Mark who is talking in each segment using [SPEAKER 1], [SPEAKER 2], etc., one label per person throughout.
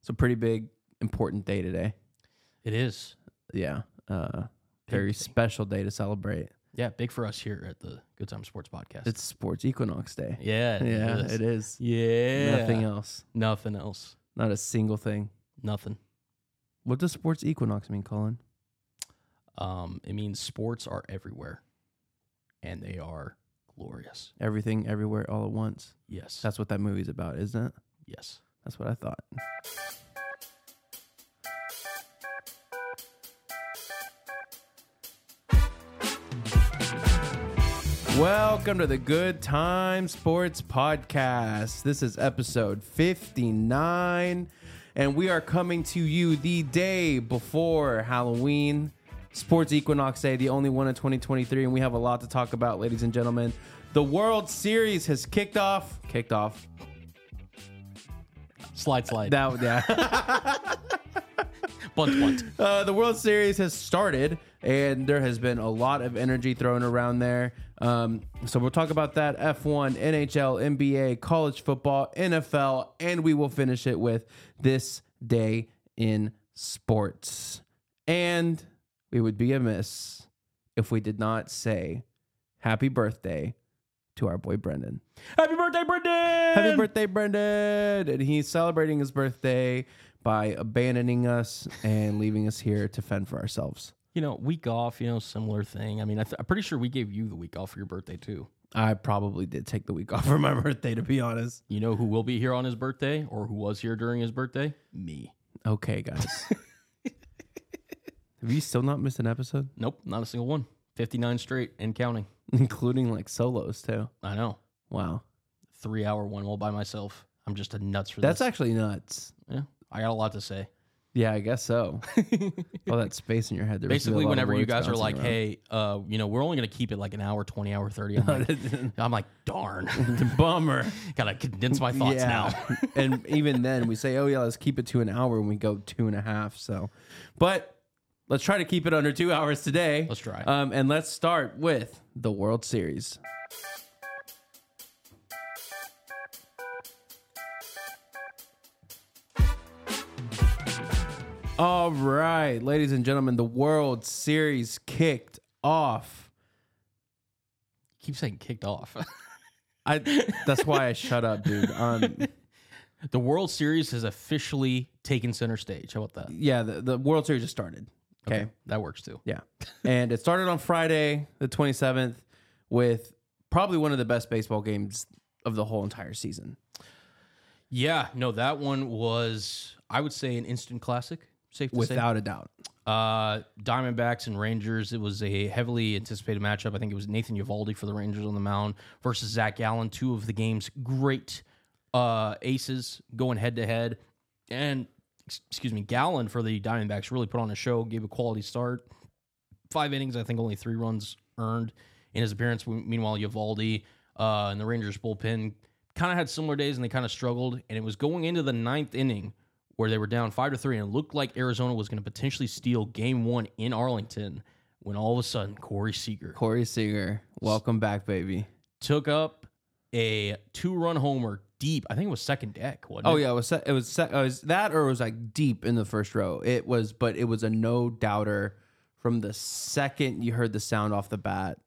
[SPEAKER 1] It's a pretty big, important day today.
[SPEAKER 2] It is.
[SPEAKER 1] Yeah. Uh, very
[SPEAKER 2] day.
[SPEAKER 1] special day to celebrate.
[SPEAKER 2] Yeah, big for us here at the Good Time Sports Podcast.
[SPEAKER 1] It's Sports Equinox Day.
[SPEAKER 2] yeah,
[SPEAKER 1] Yeah,
[SPEAKER 2] is.
[SPEAKER 1] it is.
[SPEAKER 2] Yeah,
[SPEAKER 1] Nothing else.
[SPEAKER 2] Nothing else.
[SPEAKER 1] Not a single thing.
[SPEAKER 2] Nothing.
[SPEAKER 1] What does Sports Equinox mean, Colin?
[SPEAKER 2] Um, it means sports are everywhere, and they are glorious.
[SPEAKER 1] Everything, everywhere, all at once.
[SPEAKER 2] Yes.
[SPEAKER 1] That's what that movie's about, isn't it?
[SPEAKER 2] yes.
[SPEAKER 1] That's what I thought. Welcome to the Good Time Sports Podcast. This is episode 59, and we are coming to you the day before Halloween, Sports Equinox Day, the only one in 2023, and we have a lot to talk about, ladies and gentlemen. The World Series has kicked off, kicked off,
[SPEAKER 2] Slide, slide.
[SPEAKER 1] that yeah.
[SPEAKER 2] bunt, bunt.
[SPEAKER 1] uh, the World Series has started, and there has been a lot of energy thrown around there. Um, so we'll talk about that F1, NHL, NBA, college football, NFL, and we will finish it with this day in sports. And we would be amiss if we did not say happy birthday to our boy Brendan.
[SPEAKER 2] Happy birthday, Brendan!
[SPEAKER 1] Happy birthday, Brendan! And he's celebrating his birthday by abandoning us and leaving us here to fend for ourselves.
[SPEAKER 2] You know, week off. You know, similar thing. I mean, I th- I'm pretty sure we gave you the week off for your birthday too.
[SPEAKER 1] I probably did take the week off for my birthday, to be honest.
[SPEAKER 2] You know who will be here on his birthday, or who was here during his birthday? Me.
[SPEAKER 1] Okay, guys. Have you still not missed an episode?
[SPEAKER 2] Nope, not a single one. 59 straight and counting.
[SPEAKER 1] Including like solos, too.
[SPEAKER 2] I know.
[SPEAKER 1] Wow.
[SPEAKER 2] three hour one all by myself. I'm just a nuts for
[SPEAKER 1] That's
[SPEAKER 2] this.
[SPEAKER 1] actually nuts.
[SPEAKER 2] yeah, I got a lot to say.
[SPEAKER 1] Yeah, I guess so. All that space in your head. There must be a lot
[SPEAKER 2] Basically,
[SPEAKER 1] of
[SPEAKER 2] whenever you
[SPEAKER 1] words
[SPEAKER 2] guys are
[SPEAKER 1] bouncing
[SPEAKER 2] like,
[SPEAKER 1] around.
[SPEAKER 2] "Hey, uh, you know, we're only gonna keep it like an hour, twenty hour, 30 I'm like, I'm like, darn,
[SPEAKER 1] bummer.
[SPEAKER 2] gotta condense my thoughts now.
[SPEAKER 1] and even then, we say, "Oh yeah, let's keep it to an hour," and we go two and a half. So, but let's try to keep it under two hours today.
[SPEAKER 2] Let's try.
[SPEAKER 1] Um, and let's start with the World Series. All right, ladies and gentlemen, the World Series kicked off.
[SPEAKER 2] Keep saying kicked off.
[SPEAKER 1] I that's why I shut up, dude. Um,
[SPEAKER 2] the World Series has officially taken center stage. How about that?
[SPEAKER 1] yeah, the, the World Series just started. Okay.
[SPEAKER 2] That works too.
[SPEAKER 1] Yeah. And it started on Friday, the 27th, with probably one of the best baseball games of the whole entire season.
[SPEAKER 2] Yeah, no, that one was, I would say, an instant classic. Safe to say.
[SPEAKER 1] Without a doubt.
[SPEAKER 2] Uh, Diamondbacks and Rangers. It was a heavily anticipated matchup. I think it was Nathan Uvalde for the Rangers on the mound versus Zach Allen. Two of the game's great uh, aces going head to head, and ex- excuse me, Gallon for the Diamondbacks really put on a show. Gave a quality start. Five innings, I think, only three runs earned in his appearance. Meanwhile, Uvalde uh, and the Rangers bullpen kind of had similar days, and they kind of struggled. And it was going into the ninth inning where they were down five to three, and it looked like Arizona was going to potentially steal Game One in Arlington. When all of a sudden, Corey Seager
[SPEAKER 1] Corey Seager, welcome back, baby.
[SPEAKER 2] took up a two-run homer deep. I think it was second deck. Wasn't
[SPEAKER 1] Oh
[SPEAKER 2] it?
[SPEAKER 1] yeah, it was se- it was, se- it was that or it was like deep in the first row. It was, but it was a no doubter from the second you heard the sound off the bat.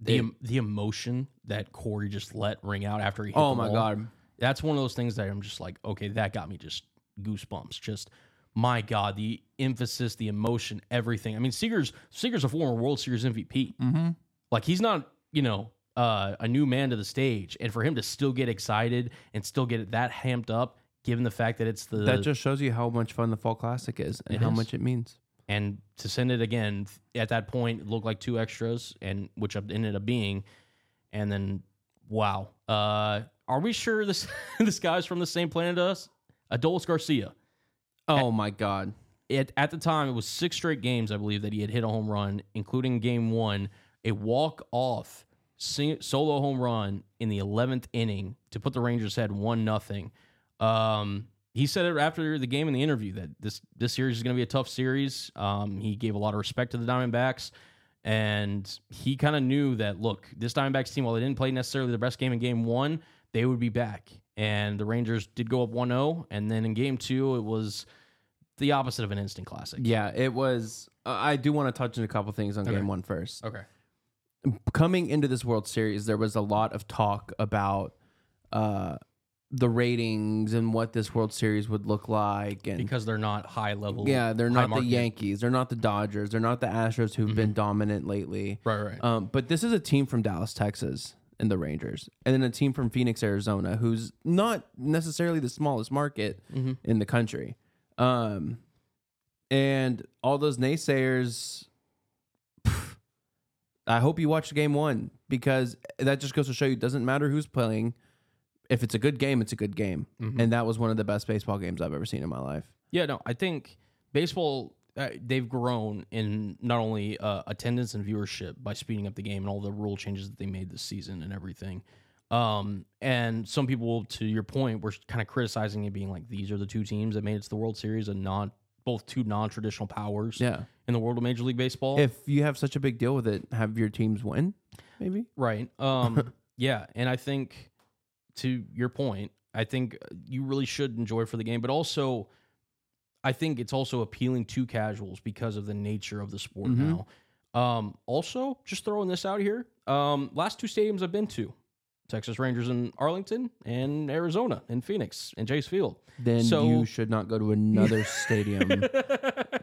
[SPEAKER 2] the em- the emotion that Corey just let ring out after he. Hit
[SPEAKER 1] Oh
[SPEAKER 2] the
[SPEAKER 1] my
[SPEAKER 2] ball.
[SPEAKER 1] god,
[SPEAKER 2] that's one of those things that I'm just like, okay, that got me just goosebumps. Just my God, the emphasis, the emotion, everything. I mean, Seager's Seager's a former World Series MVP.
[SPEAKER 1] Mhm.
[SPEAKER 2] Like he's not, you know, uh, a new man to the stage, and for him to still get excited and still get that hamped up, given the fact that it's the
[SPEAKER 1] that just shows you how much fun the fall classic is and
[SPEAKER 2] It
[SPEAKER 1] how
[SPEAKER 2] is.
[SPEAKER 1] much it means.
[SPEAKER 2] and to send it again at that point it looked like two extras and which ended up being and then wow uh are we sure this this guy's from the same planet as us adolis garcia
[SPEAKER 1] Oh my god,
[SPEAKER 2] it, at the time it was six straight games i believe that he had hit a home run including game one a walk off sing, solo home run in the 11th inning to put the rangers ahead one nothing um he said it after the game in the interview that this this series is going to be a tough series um he gave a lot of respect to the diamondbacks and he kind of knew that look this diamondbacks team while they didn't play necessarily the best game in game one they would be back and the Rangers did go up 1-0. And then in game two, it was the opposite of an instant classic.
[SPEAKER 1] Yeah, it was. Uh, I do want to touch on a couple things on game one first.
[SPEAKER 2] Okay.
[SPEAKER 1] Coming into this World Series, there was a lot of talk about uh, the ratings and what this World Series would look like, and
[SPEAKER 2] Because they're not high level.
[SPEAKER 1] yeah, they're
[SPEAKER 2] high Mm-hmm.
[SPEAKER 1] not the
[SPEAKER 2] market.
[SPEAKER 1] Yankees, they're not the Dodgers, they're not the Astros who've been dominant lately.
[SPEAKER 2] Right, right.
[SPEAKER 1] Um, but this is a team from Dallas, Texas, and the Rangers, and then a team from Phoenix, Arizona, who's not necessarily the smallest market in the country. Um, and all those naysayers, pff, I hope you watched game one because that just goes to show you it doesn't matter who's playing. If it's a good game, it's a good game, and that was one of the best baseball games I've ever seen in my life.
[SPEAKER 2] Yeah, no, I think baseball uh, they've grown in not only uh, attendance and viewership by speeding up the game and all the rule changes that they made this season and everything. Um, and some people, to your point, were kind of criticizing it, being like, "These are the two teams that made it to the World Series, and not both two non-traditional powers
[SPEAKER 1] Yeah.
[SPEAKER 2] in the world of Major League Baseball."
[SPEAKER 1] If you have such a big deal with it, have your teams win, maybe.
[SPEAKER 2] Right. Um yeah, and I think to your point, I think uh, you really should enjoy for the game, but also I think it's also appealing to casuals because of the nature of the sport
[SPEAKER 1] Mhm.
[SPEAKER 2] now. Um also, just throwing this out here, um last two stadiums I've been to, Texas Rangers in Arlington and Arizona in Phoenix in Chase Field.
[SPEAKER 1] then
[SPEAKER 2] So-
[SPEAKER 1] you should not go to another stadium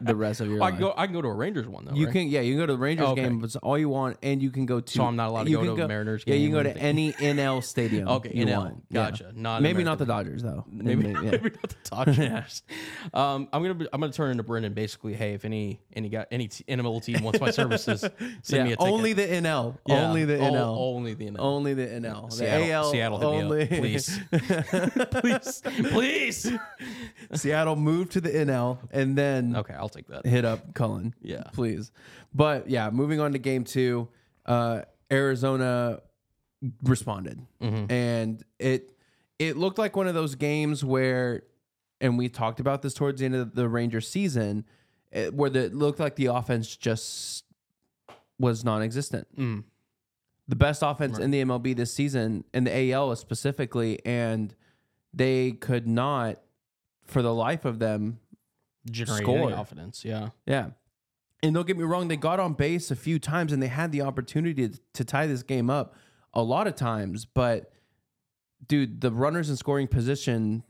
[SPEAKER 1] the rest of your
[SPEAKER 2] I
[SPEAKER 1] life.
[SPEAKER 2] can go I can go to a Rangers one though.
[SPEAKER 1] you
[SPEAKER 2] right?
[SPEAKER 1] can, yeah, you can go to the Rangers
[SPEAKER 2] Oh, okay.
[SPEAKER 1] game, but it's all you want, and you can go to.
[SPEAKER 2] So I'm not allowed to
[SPEAKER 1] you
[SPEAKER 2] go
[SPEAKER 1] can
[SPEAKER 2] to a Mariners
[SPEAKER 1] Yeah, you
[SPEAKER 2] game
[SPEAKER 1] can go
[SPEAKER 2] or
[SPEAKER 1] to any NL stadium.
[SPEAKER 2] Okay,
[SPEAKER 1] you
[SPEAKER 2] NL.
[SPEAKER 1] want. Yeah.
[SPEAKER 2] Gotcha. Not
[SPEAKER 1] Maybe
[SPEAKER 2] American.
[SPEAKER 1] not the Dodgers though.
[SPEAKER 2] maybe,
[SPEAKER 1] yeah.
[SPEAKER 2] maybe not the Dodgers. um, I'm gonna be, I'm gonna turn into Brendan. Basically, hey, if any any got any t- NML team wants my services, send
[SPEAKER 1] Yeah,
[SPEAKER 2] me a ticket.
[SPEAKER 1] only the NL.
[SPEAKER 2] Yeah,
[SPEAKER 1] Only the
[SPEAKER 2] all-
[SPEAKER 1] NL.
[SPEAKER 2] Only the NL.
[SPEAKER 1] only the NL. The
[SPEAKER 2] Seattle,
[SPEAKER 1] AL
[SPEAKER 2] Seattle, hit
[SPEAKER 1] only.
[SPEAKER 2] me up, please, please, please.
[SPEAKER 1] Seattle moved to the NL and then
[SPEAKER 2] Okay, I'll take that.
[SPEAKER 1] hit up Cullen.
[SPEAKER 2] Yeah.
[SPEAKER 1] Please. But yeah, moving on to game two, uh, Arizona responded. And it it looked like one of those games where and we talked about this towards the end of the Rangers season, eh, where the, it looked like the offense just was non existent.
[SPEAKER 2] Mm.
[SPEAKER 1] The best offense in the MLB this season, in the AL specifically, and they could not, for the life of them,
[SPEAKER 2] Generate
[SPEAKER 1] Score.
[SPEAKER 2] any confidence. Yeah,
[SPEAKER 1] yeah. And don't get me wrong, they got on base a few times and they had the opportunity to, to tie this game up a lot of times. But, dude, the runners in scoring position,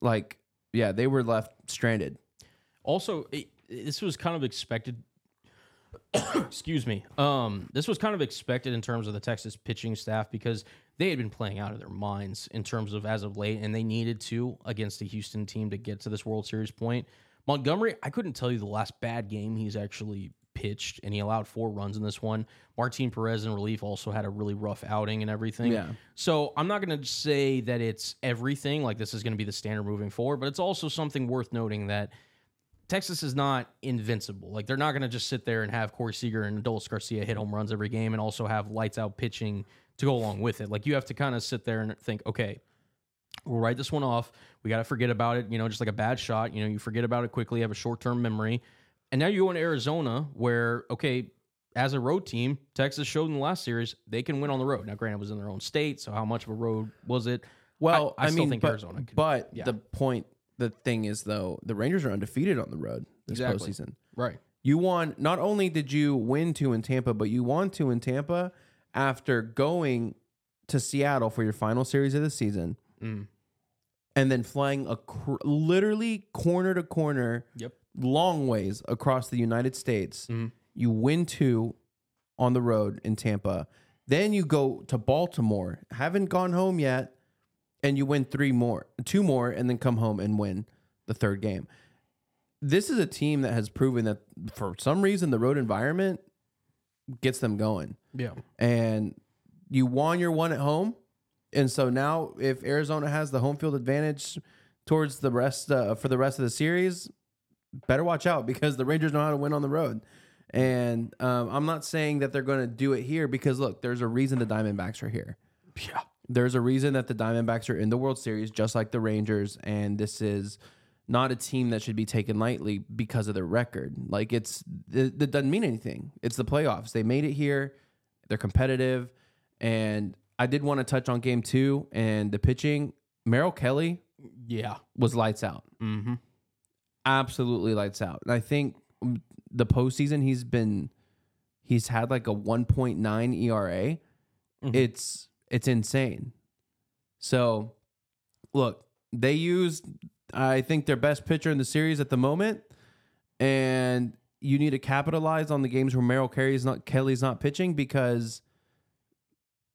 [SPEAKER 1] like, yeah, they were left stranded.
[SPEAKER 2] also it, this was kind of expected excuse me um this was kind of expected in terms of the texas pitching staff because they had been playing out of their minds in terms of as of late and they needed to against the houston team to get to this world series point montgomery i couldn't tell you the last bad game he's actually pitched and he allowed four runs in this one martin perez in relief also had a really rough outing and everything
[SPEAKER 1] Yeah.
[SPEAKER 2] so I'm not going to say that it's everything. Like this is going to be the standard moving forward, but it's also something worth noting that Texas is not invincible. Like they're not going to just sit there and have Corey Seager and Adolis Garcia hit home runs every game, and also have lights out pitching to go along with it. Like you have to kind of sit there and think, okay, we'll write this one off. We got to forget about it. You know, just like a bad shot, you know, you forget about it quickly, have a short term memory. And now you go into Arizona where, okay, as a road team, Texas showed in the last series they can win on the road. Now, granted, it was in their own state, so how much of a road was it?
[SPEAKER 1] Well, I,
[SPEAKER 2] I still
[SPEAKER 1] mean,
[SPEAKER 2] think
[SPEAKER 1] but,
[SPEAKER 2] Arizona could-
[SPEAKER 1] but
[SPEAKER 2] yeah.
[SPEAKER 1] the point, the thing is, though, the Rangers are undefeated on the road this
[SPEAKER 2] Exactly.
[SPEAKER 1] postseason.
[SPEAKER 2] Right.
[SPEAKER 1] You won. Not only did you win two in Tampa, but you won two in Tampa after going to Seattle for your final series of the season,
[SPEAKER 2] Mm.
[SPEAKER 1] and then flying a literally corner to corner,
[SPEAKER 2] Yep.
[SPEAKER 1] long ways across the United States.
[SPEAKER 2] Mhm.
[SPEAKER 1] You win two on the road in Tampa. Then you go to Baltimore, haven't gone home yet, and you win three more, two more, and then come home and win the third game. This is a team that has proven that for some reason the road environment gets them going.
[SPEAKER 2] Yeah.
[SPEAKER 1] And you won your one at home. And so now if Arizona has the home field advantage towards the rest uh, for the rest of the series, better watch out because the Rangers know how to win on the road. And um, I'm not saying that they're going to do it here because look, there's a reason the Diamondbacks are here
[SPEAKER 2] Yeah.
[SPEAKER 1] there's a reason that the Diamondbacks are in the World Series, just like the Rangers, and this is not a team that should be taken lightly because of their record. Like it's it, it doesn't mean anything. It's the playoffs. They made it here. They're competitive, and I did want to touch on Game Two and the pitching. Merrill Kelly
[SPEAKER 2] Yeah.
[SPEAKER 1] was lights out,
[SPEAKER 2] Mm-hmm.
[SPEAKER 1] absolutely lights out. And I think mm, the postseason he's been, he's had like a 1.9 ERA.
[SPEAKER 2] Mhm.
[SPEAKER 1] E It's it's insane. So, look, they used I think their best pitcher in the series at the moment, and you need to capitalize on the games where Merrill Kelly's not Kelly's not pitching because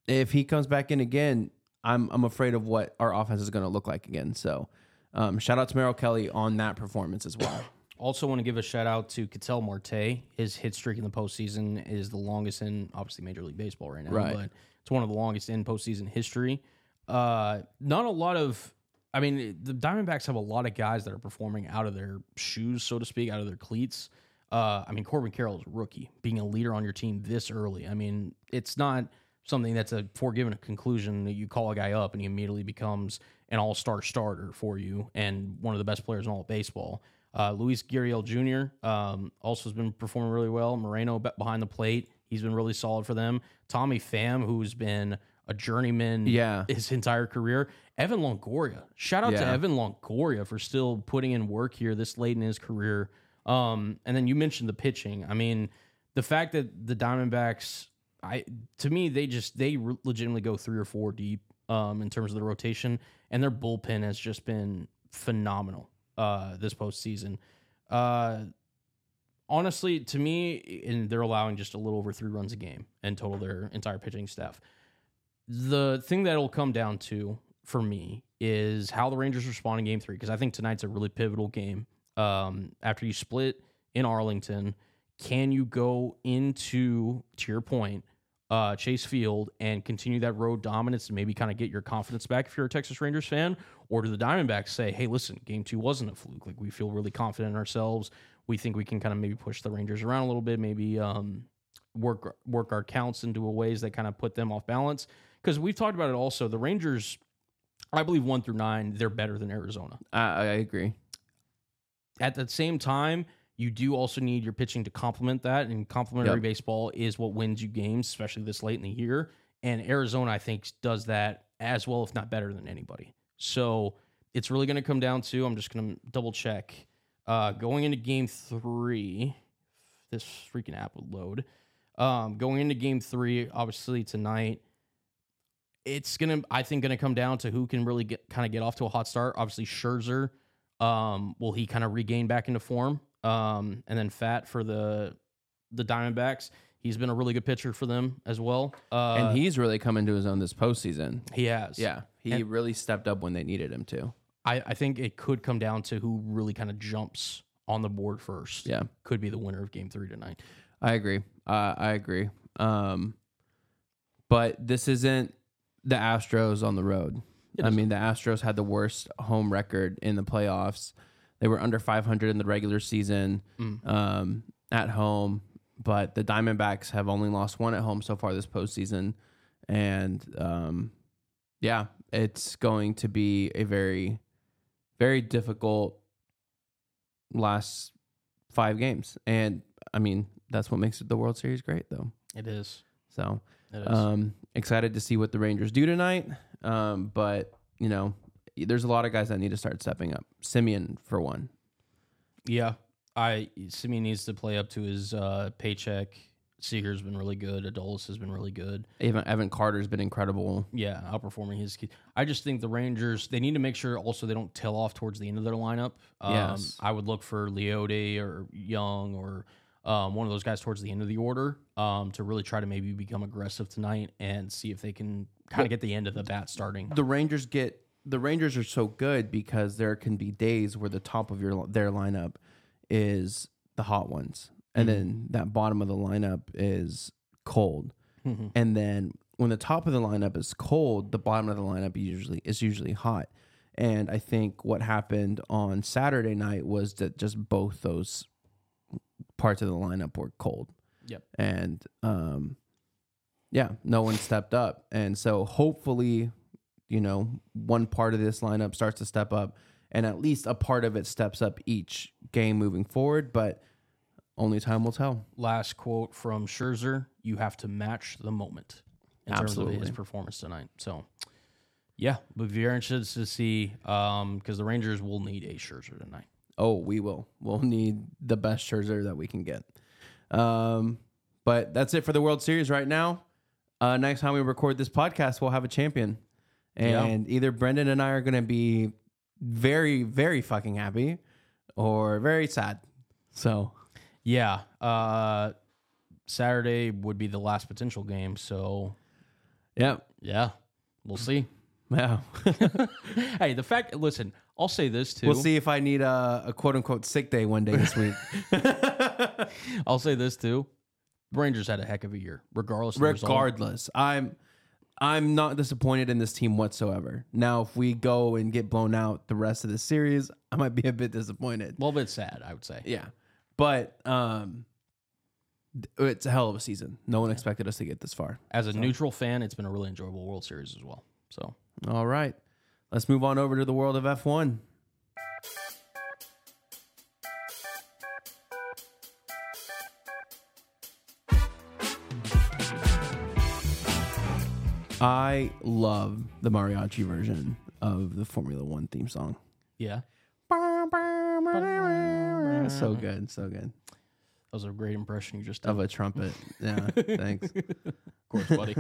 [SPEAKER 1] if he comes back in again, I'm I'm afraid of what our offense is going to look like again. So, um, shout out to Merrill Kelly on that performance as well.
[SPEAKER 2] Also, want to give a shout out to Cattell Marte. His hit streak in the postseason is the longest in obviously Major League Baseball right now,
[SPEAKER 1] Right.
[SPEAKER 2] but it's one of the longest in postseason history. Uh, not a lot of, I mean, the Diamondbacks have a lot of guys that are performing out of their shoes, so to speak, out of their cleats. Uh, I mean, Corbin Carroll is a rookie. Being a leader on your team this early, I mean, it's not something that's a foregone conclusion that you call a guy up and he immediately becomes an all star starter for you and one of the best players in all of baseball. Uh, Luis Gurriel Jr. Um, also has been performing really well. Moreno be- behind the plate, he's been really solid for them. Tommy Pham, who's been a journeyman
[SPEAKER 1] Yeah.
[SPEAKER 2] his entire career. Evan Longoria, shout out to
[SPEAKER 1] Yeah.
[SPEAKER 2] Evan Longoria for still putting in work here this late in his career. Um, and then you mentioned the pitching. I mean, the fact that the Diamondbacks, I to me, they just they re- legitimately go three or four deep um, in terms of the rotation, and their bullpen has just been phenomenal uh, this postseason. Uh, honestly, to me, and they're allowing just a little over three runs a game in total their entire pitching staff. The thing that'll come down to for me is how the Rangers respond in game three, because I think tonight's a really pivotal game. Um, after you split in Arlington, can you go into, to your point, uh, Chase Field and continue that road dominance and maybe kind of get your confidence back if you're a Texas Rangers fan? Or do the Diamondbacks say, hey, listen, game two wasn't a fluke? Like, we feel really confident in ourselves. We think we can kind of maybe push the Rangers around a little bit, maybe um, work work our counts into a ways that kind of put them off balance. Because we've talked about it also. The Rangers, I believe one through nine, they're better than Arizona
[SPEAKER 1] I, I agree.
[SPEAKER 2] at the same time, you do also need your pitching to complement that, and complementary
[SPEAKER 1] Yep.
[SPEAKER 2] baseball is what wins you games, especially this late in the year. And Arizona, I think, does that as well, if not better than anybody. So it's really going to come down to I'm just going to double check. Uh, going into game three, this freaking app would load. Um, going into game three, obviously tonight, it's gonna I think gonna come down to who can really get kind of get off to a hot start. Obviously Scherzer, um, will he kind of regain back into form? Um, and then Fat for the the Diamondbacks, he's been a really good pitcher for them as well. Uh,
[SPEAKER 1] and he's really coming to his own this postseason.
[SPEAKER 2] he has,
[SPEAKER 1] Yeah, he
[SPEAKER 2] And-
[SPEAKER 1] really stepped up when they needed him to.
[SPEAKER 2] I, I think it could come down to who really kind of jumps on the board first.
[SPEAKER 1] Yeah.
[SPEAKER 2] could be the winner of Game Three tonight.
[SPEAKER 1] I agree. Uh, I agree. Um, but this isn't the Astros on the road.
[SPEAKER 2] It
[SPEAKER 1] I mean, the Astros had the worst home record in the playoffs. They were under 500 in the regular season
[SPEAKER 2] Mm.
[SPEAKER 1] um, at home, but the Diamondbacks have only lost one at home so far this postseason. And um, yeah, it's going to be a very, very difficult last five games. And I mean, that's what makes the World Series great, though.
[SPEAKER 2] It is.
[SPEAKER 1] So
[SPEAKER 2] It is.
[SPEAKER 1] um, excited to see what the Rangers do tonight. Um, but you know, there's a lot of guys that need to start stepping up. Simeon for one.
[SPEAKER 2] Yeah, I Simeon needs to play up to his uh, paycheck. Seager's been really good. Adolis has been really good.
[SPEAKER 1] Evan, Evan Carter's been incredible.
[SPEAKER 2] Yeah, outperforming his. kid. I just think the Rangers they need to make sure also they don't tail off towards the end of their lineup. Um,
[SPEAKER 1] Yes.
[SPEAKER 2] I would look for Leote or Young or um, one of those guys towards the end of the order um, to really try to maybe become aggressive tonight and see if they can kind of get the end of the bat starting.
[SPEAKER 1] The Rangers get the Rangers are so good because there can be days where the top of your their lineup is the hot ones, and then that bottom of the lineup is cold.
[SPEAKER 2] Mhm.
[SPEAKER 1] and then when the top of the lineup is cold, the bottom of the lineup usually is usually hot. And I think what happened on Saturday night was that just both those parts of the lineup were cold.
[SPEAKER 2] Yep.
[SPEAKER 1] And um, yeah, no one stepped up, and so hopefully, you know, one part of this lineup starts to step up, and at least a part of it steps up each game moving forward. But only time will tell.
[SPEAKER 2] Last quote from Scherzer: "You have to match the moment in terms of
[SPEAKER 1] Absolutely.
[SPEAKER 2] his performance tonight." So, Yeah, but if you're interested to see, because the Rangers will need a Scherzer tonight.
[SPEAKER 1] Oh, we will. We'll need the best Scherzer that we can get. Um, but that's it for the World Series right now. Uh, next time we record this podcast, we'll have a champion, and either Brendan and I are going to be very, very fucking happy, or very sad. So
[SPEAKER 2] Yeah, uh, Saturday would be the last potential game. So
[SPEAKER 1] yeah,
[SPEAKER 2] yeah, we'll
[SPEAKER 1] Hmm.
[SPEAKER 2] see.
[SPEAKER 1] yeah.
[SPEAKER 2] hey, the fact. Listen, I'll say this too.
[SPEAKER 1] we'll see if I need a, a quote unquote sick day one day this week.
[SPEAKER 2] I'll say this too. Rangers had a heck of a year, regardless. Of the result.
[SPEAKER 1] Regardless, I'm I'm not disappointed in this team whatsoever. Now, if we go and get blown out the rest of the series, I might be a bit disappointed.
[SPEAKER 2] a little bit sad, I would say.
[SPEAKER 1] Yeah, but um, th- it's a hell of a season. No one expected us to get this far.
[SPEAKER 2] As a neutral fan, it's been a really enjoyable World Series as well. So
[SPEAKER 1] All right, let's move on over to the world of F1. I love the mariachi version of the Formula One theme song.
[SPEAKER 2] yeah, that
[SPEAKER 1] So good, so good.
[SPEAKER 2] was a great impression you just did,
[SPEAKER 1] Of a trumpet. Yeah, thanks.
[SPEAKER 2] of course, buddy.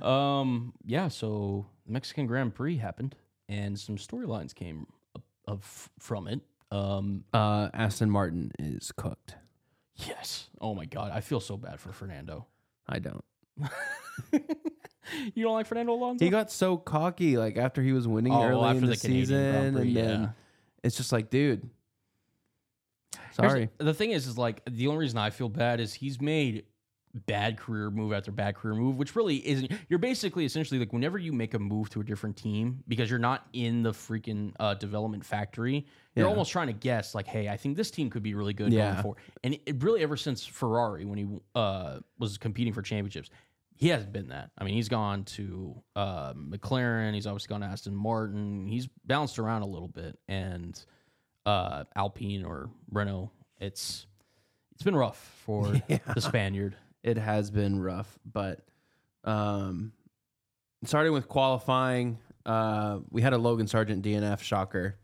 [SPEAKER 2] um, yeah. So the Mexican Grand Prix happened, and some storylines came up of from it. Um,
[SPEAKER 1] Uh, Aston Martin is cooked.
[SPEAKER 2] yes. Oh my God, I feel so bad for Fernando.
[SPEAKER 1] I don't.
[SPEAKER 2] You don't like Fernando Alonso?
[SPEAKER 1] He got so cocky, like after he was winning
[SPEAKER 2] Oh,
[SPEAKER 1] early
[SPEAKER 2] after
[SPEAKER 1] in the,
[SPEAKER 2] the Canadian
[SPEAKER 1] season,
[SPEAKER 2] Grand Prix,
[SPEAKER 1] and then
[SPEAKER 2] yeah.
[SPEAKER 1] it's just like, dude,
[SPEAKER 2] Here's-
[SPEAKER 1] sorry.
[SPEAKER 2] The thing is, is like the only reason I feel bad is he's made bad career move after bad career move, which really isn't. You're basically essentially like whenever you make a move to a different team because you're not in the freaking uh, development factory, you're
[SPEAKER 1] Yeah.
[SPEAKER 2] almost trying to guess like, hey, I think this team could be really good
[SPEAKER 1] Yeah.
[SPEAKER 2] going forward. And it really ever since Ferrari when he uh, was competing for championships. He hasn't been that. I mean, he's gone to uh, McLaren. He's obviously gone to Aston Martin. He's bounced around a little bit, and uh, Alpine or Renault. It's it's been rough for the Spaniard.
[SPEAKER 1] It has been rough, but um, starting with qualifying, uh, we had a Logan Sargent DNF shocker,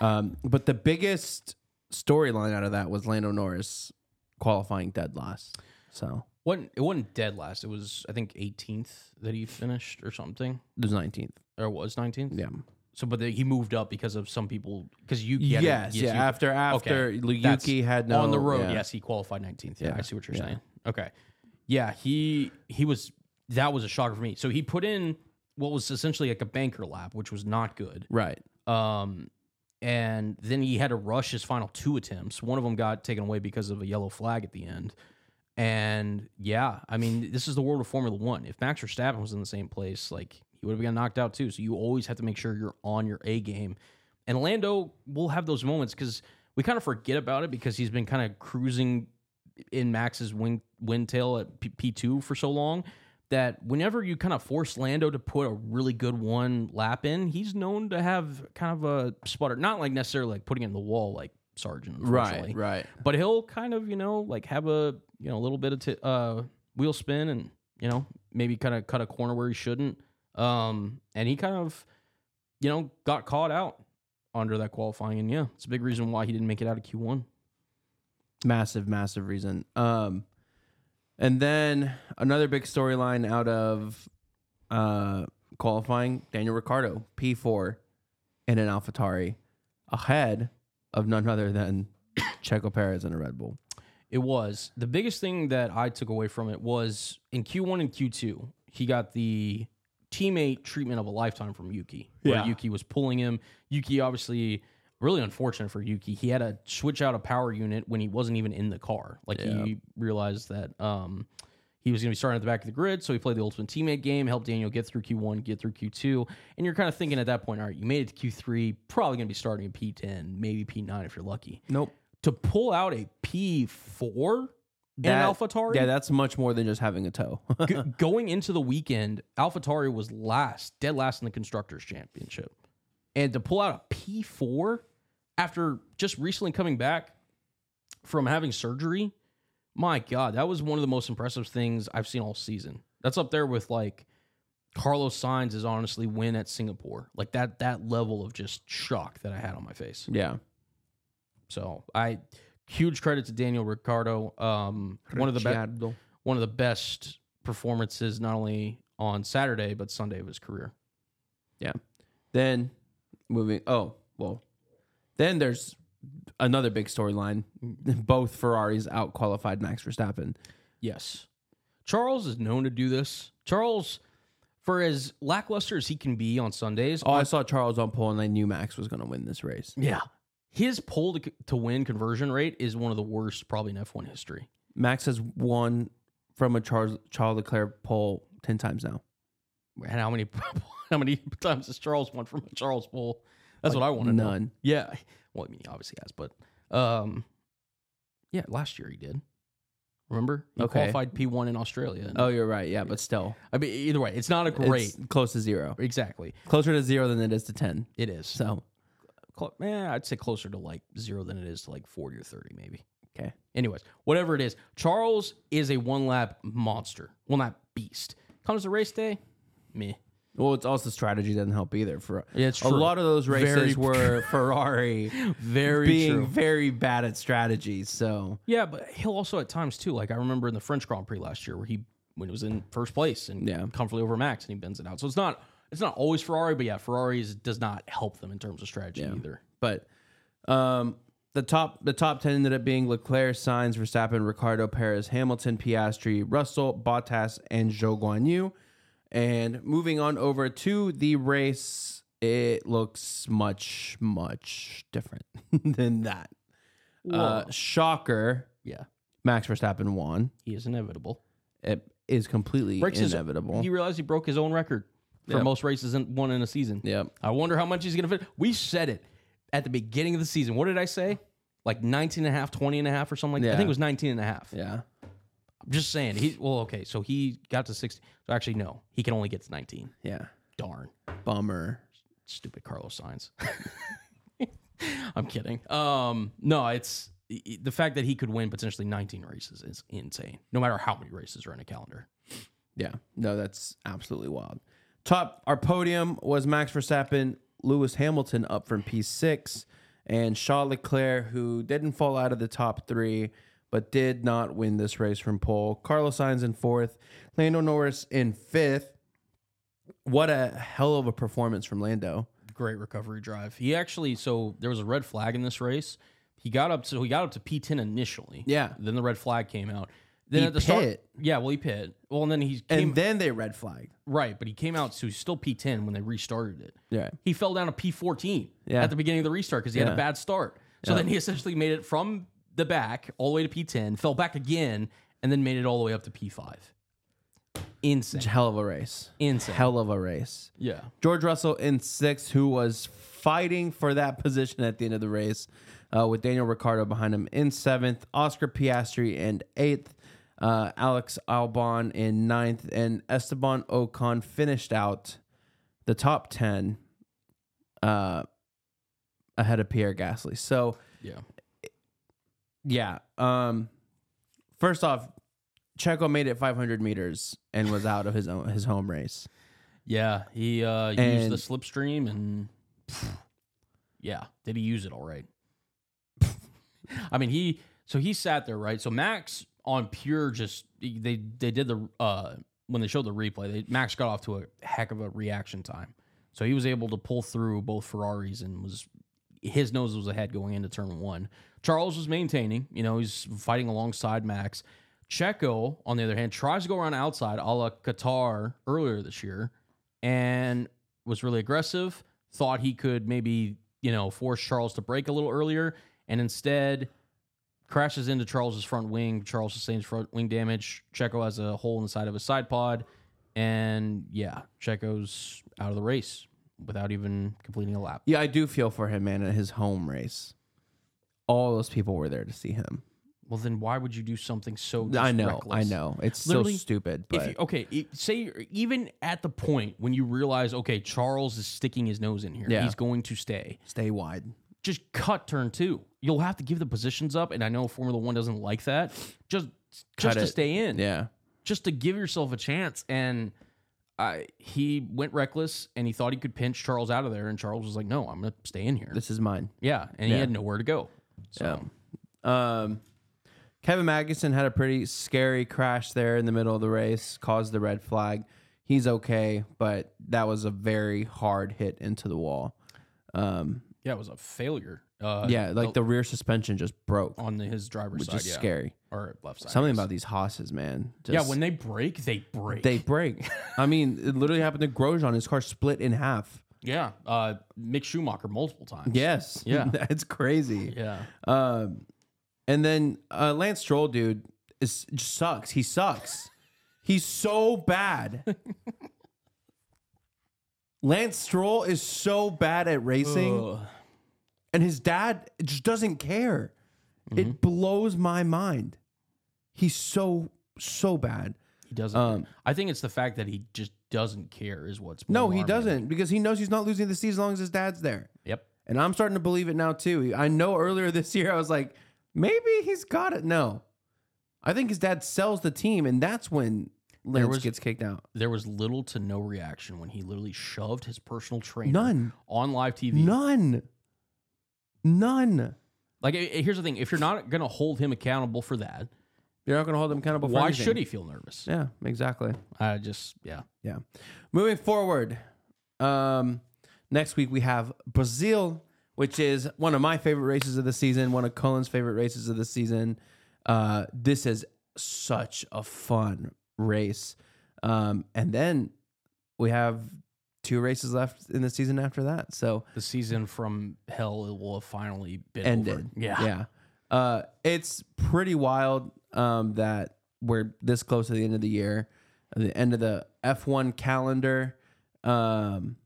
[SPEAKER 1] um, but the biggest storyline out of that was Lando Norris qualifying dead last. So
[SPEAKER 2] wasn't It wasn't dead last. It was I think 18th that he finished or something,
[SPEAKER 1] it was nineteenth.
[SPEAKER 2] or was 19th.
[SPEAKER 1] Yeah.
[SPEAKER 2] So, but the, he moved up because of some people because you get it.
[SPEAKER 1] yes. Yeah.
[SPEAKER 2] you-
[SPEAKER 1] after after
[SPEAKER 2] Okay, that's
[SPEAKER 1] Yuki had no
[SPEAKER 2] on the road.
[SPEAKER 1] yeah.
[SPEAKER 2] Yes, he qualified 19th. Yeah,
[SPEAKER 1] Yeah,
[SPEAKER 2] I see what you're
[SPEAKER 1] yeah.
[SPEAKER 2] saying. Okay, yeah, he he was that was a shocker for me. So he put in what was essentially like a banker lap, which was not good.
[SPEAKER 1] Right.
[SPEAKER 2] Um, and then he had to rush his final two attempts. One of them got taken away because of a yellow flag at the end. And yeah, I mean, this is the world of Formula One. If Max Verstappen was in the same place, like he would have been knocked out too. So you always have to make sure you're on your A game. And Lando will have those moments because we kind of forget about it because he's been kind of cruising in Max's wing wind tail at P two for so long that whenever you kind of force Lando to put a really good one lap in, he's known to have kind of a sputter. Not like necessarily like putting it in the wall like Sargent, unfortunately.
[SPEAKER 1] Right. Right.
[SPEAKER 2] But he'll kind of you know like have a you know a little bit of t- uh, wheel spin and you know maybe kind of cut a corner where he shouldn't. Um, and he kind of you know got caught out under that qualifying, and yeah, it's a big reason why he didn't make it out of Q one.
[SPEAKER 1] massive massive reason um and then another big storyline out of uh qualifying daniel ricardo p4 in an alphatari ahead of none other than checo perez in a red bull
[SPEAKER 2] It was. The biggest thing that I took away from it was in Q1 and Q2, he got the teammate treatment of a lifetime from Yuki. Where
[SPEAKER 1] Yeah.
[SPEAKER 2] Yuki was pulling him. Yuki obviously really unfortunate for Yuki. He had to switch out a power unit when he wasn't even in the car. Like he realized that um he was going to be starting at the back of the grid, so he played the ultimate teammate game, helped Daniel get through Q1, get through Q2, and you're kind of thinking at that point, all right, you made it to Q3, probably going to be starting in P10, maybe P9 if you're lucky
[SPEAKER 1] nope
[SPEAKER 2] to pull out a P4 in
[SPEAKER 1] That-
[SPEAKER 2] AlphaTauri.
[SPEAKER 1] yeah that's much more than just having a toe
[SPEAKER 2] G- going into the weekend, AlphaTauri was last, dead last in the constructors championship. And to pull out a P4 after just recently coming back from having surgery, my god, that was one of the most impressive things I've seen all season. That's up there with like Carlos Sainz is honestly win at Singapore. Like that that level of just shock that I had on my face.
[SPEAKER 1] Yeah.
[SPEAKER 2] So I huge credit to Daniel Ricciardo. Um, one of the best
[SPEAKER 1] Ricciardo.
[SPEAKER 2] one of the best performances not only on Saturday but Sunday of his career.
[SPEAKER 1] Then moving. Oh well. Then there's another big storyline. Both Ferraris out qualified Max Verstappen.
[SPEAKER 2] Yes. Charles is known to do this. Charles, for as lackluster as he can be on Sundays,
[SPEAKER 1] Oh, I saw Charles on pole, and I knew Max was going to win this race.
[SPEAKER 2] yeah, his pull to, to win conversion rate is one of the worst probably in F1 history.
[SPEAKER 1] Max has won from a Charles Charles Leclerc pole ten times now.
[SPEAKER 2] And how many how many times has Charles won from a Charles pull? That's what I want to know.
[SPEAKER 1] None.
[SPEAKER 2] Yeah. Well, I mean, he obviously has, but um, yeah, last year he did. Remember, he
[SPEAKER 1] Okay.
[SPEAKER 2] qualified P one in Australia.
[SPEAKER 1] Oh, you're right. Yeah, but still,
[SPEAKER 2] I mean, either way, it's not a great.
[SPEAKER 1] it's close to zero.
[SPEAKER 2] exactly,
[SPEAKER 1] Closer to zero than it is to ten.
[SPEAKER 2] it is.
[SPEAKER 1] So
[SPEAKER 2] cl- eh, I'd say closer to like zero than it is to like 40 or 30, maybe.
[SPEAKER 1] okay,
[SPEAKER 2] Anyways, whatever it is, Charles is a one lap monster. Well, not beast. Comes to race day, meh.
[SPEAKER 1] Well, it's also strategy doesn't help either. For
[SPEAKER 2] Yeah, it's
[SPEAKER 1] a
[SPEAKER 2] true.
[SPEAKER 1] lot of those
[SPEAKER 2] Very-
[SPEAKER 1] races were Ferrari
[SPEAKER 2] Very
[SPEAKER 1] being very bad at strategies. So
[SPEAKER 2] Yeah, but he'll also at times too. Like I remember in the French Grand Prix last year where he when it was in first place and
[SPEAKER 1] Yeah.
[SPEAKER 2] comfortably over Max and he bends it out. So it's not it's not always Ferrari, but yeah, Ferraris does not help them in terms of strategy either.
[SPEAKER 1] but um, the top the top ten ended up being Leclerc, Sainz, Verstappen, Ricardo, Perez, Hamilton, Piastri, Russell, Bottas, and Zhou Guan Yu. And moving on over to the race, it looks much much different than that. Uh, shocker,
[SPEAKER 2] Yeah,
[SPEAKER 1] Max Verstappen won.
[SPEAKER 2] he is inevitable.
[SPEAKER 1] It is completely
[SPEAKER 2] Breaks his-
[SPEAKER 1] inevitable.
[SPEAKER 2] You realize he broke his own record for
[SPEAKER 1] Yeah.
[SPEAKER 2] most races in one in a season.
[SPEAKER 1] yep.
[SPEAKER 2] I wonder how much he's going to fit. We said it at the beginning of the season. What did I say? Like 19 and a half, 20 and a half or something like that. I
[SPEAKER 1] Yeah.
[SPEAKER 2] think it was 19 and a half.
[SPEAKER 1] Yeah.
[SPEAKER 2] I'm just saying. He well, okay, so he got to 60. So actually no, he can only get to 19.
[SPEAKER 1] Yeah.
[SPEAKER 2] Darn.
[SPEAKER 1] Bummer.
[SPEAKER 2] stupid Carlos Sainz. I'm kidding. Um, no, it's the fact that he could win potentially 19 races is insane. No matter how many races are in a calendar.
[SPEAKER 1] Yeah. No, that's absolutely wild. Top our podium was Max Verstappen, Lewis Hamilton up from P6, and Charles Leclerc, who didn't fall out of the top three, but did not win this race from pole. Carlos Sainz in fourth, Lando Norris in fifth. What a hell of a performance from Lando.
[SPEAKER 2] Great recovery drive. He actually so there was a red flag in this race. He got up so he got up to P10 initially.
[SPEAKER 1] Yeah.
[SPEAKER 2] Then the red flag came out. Then
[SPEAKER 1] He
[SPEAKER 2] at the start,
[SPEAKER 1] pit.
[SPEAKER 2] yeah, well he pit. Well, and then he
[SPEAKER 1] And
[SPEAKER 2] came
[SPEAKER 1] then they red flagged.
[SPEAKER 2] right, but he came out so he's still P10 when they restarted it.
[SPEAKER 1] Yeah.
[SPEAKER 2] he fell down to P14
[SPEAKER 1] Yeah.
[SPEAKER 2] at the beginning of the restart because he had a
[SPEAKER 1] Yeah.
[SPEAKER 2] bad start. So then he essentially made it from the back all the way to P10, fell back again, and then made it all the way up to P5. Insane.
[SPEAKER 1] Hell of a race.
[SPEAKER 2] Insane.
[SPEAKER 1] Hell of a race.
[SPEAKER 2] Yeah.
[SPEAKER 1] George Russell in sixth, who was fighting for that position at the end of the race, uh, with Daniel Ricciardo behind him in seventh, Oscar Piastri in eighth, uh, Alex Albon in ninth, and Esteban Ocon finished out the top 10 uh, ahead of Pierre Gasly. So,
[SPEAKER 2] Yeah.
[SPEAKER 1] yeah. Um, first off, Checo made it 500 meters and was out of his own his home race.
[SPEAKER 2] Yeah. He uh, used
[SPEAKER 1] And-
[SPEAKER 2] the slipstream and. Yeah. Did he use it all right? I mean, he. So he sat there, right? So Max on pure just. They, they did the. Uh, when they showed the replay, they, Max got off to a heck of a reaction time. So he was able to pull through both Ferraris and was his nose was ahead going into turn one. Charles was maintaining, you know, he's fighting alongside Max. Checo, on the other hand, tries to go around outside a la Qatar earlier this year and was really aggressive. Thought he could maybe, you know, force Charles to break a little earlier and instead crashes into Charles's front wing. Charles sustains front wing damage. Checo has a hole in the side of his side pod. And yeah, Checo's out of the race without even completing a lap.
[SPEAKER 1] Yeah, I do feel for him, man, at his home race. All those people were there to see him.
[SPEAKER 2] Well, then why would you do something so?
[SPEAKER 1] I
[SPEAKER 2] just
[SPEAKER 1] know, I
[SPEAKER 2] reckless?
[SPEAKER 1] know. It's
[SPEAKER 2] Literally,
[SPEAKER 1] so stupid,
[SPEAKER 2] If
[SPEAKER 1] but
[SPEAKER 2] you, okay, it, say you're- even at the point when you realize, okay, Charles is sticking his nose in here.
[SPEAKER 1] Yeah.
[SPEAKER 2] He's going to stay.
[SPEAKER 1] stay wide.
[SPEAKER 2] Just cut turn two. You'll have to give the positions up, and I know Formula One doesn't like that. Just just
[SPEAKER 1] Cut
[SPEAKER 2] to
[SPEAKER 1] it.
[SPEAKER 2] stay in,
[SPEAKER 1] Yeah.
[SPEAKER 2] just to give yourself a chance. And I, he went reckless and he thought he could pinch Charles out of there, and Charles was like, "No, I'm gonna stay in here."
[SPEAKER 1] This is mine.
[SPEAKER 2] Yeah, and he had nowhere to go.
[SPEAKER 1] Yeah. Um, Kevin Magnuson had a pretty scary crash there in the middle of the race, caused the red flag. He's okay, but that was a very hard hit into the wall. Um,
[SPEAKER 2] Yeah, it was a failure. Uh,
[SPEAKER 1] yeah, like the rear suspension just broke,
[SPEAKER 2] on the, his driver's
[SPEAKER 1] which
[SPEAKER 2] side,
[SPEAKER 1] is
[SPEAKER 2] yeah,
[SPEAKER 1] scary.
[SPEAKER 2] or left side.
[SPEAKER 1] Something about these hosses, man.
[SPEAKER 2] yeah,
[SPEAKER 1] Just-
[SPEAKER 2] when they break, they break.
[SPEAKER 1] they break. I mean, it literally happened to Grosjean. His car split in half.
[SPEAKER 2] yeah, uh, Mick Schumacher multiple times.
[SPEAKER 1] Yes.
[SPEAKER 2] Yeah.
[SPEAKER 1] That's crazy.
[SPEAKER 2] yeah.
[SPEAKER 1] Um, and then uh, Lance Stroll, dude, is just sucks. He sucks. He's so bad. Lance Stroll is so bad at racing,
[SPEAKER 2] Ugh.
[SPEAKER 1] and his dad just doesn't care.
[SPEAKER 2] Mm-hmm.
[SPEAKER 1] It blows my mind. He's so so bad.
[SPEAKER 2] He doesn't.
[SPEAKER 1] Um,
[SPEAKER 2] I think it's the fact that he just doesn't care is what's
[SPEAKER 1] No,
[SPEAKER 2] more
[SPEAKER 1] he
[SPEAKER 2] alarming.
[SPEAKER 1] doesn't because he knows he's not losing the season as long as his dad's there.
[SPEAKER 2] Yep.
[SPEAKER 1] And I'm starting to believe it now too. I know earlier this year I was like, maybe he's got it. No, I think his dad sells the team, and that's when Lance
[SPEAKER 2] was-
[SPEAKER 1] gets kicked out.
[SPEAKER 2] There was little to no reaction when he literally shoved his personal trainer
[SPEAKER 1] None.
[SPEAKER 2] on live TV.
[SPEAKER 1] None. None.
[SPEAKER 2] Like, eh, eh, here's the thing: if you're not going to hold him accountable for that,
[SPEAKER 1] You're not going to hold him accountable.
[SPEAKER 2] why should he feel nervous?
[SPEAKER 1] Yeah, exactly.
[SPEAKER 2] I just, yeah,
[SPEAKER 1] Yeah. Moving forward, um, next week we have Brazil, which is one of my favorite races of the season, one of Colin's favorite races of the season. Uh, this is such a fun race. Um, and then we have two races left in the season after that. So
[SPEAKER 2] the season from hell it will have finally been
[SPEAKER 1] ended.
[SPEAKER 2] Over. Yeah,
[SPEAKER 1] Yeah. Uh, it's pretty wild um, that we're this close to the end of the year, the end of the F1 calendar. Um,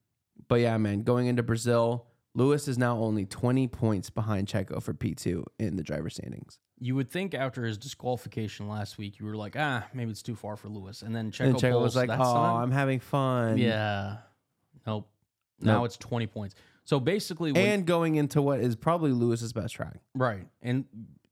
[SPEAKER 1] but yeah, man, going into Brazil, Lewis is now only 20 points behind Checo for P2 in the driver standings.
[SPEAKER 2] You would think after his disqualification last week, you were like, ah, maybe it's too far for Lewis, and then Checo,
[SPEAKER 1] And Checo
[SPEAKER 2] pulls,
[SPEAKER 1] was like, oh,
[SPEAKER 2] "That's not-
[SPEAKER 1] I'm having fun.
[SPEAKER 2] yeah, nope. Now it's twenty points. So basically, when,
[SPEAKER 1] And going into what is probably Lewis's best track,
[SPEAKER 2] right, and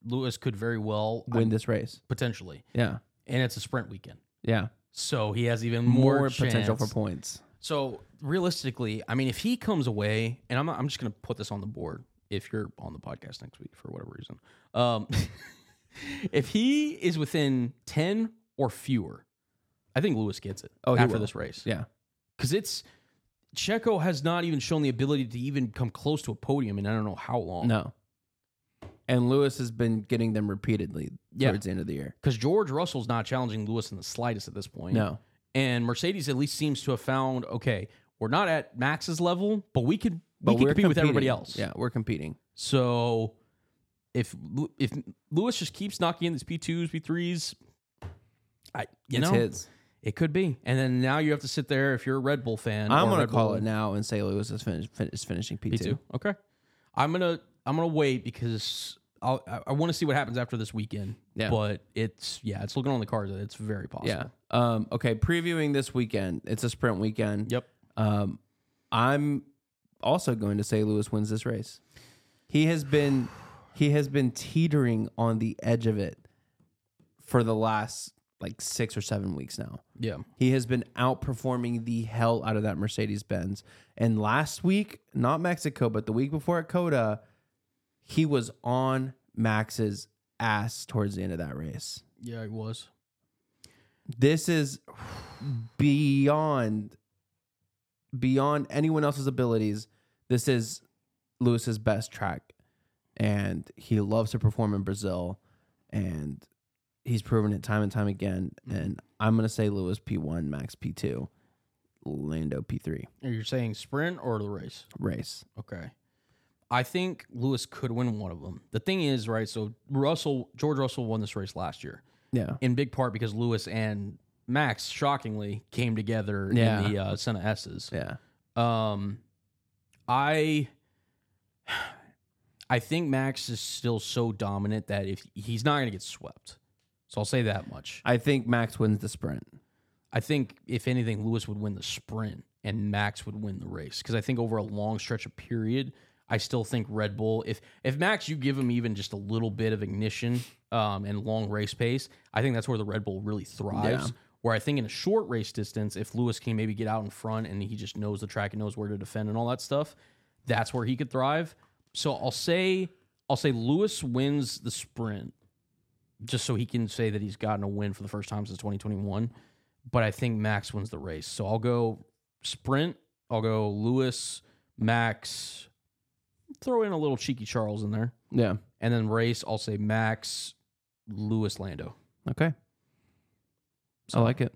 [SPEAKER 2] Lewis could very well
[SPEAKER 1] win
[SPEAKER 2] win
[SPEAKER 1] this race.
[SPEAKER 2] potentially,
[SPEAKER 1] Yeah.
[SPEAKER 2] and it's a sprint weekend,
[SPEAKER 1] Yeah.
[SPEAKER 2] so he has even
[SPEAKER 1] More,
[SPEAKER 2] more,
[SPEAKER 1] potential for
[SPEAKER 2] chance.
[SPEAKER 1] points.
[SPEAKER 2] So realistically, I mean, if he comes away, and I'm I'm just gonna put this on the board. If you're on the podcast next week for whatever reason, um, if he is within ten or fewer, I think Lewis gets it
[SPEAKER 1] Oh, he
[SPEAKER 2] after
[SPEAKER 1] will.
[SPEAKER 2] this race
[SPEAKER 1] Yeah.
[SPEAKER 2] because it's Checo has not even shown the ability to even come close to a podium in I don't know how long.
[SPEAKER 1] No. And Lewis has been getting them repeatedly
[SPEAKER 2] Yeah.
[SPEAKER 1] towards the end of the year.
[SPEAKER 2] because George Russell's not challenging Lewis in the slightest at this point.
[SPEAKER 1] No.
[SPEAKER 2] and Mercedes at least seems to have found okay, we're not at Max's level, but we could we could
[SPEAKER 1] we're
[SPEAKER 2] compete with everybody
[SPEAKER 1] competing.
[SPEAKER 2] else.
[SPEAKER 1] Yeah, we're competing.
[SPEAKER 2] So if Lu- if Lewis just keeps knocking in these P twos, P threes, I you
[SPEAKER 1] it's
[SPEAKER 2] know
[SPEAKER 1] his.
[SPEAKER 2] it could be. And then now you have to sit there if you're a Red Bull fan.
[SPEAKER 1] I'm
[SPEAKER 2] or
[SPEAKER 1] gonna
[SPEAKER 2] Red
[SPEAKER 1] call
[SPEAKER 2] Bull
[SPEAKER 1] it now and say Lewis is, finish, fin- is finishing P
[SPEAKER 2] P2.
[SPEAKER 1] two.
[SPEAKER 2] Okay, I'm gonna I'm gonna wait because I'll, I I want to see what happens after this weekend.
[SPEAKER 1] Yeah.
[SPEAKER 2] but it's yeah, it's looking on the cards that it's very possible.
[SPEAKER 1] Yeah. Um. Okay. Previewing this weekend. It's a sprint weekend.
[SPEAKER 2] Yep.
[SPEAKER 1] Um. I'm also going to say Lewis wins this race. He has been he has been teetering on the edge of it for the last like six or seven weeks now.
[SPEAKER 2] Yeah.
[SPEAKER 1] He has been outperforming the hell out of that Mercedes Benz. And last week, not Mexico, but the week before at Coda, he was on Max's ass towards the end of that race.
[SPEAKER 2] Yeah, it was.
[SPEAKER 1] This is beyond beyond anyone else's abilities. This is Lewis's best track. And he loves to perform in Brazil. And he's proven it time and time again. And I'm gonna say Lewis P one, Max P two, Lando P three
[SPEAKER 2] Are you saying sprint or the race?
[SPEAKER 1] race.
[SPEAKER 2] Okay. I think Lewis could win one of them. The thing is, right? So Russell, George Russell won this race last year
[SPEAKER 1] Yeah.
[SPEAKER 2] in big part because Lewis and Max shockingly came together
[SPEAKER 1] Yeah.
[SPEAKER 2] in the uh, Senna S's.
[SPEAKER 1] Yeah.
[SPEAKER 2] Um, I, I think Max is still so dominant that if he's not going to get swept, so I'll say that much.
[SPEAKER 1] I think Max wins the sprint.
[SPEAKER 2] I think if anything, Lewis would win the sprint and Max would win the race because I think over a long stretch of period, I still think Red Bull. If if Max, you give him even just a little bit of ignition um, and long race pace, I think that's where the Red Bull really thrives. Where I think in a short race distance, if Lewis can maybe get out in front and he just knows the track and knows where to defend and all that stuff, that's where he could thrive. So I'll say I'll say Lewis wins the sprint, just so he can say that he's gotten a win for the first time since 2021. But I think Max wins the race. So I'll go sprint. I'll go Lewis, Max. Throw in a little cheeky Charles in there,
[SPEAKER 1] Yeah.
[SPEAKER 2] and then race. I'll say Max, Lewis, Lando.
[SPEAKER 1] Okay. I like it.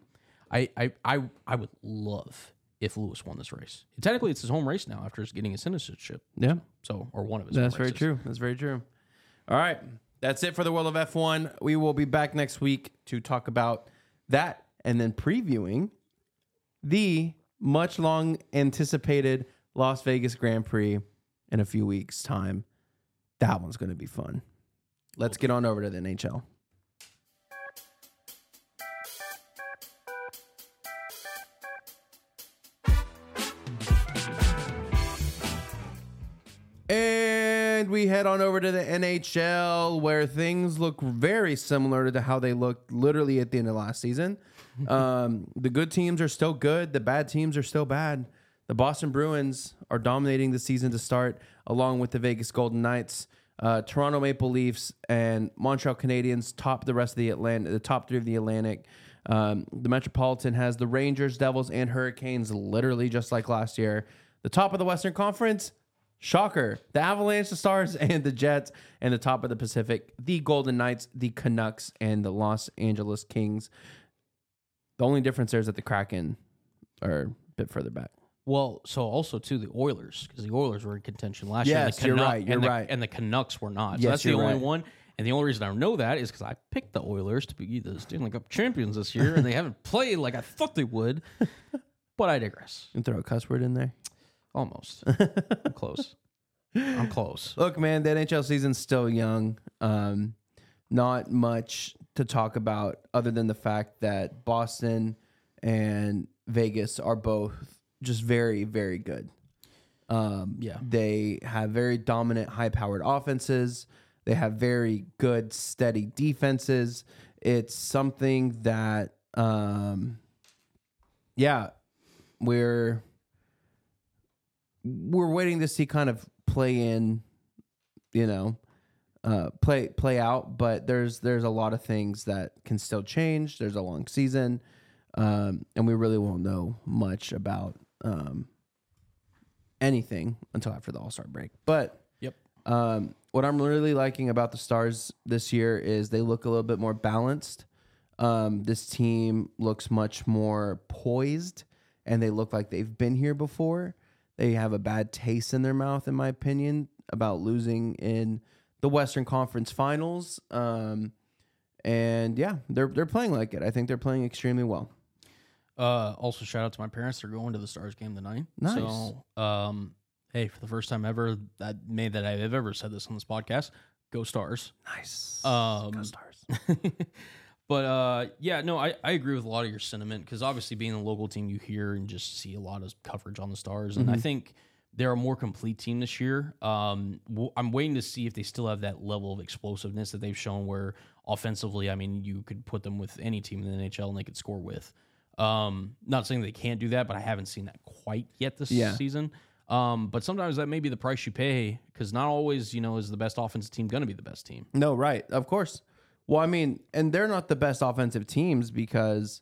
[SPEAKER 2] I I I, I would love if Lewis won this race. Technically, it's his home race now after his getting his citizenship.
[SPEAKER 1] Yeah.
[SPEAKER 2] So or one of his. home
[SPEAKER 1] That's very
[SPEAKER 2] races.
[SPEAKER 1] true. That's very true. All right. That's it for the world of F1. We will be back next week to talk about that and then previewing the much long anticipated Las Vegas Grand Prix in a few weeks' time. That one's going to be fun. Let's get on over to the NHL. And we head on over to the NHL, where things look very similar to how they looked literally at the end of last season. um, the good teams are still good, the bad teams are still bad. The Boston Bruins are dominating the season to start, along with the Vegas Golden Knights. Uh, Toronto Maple Leafs and Montreal Canadiens top the rest of the Atlantic, the top three of the Atlantic. Um, the Metropolitan has the Rangers, Devils, and Hurricanes, literally just like last year. The top of the Western Conference, Shocker. The Avalanche, the Stars, and the Jets, and the top of the Pacific, the Golden Knights, the Canucks, and the Los Angeles Kings. The only difference there is that the Kraken are a bit further back.
[SPEAKER 2] Well, so also too the Oilers because the Oilers were in contention last year. and
[SPEAKER 1] Yes,
[SPEAKER 2] the
[SPEAKER 1] you're
[SPEAKER 2] Canuck-
[SPEAKER 1] right, you're
[SPEAKER 2] and the,
[SPEAKER 1] right.
[SPEAKER 2] And the Canucks were not. so
[SPEAKER 1] Yes,
[SPEAKER 2] that's the
[SPEAKER 1] you're
[SPEAKER 2] only
[SPEAKER 1] right.
[SPEAKER 2] one. And the only reason I know that is because I picked the Oilers to be the Stanley Cup champions this year, and they haven't played like I thought they would. but I digress.
[SPEAKER 1] You can throw a cuss word in there.
[SPEAKER 2] Almost. I'm close. I'm close.
[SPEAKER 1] Look, man, the NHL season's still young. Um, not much to talk about other than the fact that Boston and Vegas are both just very, very good. Um,
[SPEAKER 2] Yeah.
[SPEAKER 1] They have very dominant, high powered offenses. They have very good, steady defenses. It's something that, um, yeah, we're we're waiting to see kind of play in, you know, uh, play play out. But there's there's a lot of things that can still change. There's a long season, um, and we really won't know much about um, anything until after the All Star break. But
[SPEAKER 2] Yep.
[SPEAKER 1] um, what I'm really liking about the Stars this year is they look a little bit more balanced. Um, this team looks much more poised, and they look like they've been here before. They have a bad taste in their mouth, in my opinion, about losing in the Western Conference Finals. Um, and yeah, they're they're playing like it. I think they're playing extremely well.
[SPEAKER 2] Uh, also, shout out to my parents. They're going to the Stars game tonight.
[SPEAKER 1] Nice.
[SPEAKER 2] So, um, hey, for the first time ever, that may that I have ever said this on this podcast. Go Stars.
[SPEAKER 1] Nice.
[SPEAKER 2] Um,
[SPEAKER 1] Go Stars.
[SPEAKER 2] but uh, yeah, no, I, I agree with a lot of your sentiment because obviously being a local team, you hear and just see a lot of coverage on the Stars, and I think they're a more complete team this year. Um, w- I'm waiting to see if they still have that level of explosiveness that they've shown. Where offensively, I mean, you could put them with any team in the NHL and they could score with. Um, not saying they can't do that, but I haven't seen that quite yet this
[SPEAKER 1] Yeah.
[SPEAKER 2] season. Um, but sometimes that may be the price you pay because not always, you know, is the best offensive team going to be the best team.
[SPEAKER 1] No, right. Of course. Well, I mean, and they're not the best offensive teams because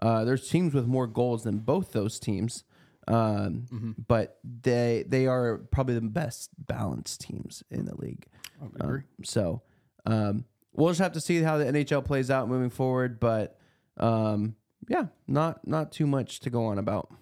[SPEAKER 1] uh, there's teams with more goals than both those teams. Um, But they they are probably the best balanced teams in the league. Um, so um, we'll just have to see how the NHL plays out moving forward. But um, yeah, not not too much to go on about.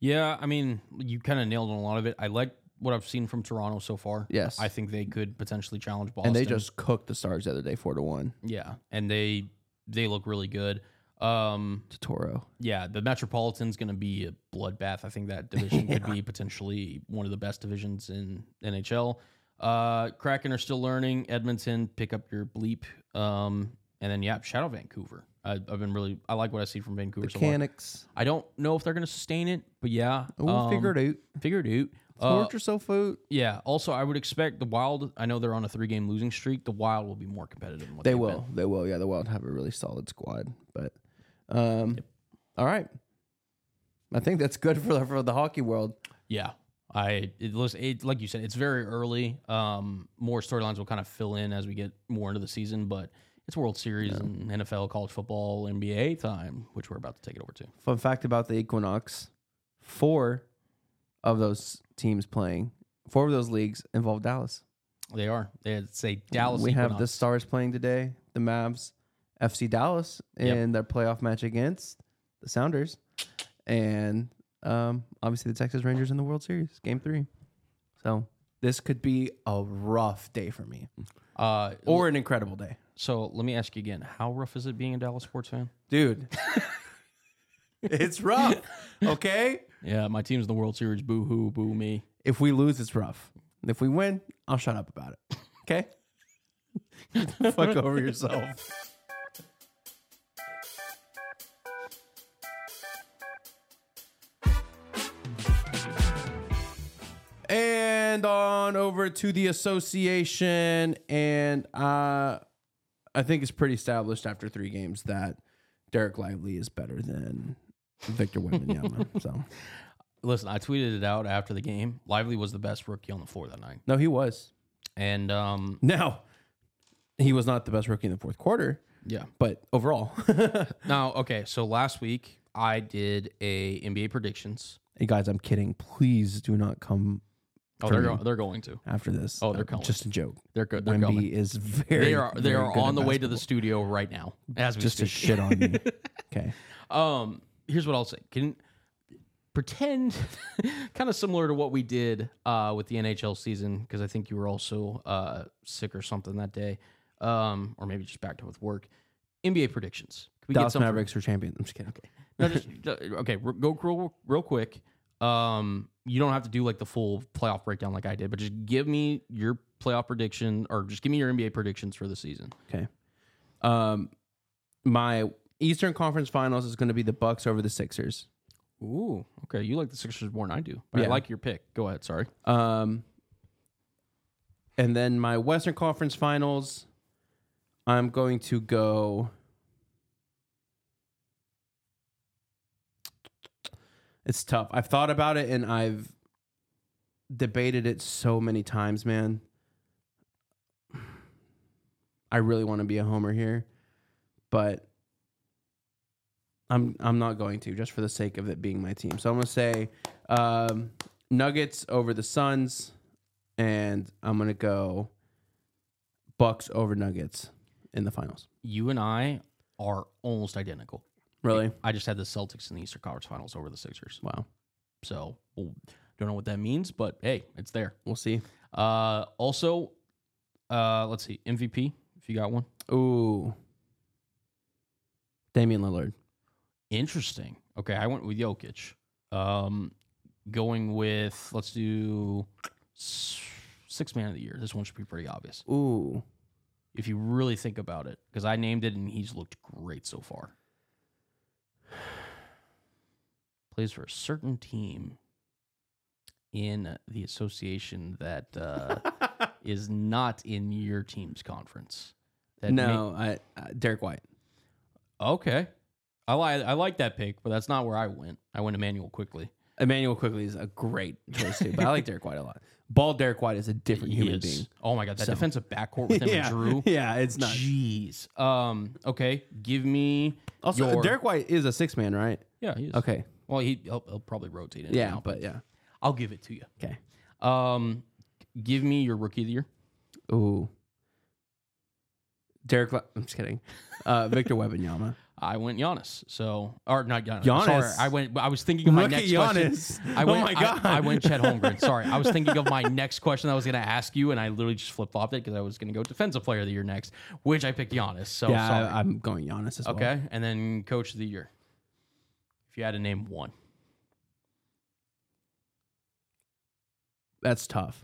[SPEAKER 2] Yeah, I mean, you kind of nailed on a lot of it. I like what I've seen from Toronto so far.
[SPEAKER 1] Yes.
[SPEAKER 2] I think they could potentially challenge Boston.
[SPEAKER 1] And they just cooked the Stars the other day, four to one
[SPEAKER 2] yeah, and they they look really good. Um,
[SPEAKER 1] to Toro.
[SPEAKER 2] yeah, the Metropolitan's going to be a bloodbath. I think that division could be potentially one of the best divisions in NHL. Uh, Kraken are still learning. Edmonton, pick up your bleep. Um, and then yeah, shout out Vancouver. I, I've been really I like what I see from Vancouver so far.
[SPEAKER 1] Mechanics.
[SPEAKER 2] I don't know if they're going to sustain it, but yeah,
[SPEAKER 1] We'll figure it
[SPEAKER 2] out. Figure it out.
[SPEAKER 1] out.
[SPEAKER 2] Uh,
[SPEAKER 1] Fortress of food.
[SPEAKER 2] Yeah. Also, I would expect the Wild. I know they're on a three-game losing streak. The Wild will be more competitive. Than what
[SPEAKER 1] They
[SPEAKER 2] they've
[SPEAKER 1] will.
[SPEAKER 2] been.
[SPEAKER 1] They will. Yeah, the Wild have a really solid squad, but Um, All right. I think that's good for the, for the hockey world.
[SPEAKER 2] Yeah. I it looks it, like you said, it's very early. Um, more storylines will kind of fill in as we get more into the season, but it's World Series and NFL, college football, NBA time, which we're about to take it over to.
[SPEAKER 1] Fun fact about the Equinox four of those teams playing, four of those leagues involve Dallas.
[SPEAKER 2] They are. It's a Dallas.
[SPEAKER 1] we have the
[SPEAKER 2] Equinox.
[SPEAKER 1] Stars playing today, the Mavs, FC Dallas in
[SPEAKER 2] Yep.
[SPEAKER 1] their playoff match against the Sounders, and um, obviously the Texas Rangers in the World Series, Game Three. So this could be a rough day for me,
[SPEAKER 2] Uh,
[SPEAKER 1] or an incredible day,
[SPEAKER 2] so let me ask you again: How rough is it being a Dallas sports fan?
[SPEAKER 1] dude. it's rough, okay.
[SPEAKER 2] Yeah, my team's in the World Series. Boo hoo, boo me.
[SPEAKER 1] If we lose, it's rough. And If we win, I'll shut up about it. Okay. Fuck over yourself. And on over to the association, and uh, I think it's pretty established after three games that Derek Lively is better than Victor Wembanyama. so
[SPEAKER 2] Listen, I tweeted it out after the game. Lively was the best rookie on the floor that night,
[SPEAKER 1] no, he was.
[SPEAKER 2] and um,
[SPEAKER 1] Now, he was not the best rookie in the fourth quarter,
[SPEAKER 2] yeah,
[SPEAKER 1] but overall,
[SPEAKER 2] Now, okay, so last week I did a NBA predictions.
[SPEAKER 1] hey guys, I'm kidding. Please do not come
[SPEAKER 2] Oh,
[SPEAKER 1] For
[SPEAKER 2] they're
[SPEAKER 1] me.
[SPEAKER 2] go- they're going to.
[SPEAKER 1] after this.
[SPEAKER 2] Oh, they're
[SPEAKER 1] Uh,
[SPEAKER 2] coming.
[SPEAKER 1] Just a joke.
[SPEAKER 2] They're good. They're
[SPEAKER 1] Wemby
[SPEAKER 2] going.
[SPEAKER 1] is very.
[SPEAKER 2] They are they
[SPEAKER 1] very
[SPEAKER 2] are
[SPEAKER 1] good
[SPEAKER 2] on the
[SPEAKER 1] at
[SPEAKER 2] way to the
[SPEAKER 1] basketball.
[SPEAKER 2] studio right now as we
[SPEAKER 1] just to
[SPEAKER 2] speak.
[SPEAKER 1] shit on me. Okay,
[SPEAKER 2] Um, here's what I'll say. Can pretend kind of similar to what we did uh, with the NHL season because I think you were also uh, sick or something that day, um, or maybe just backed up with work. NBA predictions. Can we
[SPEAKER 1] Dallas
[SPEAKER 2] some from-
[SPEAKER 1] Mavericks are champions. I'm just kidding. Okay,
[SPEAKER 2] No, just uh, okay. r- Go real, real quick. Um, you don't have to do like the full playoff breakdown like I did, but just give me your playoff prediction, or just give me your NBA predictions for the season.
[SPEAKER 1] okay. Um, my Eastern Conference Finals is going to be the Bucks over the Sixers.
[SPEAKER 2] Ooh, okay. You like the Sixers more than I do, but I
[SPEAKER 1] Yeah.
[SPEAKER 2] like your pick. Go ahead. Sorry.
[SPEAKER 1] Um, and then my Western Conference Finals, I'm going to go. It's tough. I've thought about it and I've debated it so many times, man. I really want to be a homer here, but I'm I'm not going to just for the sake of it being my team. So I'm gonna say um, Nuggets over the Suns, and I'm gonna go Bucks over Nuggets in the finals.
[SPEAKER 2] You and I are almost identical.
[SPEAKER 1] Really?
[SPEAKER 2] I just had the Celtics in the Eastern Conference Finals over the Sixers,
[SPEAKER 1] Wow.
[SPEAKER 2] so well, don't know what that means, but hey, it's there.
[SPEAKER 1] We'll see.
[SPEAKER 2] Uh, also, uh, let's see MVP if you got one.
[SPEAKER 1] Ooh. Damian Lillard.
[SPEAKER 2] Interesting. Okay, I went with Jokic. Um, going with let's do s- six man of the year. This one should be pretty obvious
[SPEAKER 1] Ooh.
[SPEAKER 2] if you really think about it, because I named it and he's looked great so far. Plays for a certain team in the association that uh, is not in your team's conference. That may-
[SPEAKER 1] no, I, uh, Derek White.
[SPEAKER 2] okay. I, li- I like that pick, but that's not where I went. I went Emmanuel quickly.
[SPEAKER 1] Emmanuel quickly is a great choice too, but I like Derek White a lot. Bald Derek White is a different
[SPEAKER 2] He
[SPEAKER 1] human
[SPEAKER 2] is.
[SPEAKER 1] being.
[SPEAKER 2] Oh my god, that
[SPEAKER 1] So-
[SPEAKER 2] defensive backcourt with him
[SPEAKER 1] yeah,
[SPEAKER 2] and Drew.
[SPEAKER 1] yeah, it's not.
[SPEAKER 2] Jeez. Um. Okay. Give me.
[SPEAKER 1] Also, uh,
[SPEAKER 2] your-
[SPEAKER 1] Derek White is a six man, right?
[SPEAKER 2] Yeah. He is.
[SPEAKER 1] Okay,
[SPEAKER 2] Well, he he'll, he'll probably rotate it.
[SPEAKER 1] yeah,
[SPEAKER 2] now,
[SPEAKER 1] but yeah,
[SPEAKER 2] I'll give it to you.
[SPEAKER 1] okay.
[SPEAKER 2] Um. Give me your rookie of the year.
[SPEAKER 1] Ooh. Derek, Le- I'm just kidding. Uh, Victor Wembanyama.
[SPEAKER 2] I went Giannis. So or not Giannis.
[SPEAKER 1] Giannis.
[SPEAKER 2] Sorry, I went. I was thinking of my
[SPEAKER 1] Rookie
[SPEAKER 2] next question.
[SPEAKER 1] Giannis.
[SPEAKER 2] I
[SPEAKER 1] Oh
[SPEAKER 2] went,
[SPEAKER 1] my
[SPEAKER 2] I-
[SPEAKER 1] God.
[SPEAKER 2] I, went Chet Holmgren. Sorry, I was thinking of my next question that I was going to ask you, and I literally just flip flopped it because I was going to go defensive player of the year next, which I picked Giannis. So
[SPEAKER 1] Yeah,
[SPEAKER 2] sorry.
[SPEAKER 1] I, am going Giannis as well.
[SPEAKER 2] Okay, and then coach of the year. If you had to name one,
[SPEAKER 1] That's tough.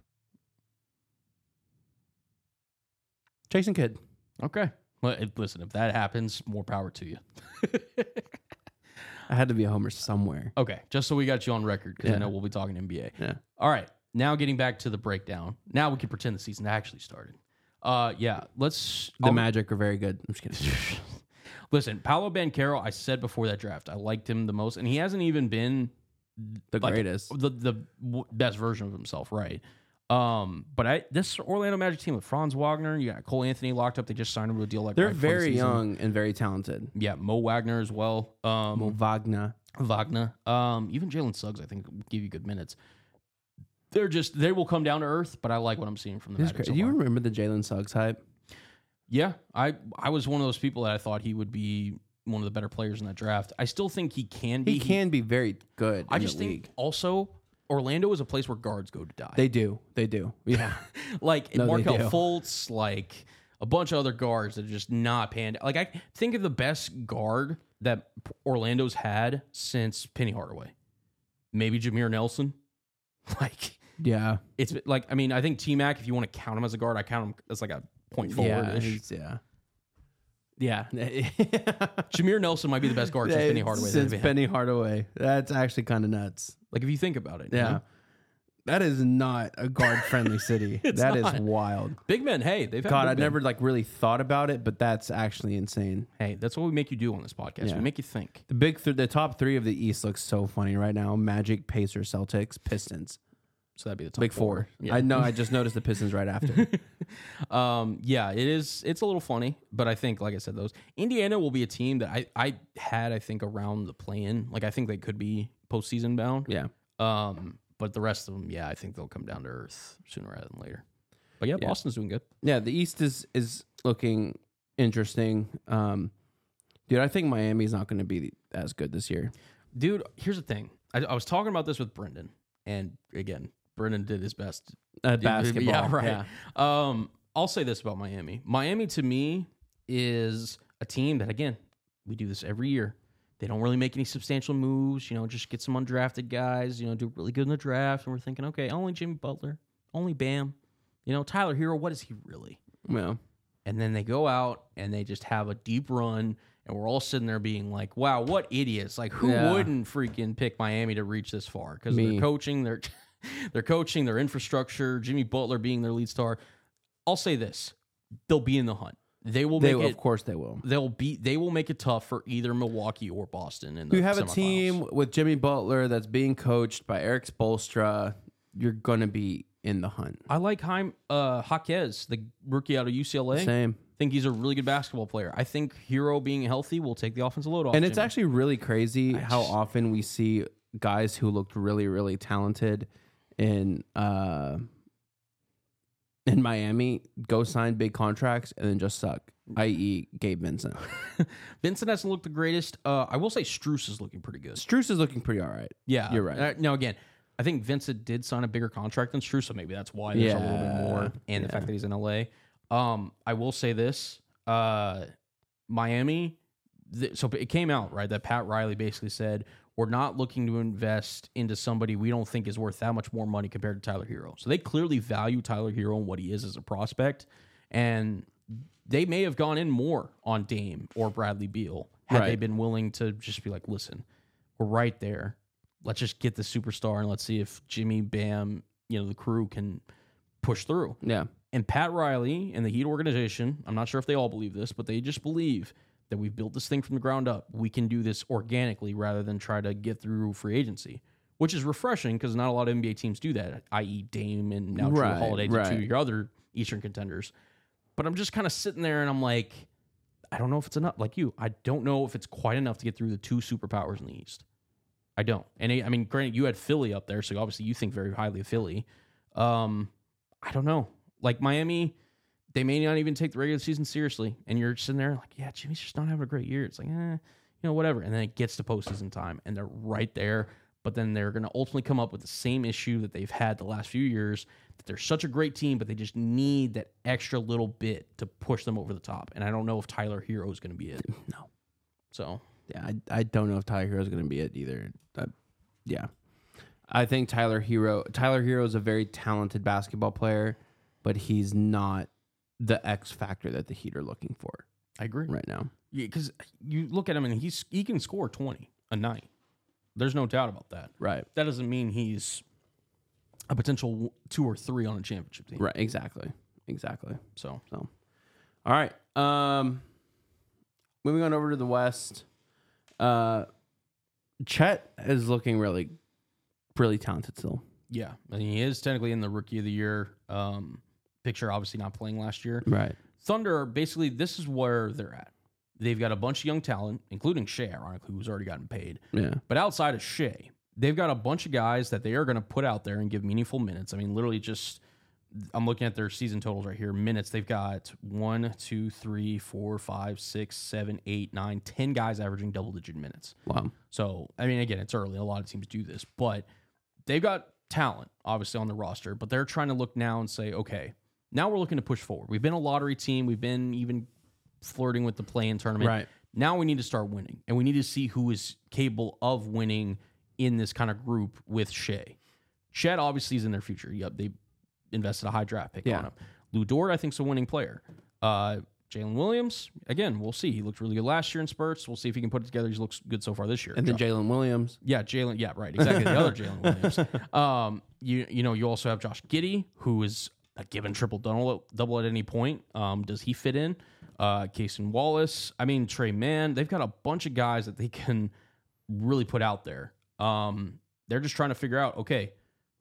[SPEAKER 1] Jason Kidd.
[SPEAKER 2] okay. Well, if- listen, if that happens, more power to you.
[SPEAKER 1] I had to be a homer somewhere.
[SPEAKER 2] Okay, just so we got you on record because I
[SPEAKER 1] Yeah.
[SPEAKER 2] know we'll be talking NBA.
[SPEAKER 1] Yeah.
[SPEAKER 2] All right, now getting back to the breakdown. Now we can pretend the season actually started. Uh, yeah. Let's
[SPEAKER 1] The
[SPEAKER 2] I'll-
[SPEAKER 1] Magic are very good. I'm just kidding.
[SPEAKER 2] Listen, Paolo Bancaro, I said before that draft, I liked him the most, and he hasn't even been
[SPEAKER 1] The
[SPEAKER 2] like,
[SPEAKER 1] greatest.
[SPEAKER 2] the the w- best version of himself, right? Um, but I this Orlando Magic team with Franz Wagner, you got Cole Anthony locked up. They just signed him to a deal like
[SPEAKER 1] They're
[SPEAKER 2] right before the
[SPEAKER 1] very
[SPEAKER 2] season.
[SPEAKER 1] young and very talented.
[SPEAKER 2] Yeah, Mo Wagner as well. Um,
[SPEAKER 1] Well, Wagner.
[SPEAKER 2] Wagner. Um, even Jalen Suggs, I think, will give you good minutes. They're just they will come down to earth, but I like what I'm seeing from the
[SPEAKER 1] That's
[SPEAKER 2] Magic.
[SPEAKER 1] crazy.
[SPEAKER 2] so
[SPEAKER 1] Do you
[SPEAKER 2] far.
[SPEAKER 1] remember the Jalen Suggs hype?
[SPEAKER 2] Yeah, I I was one of those people that I thought he would be one of the better players in that draft. I still think he can be.
[SPEAKER 1] He can be very good.
[SPEAKER 2] I
[SPEAKER 1] in
[SPEAKER 2] just
[SPEAKER 1] the
[SPEAKER 2] think
[SPEAKER 1] league.
[SPEAKER 2] also Orlando is a place where guards go to die.
[SPEAKER 1] they do. They do. Yeah.
[SPEAKER 2] like
[SPEAKER 1] No, they
[SPEAKER 2] Markel
[SPEAKER 1] do.
[SPEAKER 2] Fultz, like a bunch of other guards that are just not panned. Like I think of the best guard that Orlando's had since Penny Hardaway, maybe Jameer Nelson. Like
[SPEAKER 1] yeah.
[SPEAKER 2] it's like I mean I think T Mac. If you want to count him as a guard, I count him as like a point forward.
[SPEAKER 1] Yeah.
[SPEAKER 2] ish.
[SPEAKER 1] he's- Yeah.
[SPEAKER 2] Yeah,
[SPEAKER 1] yeah.
[SPEAKER 2] Jameer Nelson might be the best guard since Penny Hardaway. that
[SPEAKER 1] Since
[SPEAKER 2] they've had.
[SPEAKER 1] Penny Hardaway. That's actually kind of nuts.
[SPEAKER 2] like if you think about it, you
[SPEAKER 1] Yeah.
[SPEAKER 2] know?
[SPEAKER 1] That is not a guard friendly city. That is
[SPEAKER 2] not.
[SPEAKER 1] wild.
[SPEAKER 2] Big men. Hey, they've had
[SPEAKER 1] God,
[SPEAKER 2] big
[SPEAKER 1] I
[SPEAKER 2] men.
[SPEAKER 1] never like really thought about it, but that's actually insane.
[SPEAKER 2] Hey, that's what we make you do on this podcast.
[SPEAKER 1] Yeah.
[SPEAKER 2] We make you think.
[SPEAKER 1] The big, th- the top three of the East looks so funny right now: Magic, Pacers, Celtics, Pistons.
[SPEAKER 2] So that'd be the top
[SPEAKER 1] Big four.
[SPEAKER 2] Yeah.
[SPEAKER 1] I know. I just noticed the Pistons right after.
[SPEAKER 2] Um, yeah, it is. It's a little funny, but I think, like I said, those Indiana will be a team that I I had I think around the play-in. Like I think they could be postseason bound.
[SPEAKER 1] yeah.
[SPEAKER 2] Um, but the rest of them, yeah, I think they'll come down to earth sooner rather than later. But yeah, Boston's doing good.
[SPEAKER 1] yeah the east is is looking interesting um dude i think miami's not going to be as good this year
[SPEAKER 2] Dude, here's the thing. I, I was talking about this with Brendan, and again, Brendan did his best
[SPEAKER 1] at
[SPEAKER 2] Yeah,
[SPEAKER 1] basketball
[SPEAKER 2] Yeah, right. Um, I'll say this about Miami. Miami to me is a team that again, we do this every year. They don't really make any substantial moves, you know, just get some undrafted guys, you know, do really good in the draft. And we're thinking, okay, only Jimmy Butler, only Bam, you know, Tyler Hero, what is he really?
[SPEAKER 1] yeah
[SPEAKER 2] And then they go out and they just have a deep run. And we're all sitting there being like, wow, what idiots. Like, who
[SPEAKER 1] Yeah.
[SPEAKER 2] wouldn't freaking pick Miami to reach this far? Because
[SPEAKER 1] Me.
[SPEAKER 2] their coaching, their, their coaching, their infrastructure, Jimmy Butler being their lead star. I'll say this they'll be in the hunt. They will
[SPEAKER 1] they
[SPEAKER 2] make
[SPEAKER 1] will,
[SPEAKER 2] it.
[SPEAKER 1] of course they will
[SPEAKER 2] They'll be. They will make it tough for either Milwaukee or Boston. In the
[SPEAKER 1] you have a
[SPEAKER 2] semifinals.
[SPEAKER 1] team with jimmy butler that's being coached by eric spolstra you're going to be in the hunt
[SPEAKER 2] I like Haim uh, Jaquez, the rookie out of UCLA.
[SPEAKER 1] same
[SPEAKER 2] think he's a really good basketball player. I think Hero being healthy will take the offensive load off.
[SPEAKER 1] and it's
[SPEAKER 2] Jimmy.
[SPEAKER 1] actually really crazy how
[SPEAKER 2] just-
[SPEAKER 1] often we see guys who looked really really talented in uh in Miami, go sign big contracts and then just suck. I.e., Gabe Vincent.
[SPEAKER 2] Vincent hasn't looked the greatest. Uh, I will say Struess is looking pretty good.
[SPEAKER 1] Struce is looking pretty all right.
[SPEAKER 2] Yeah,
[SPEAKER 1] You're right.
[SPEAKER 2] Uh, now again, I think Vincent did sign a bigger contract than Struess, so maybe that's why there's a little
[SPEAKER 1] Yeah,
[SPEAKER 2] bit more. And the fact that he's in LA. Um, I will say this: uh, Miami. Th- so it came out right that Pat Riley basically said we're not looking to invest into somebody we don't think is worth that much more money compared to Tyler Hero. So they clearly value Tyler Hero and what he is as a prospect, and they may have gone in more on Dame or Bradley Beal had they
[SPEAKER 1] Right.
[SPEAKER 2] been willing to just be like, listen, we're right there. Let's just get the superstar and let's see if Jimmy Bam, you know, the crew can push through.
[SPEAKER 1] Yeah.
[SPEAKER 2] And Pat Riley and the Heat organization, I'm not sure if they all believe this, but they just believe that we've built this thing from the ground up. We can do this organically rather than try to get through free agency, which is refreshing because not a lot of NBA teams do that, i.e., Dame and now Drew
[SPEAKER 1] Right,
[SPEAKER 2] Holiday to two
[SPEAKER 1] right.
[SPEAKER 2] of your other Eastern contenders. But I'm just kind of sitting there and I'm like, I don't know if it's enough. Like you, I don't know if it's quite enough to get through the two superpowers in the East. I don't. And I I mean, granted, you had Philly up there, so obviously you think very highly of Philly. Um, I don't know. Like Miami, they may not even take the regular season seriously, and you're sitting there like, yeah, Jimmy's just not having a great year. It's like, eh, you know, whatever. And then it gets to postseason time, and they're right there. But then they're going to ultimately come up with the same issue that they've had the last few years. That they're such a great team, but they just need that extra little bit to push them over the top. And I don't know if Tyler Hero is going to be it.
[SPEAKER 1] No.
[SPEAKER 2] So
[SPEAKER 1] Yeah. I, I don't know if Tyler Hero is going to be it either. Uh, yeah. I think Tyler Hero Tyler Hero is a very talented basketball player, but he's not the X factor that the Heat are looking for
[SPEAKER 2] I agree.
[SPEAKER 1] right now.
[SPEAKER 2] Yeah, because you look at him and he's he can score twenty a night. There's no doubt about that.
[SPEAKER 1] Right.
[SPEAKER 2] That doesn't mean he's a potential w- two or three on a championship team.
[SPEAKER 1] Right. Exactly. Exactly.
[SPEAKER 2] So
[SPEAKER 1] All right. Um, moving on over to the West, uh, Chet is looking really, really talented still.
[SPEAKER 2] Yeah, I mean, he is technically in the rookie of the year um, picture. Obviously, not playing last year.
[SPEAKER 1] Right.
[SPEAKER 2] Thunder are basically this is where they're at. They've got a bunch of young talent, including Shea, ironically, who's already gotten paid.
[SPEAKER 1] Yeah.
[SPEAKER 2] But outside of Shea, they've got a bunch of guys that they are going to put out there and give meaningful minutes. I mean, literally just I'm looking at their season totals right here. Minutes they've got one, two, three, four, five, six, seven, eight, nine, ten guys averaging double digit minutes.
[SPEAKER 1] Wow.
[SPEAKER 2] So, I mean, again, it's early. A lot of teams do this, but they've got talent, obviously, on the roster, but they're trying to look now and say, okay, now we're looking to push forward. We've been a lottery team. We've been even flirting with the play in tournament.
[SPEAKER 1] Right.
[SPEAKER 2] Now we need to start winning, and we need to see who is capable of winning in this kind of group with Shea. Chet obviously is in their future. Yep, they invested a high draft pick
[SPEAKER 1] Yeah.
[SPEAKER 2] on him. Lou Dort, I think, is a winning player. Uh, Jalen Williams, again, we'll see. He looked really good last year in spurts. We'll see if he can put it together. He looks good so far this year.
[SPEAKER 1] And then Jalen Williams.
[SPEAKER 2] Yeah, Jalen. Yeah, right. Exactly. The other Jalen Williams. Um, you you know you also have Josh Giddy, who is a given triple double double at any point. Um, does he fit in? Uh, Casey Wallace. I mean Trey Mann. They've got a bunch of guys that they can really put out there. Um, they're just trying to figure out okay,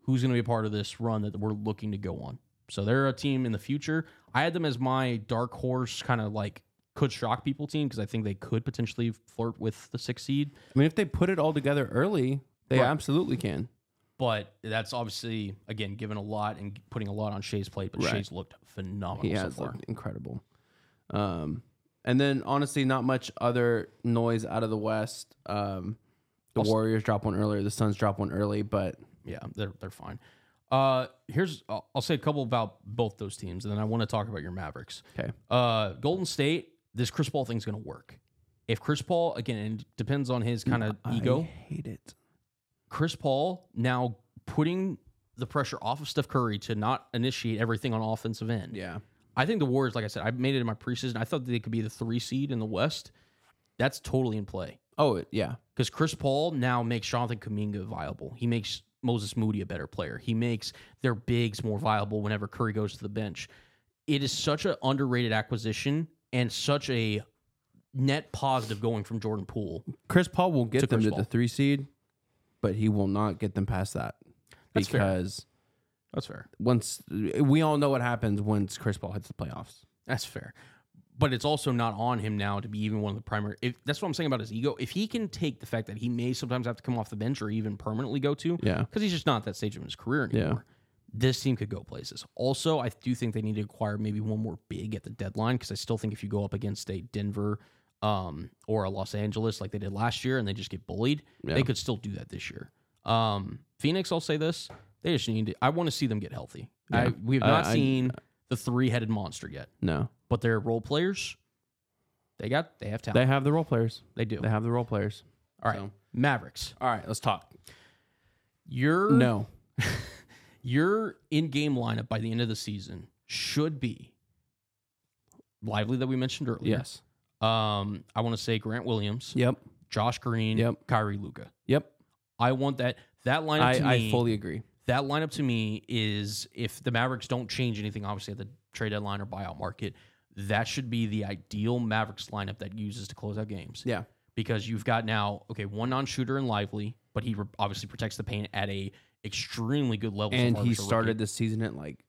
[SPEAKER 2] who's going to be a part of this run that we're looking to go on. So they're a team in the future. I had them as my dark horse kind of like could shock people team because I think they could potentially flirt with the six seed.
[SPEAKER 1] I mean, if they put it all together early, they
[SPEAKER 2] Right.
[SPEAKER 1] absolutely can.
[SPEAKER 2] But that's obviously again given a lot and putting a lot on Shea's plate. But
[SPEAKER 1] Right.
[SPEAKER 2] Shea's looked phenomenal
[SPEAKER 1] He
[SPEAKER 2] so
[SPEAKER 1] has
[SPEAKER 2] far.
[SPEAKER 1] looked incredible. Um, and then honestly, not much other noise out of the West. Um, the Warriors drop one earlier. The Suns drop one early, but
[SPEAKER 2] Yeah, they're they're fine. Uh, here's I'll, I'll say a couple about both those teams, and then I want to talk about your Mavericks.
[SPEAKER 1] okay.
[SPEAKER 2] Uh, Golden State, this Chris Paul thing's going to work. If Chris Paul again, and it depends on his kind of ego.
[SPEAKER 1] I hate it.
[SPEAKER 2] Chris Paul now putting the pressure off of Steph Curry to not initiate everything on offensive end.
[SPEAKER 1] Yeah.
[SPEAKER 2] I think the Warriors, like I said, I made it in my preseason. I thought they could be the three seed in the West. That's totally in play
[SPEAKER 1] Oh, it, yeah.
[SPEAKER 2] because Chris Paul now makes Jonathan Kaminga viable. He makes Moses Moody a better player. He makes their bigs more viable whenever Curry goes to the bench. It is such an underrated acquisition and such a net positive going from Jordan Poole.
[SPEAKER 1] Chris Paul will get
[SPEAKER 2] To
[SPEAKER 1] them
[SPEAKER 2] Chris
[SPEAKER 1] to
[SPEAKER 2] Paul.
[SPEAKER 1] the three seed, but he will not get them past that
[SPEAKER 2] That's fair.
[SPEAKER 1] because
[SPEAKER 2] That's fair.
[SPEAKER 1] once we all know what happens once Chris Paul hits the playoffs.
[SPEAKER 2] That's fair. But it's also not on him now to be even one of the primary. If that's what I'm saying about his ego, if he can take the fact that he may sometimes have to come off the bench or even permanently go to,
[SPEAKER 1] Yeah.
[SPEAKER 2] because he's just not at that stage of his career
[SPEAKER 1] Yeah.
[SPEAKER 2] anymore. This team could go places. Also, I do think they need to acquire maybe one more big at the deadline because I still think if you go up against a Denver um, or a Los Angeles like they did last year and they just get bullied,
[SPEAKER 1] Yeah.
[SPEAKER 2] they could still do that this year. Um, Phoenix, I'll say this: they just need to. I want to see them get healthy. I,
[SPEAKER 1] Yeah.
[SPEAKER 2] we have not
[SPEAKER 1] I- I-
[SPEAKER 2] seen the three-headed monster yet,
[SPEAKER 1] No,
[SPEAKER 2] but they're role players. They got they have talent.
[SPEAKER 1] they have the role players.
[SPEAKER 2] They, do.
[SPEAKER 1] They have the role players.
[SPEAKER 2] All right,
[SPEAKER 1] so-
[SPEAKER 2] Mavericks.
[SPEAKER 1] All right, let's talk.
[SPEAKER 2] You're
[SPEAKER 1] No,
[SPEAKER 2] your in-game lineup by the end of the season should be lively that we mentioned earlier.
[SPEAKER 1] yes,
[SPEAKER 2] Um, I want to say Grant Williams,
[SPEAKER 1] yep,
[SPEAKER 2] Josh Green,
[SPEAKER 1] Yep.
[SPEAKER 2] Kyrie Luca.
[SPEAKER 1] yep.
[SPEAKER 2] I want that that lineup
[SPEAKER 1] I,
[SPEAKER 2] to me.
[SPEAKER 1] I fully agree.
[SPEAKER 2] that lineup to me is if the Mavericks don't change anything, obviously at the trade deadline or buyout market, that should be the ideal Mavericks lineup that uses to close out games
[SPEAKER 1] Yeah,
[SPEAKER 2] because you've got now okay one non-shooter and lively, but he re- obviously protects the paint at a extremely good level. so
[SPEAKER 1] and
[SPEAKER 2] far
[SPEAKER 1] he
[SPEAKER 2] as a rookie.
[SPEAKER 1] started this season at like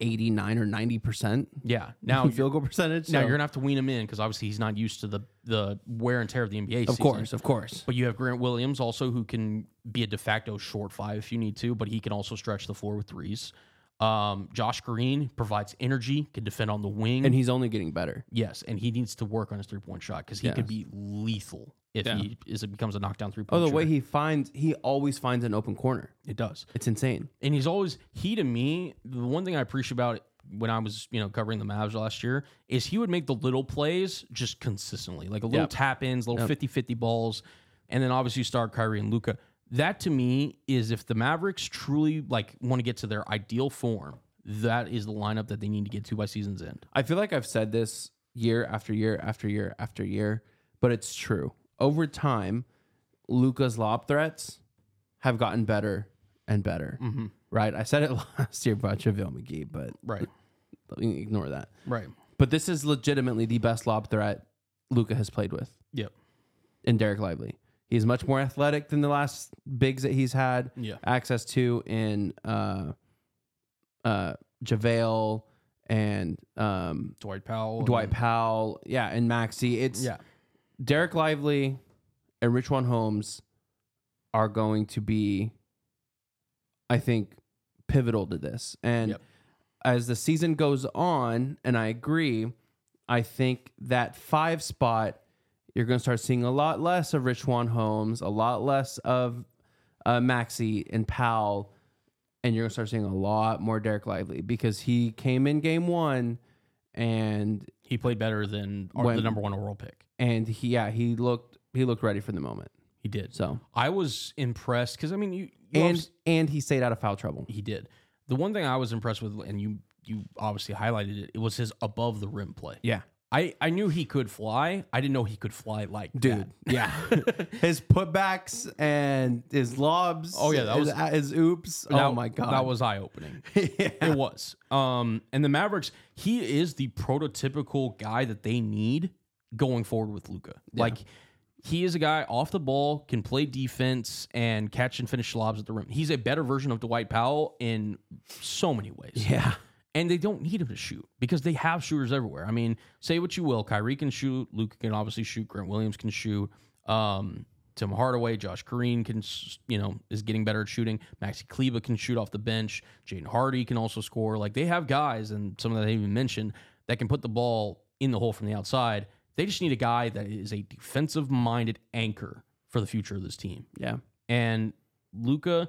[SPEAKER 1] eighty nine or ninety percent
[SPEAKER 2] Yeah. Now
[SPEAKER 1] field goal percentage. so-
[SPEAKER 2] Now you're gonna have to wean him in because obviously he's not used to the the wear and tear of the NBA.
[SPEAKER 1] of
[SPEAKER 2] season.
[SPEAKER 1] course, of course.
[SPEAKER 2] But you have Grant Williams also who can be a de facto short five if you need to, but he can also stretch the floor with threes. Um, Josh Green provides energy, can defend on the wing.
[SPEAKER 1] And he's only getting better.
[SPEAKER 2] yes, and he needs to work on his three point shot because he
[SPEAKER 1] Yes.
[SPEAKER 2] could be lethal if
[SPEAKER 1] Yeah.
[SPEAKER 2] he is becomes a knockdown three
[SPEAKER 1] Oh,
[SPEAKER 2] point.
[SPEAKER 1] the way he finds, he always finds an open corner.
[SPEAKER 2] it does.
[SPEAKER 1] It's insane.
[SPEAKER 2] and he's always he to me the one thing i appreciate about it when i was you know covering the mavs last year is he would make the little plays just consistently like a little
[SPEAKER 1] Yep.
[SPEAKER 2] tap ins little 50-50 balls and then obviously you start kyrie and luca that to me is if the mavericks truly like want to get to their ideal form that is the lineup that they need to get to by season's end
[SPEAKER 1] I feel like I've said this year after year after year after year, but it's true. Over time, Luca's lob threats have gotten better and better.
[SPEAKER 2] mm-hmm.
[SPEAKER 1] Right? I said it last year about Javale McGee, but
[SPEAKER 2] right
[SPEAKER 1] ignore that.
[SPEAKER 2] right
[SPEAKER 1] But this is legitimately the best lob threat Luca has played with
[SPEAKER 2] Yep.
[SPEAKER 1] in Derek Lively. He's much more athletic than the last bigs that he's had
[SPEAKER 2] Yeah.
[SPEAKER 1] access to in uh, uh, JaVale and um,
[SPEAKER 2] Dwight Powell. and-
[SPEAKER 1] Dwight Powell. Yeah, and Maxi. It's
[SPEAKER 2] Yeah.
[SPEAKER 1] Derek Lively and Richwan Holmes are going to be, I think, pivotal to this. And
[SPEAKER 2] Yep.
[SPEAKER 1] as the season goes on, and I agree, I think that five spot, you're going to start seeing a lot less of Richwan Holmes, a lot less of uh, Maxi and Powell, and you're going to start seeing a lot more Derek Lively because he came in game one and
[SPEAKER 2] He played better than our, the
[SPEAKER 1] When-
[SPEAKER 2] number one overall pick.
[SPEAKER 1] and he yeah he looked he looked ready for the moment
[SPEAKER 2] He did.
[SPEAKER 1] so
[SPEAKER 2] I was impressed because I mean you, you
[SPEAKER 1] and
[SPEAKER 2] obvi-
[SPEAKER 1] and he stayed out of foul trouble
[SPEAKER 2] he did. The one thing I was impressed with, and you you obviously highlighted it, it was his above the rim play.
[SPEAKER 1] yeah
[SPEAKER 2] I I knew he could fly. I didn't know he could fly like
[SPEAKER 1] dude yeah his putbacks and his lobs
[SPEAKER 2] Oh, yeah, that
[SPEAKER 1] his, uh,
[SPEAKER 2] was-
[SPEAKER 1] his oops
[SPEAKER 2] that.
[SPEAKER 1] oh my god
[SPEAKER 2] that was eye opening.
[SPEAKER 1] yeah.
[SPEAKER 2] It was. Um, and the Mavericks, he is the prototypical guy that they need going forward with Luca. Like he is a guy off the ball, can play defense and catch and finish lobs at the rim. He's a better version of Dwight Powell in so many ways.
[SPEAKER 1] yeah
[SPEAKER 2] And they don't need him to shoot because they have shooters everywhere. I mean, say what you will, Kyrie can shoot, Luca can obviously shoot, Grant Williams can shoot, um, Tim Hardaway, Josh Green can, s- you know, is getting better at shooting. Maxi Kleba can shoot off the bench. Jaden Hardy can also score. Like they have guys, and some of that I even mentioned that can put the ball in the hole from the outside. They just need a guy that is a defensive-minded anchor for the future of this team.
[SPEAKER 1] yeah
[SPEAKER 2] And Luca,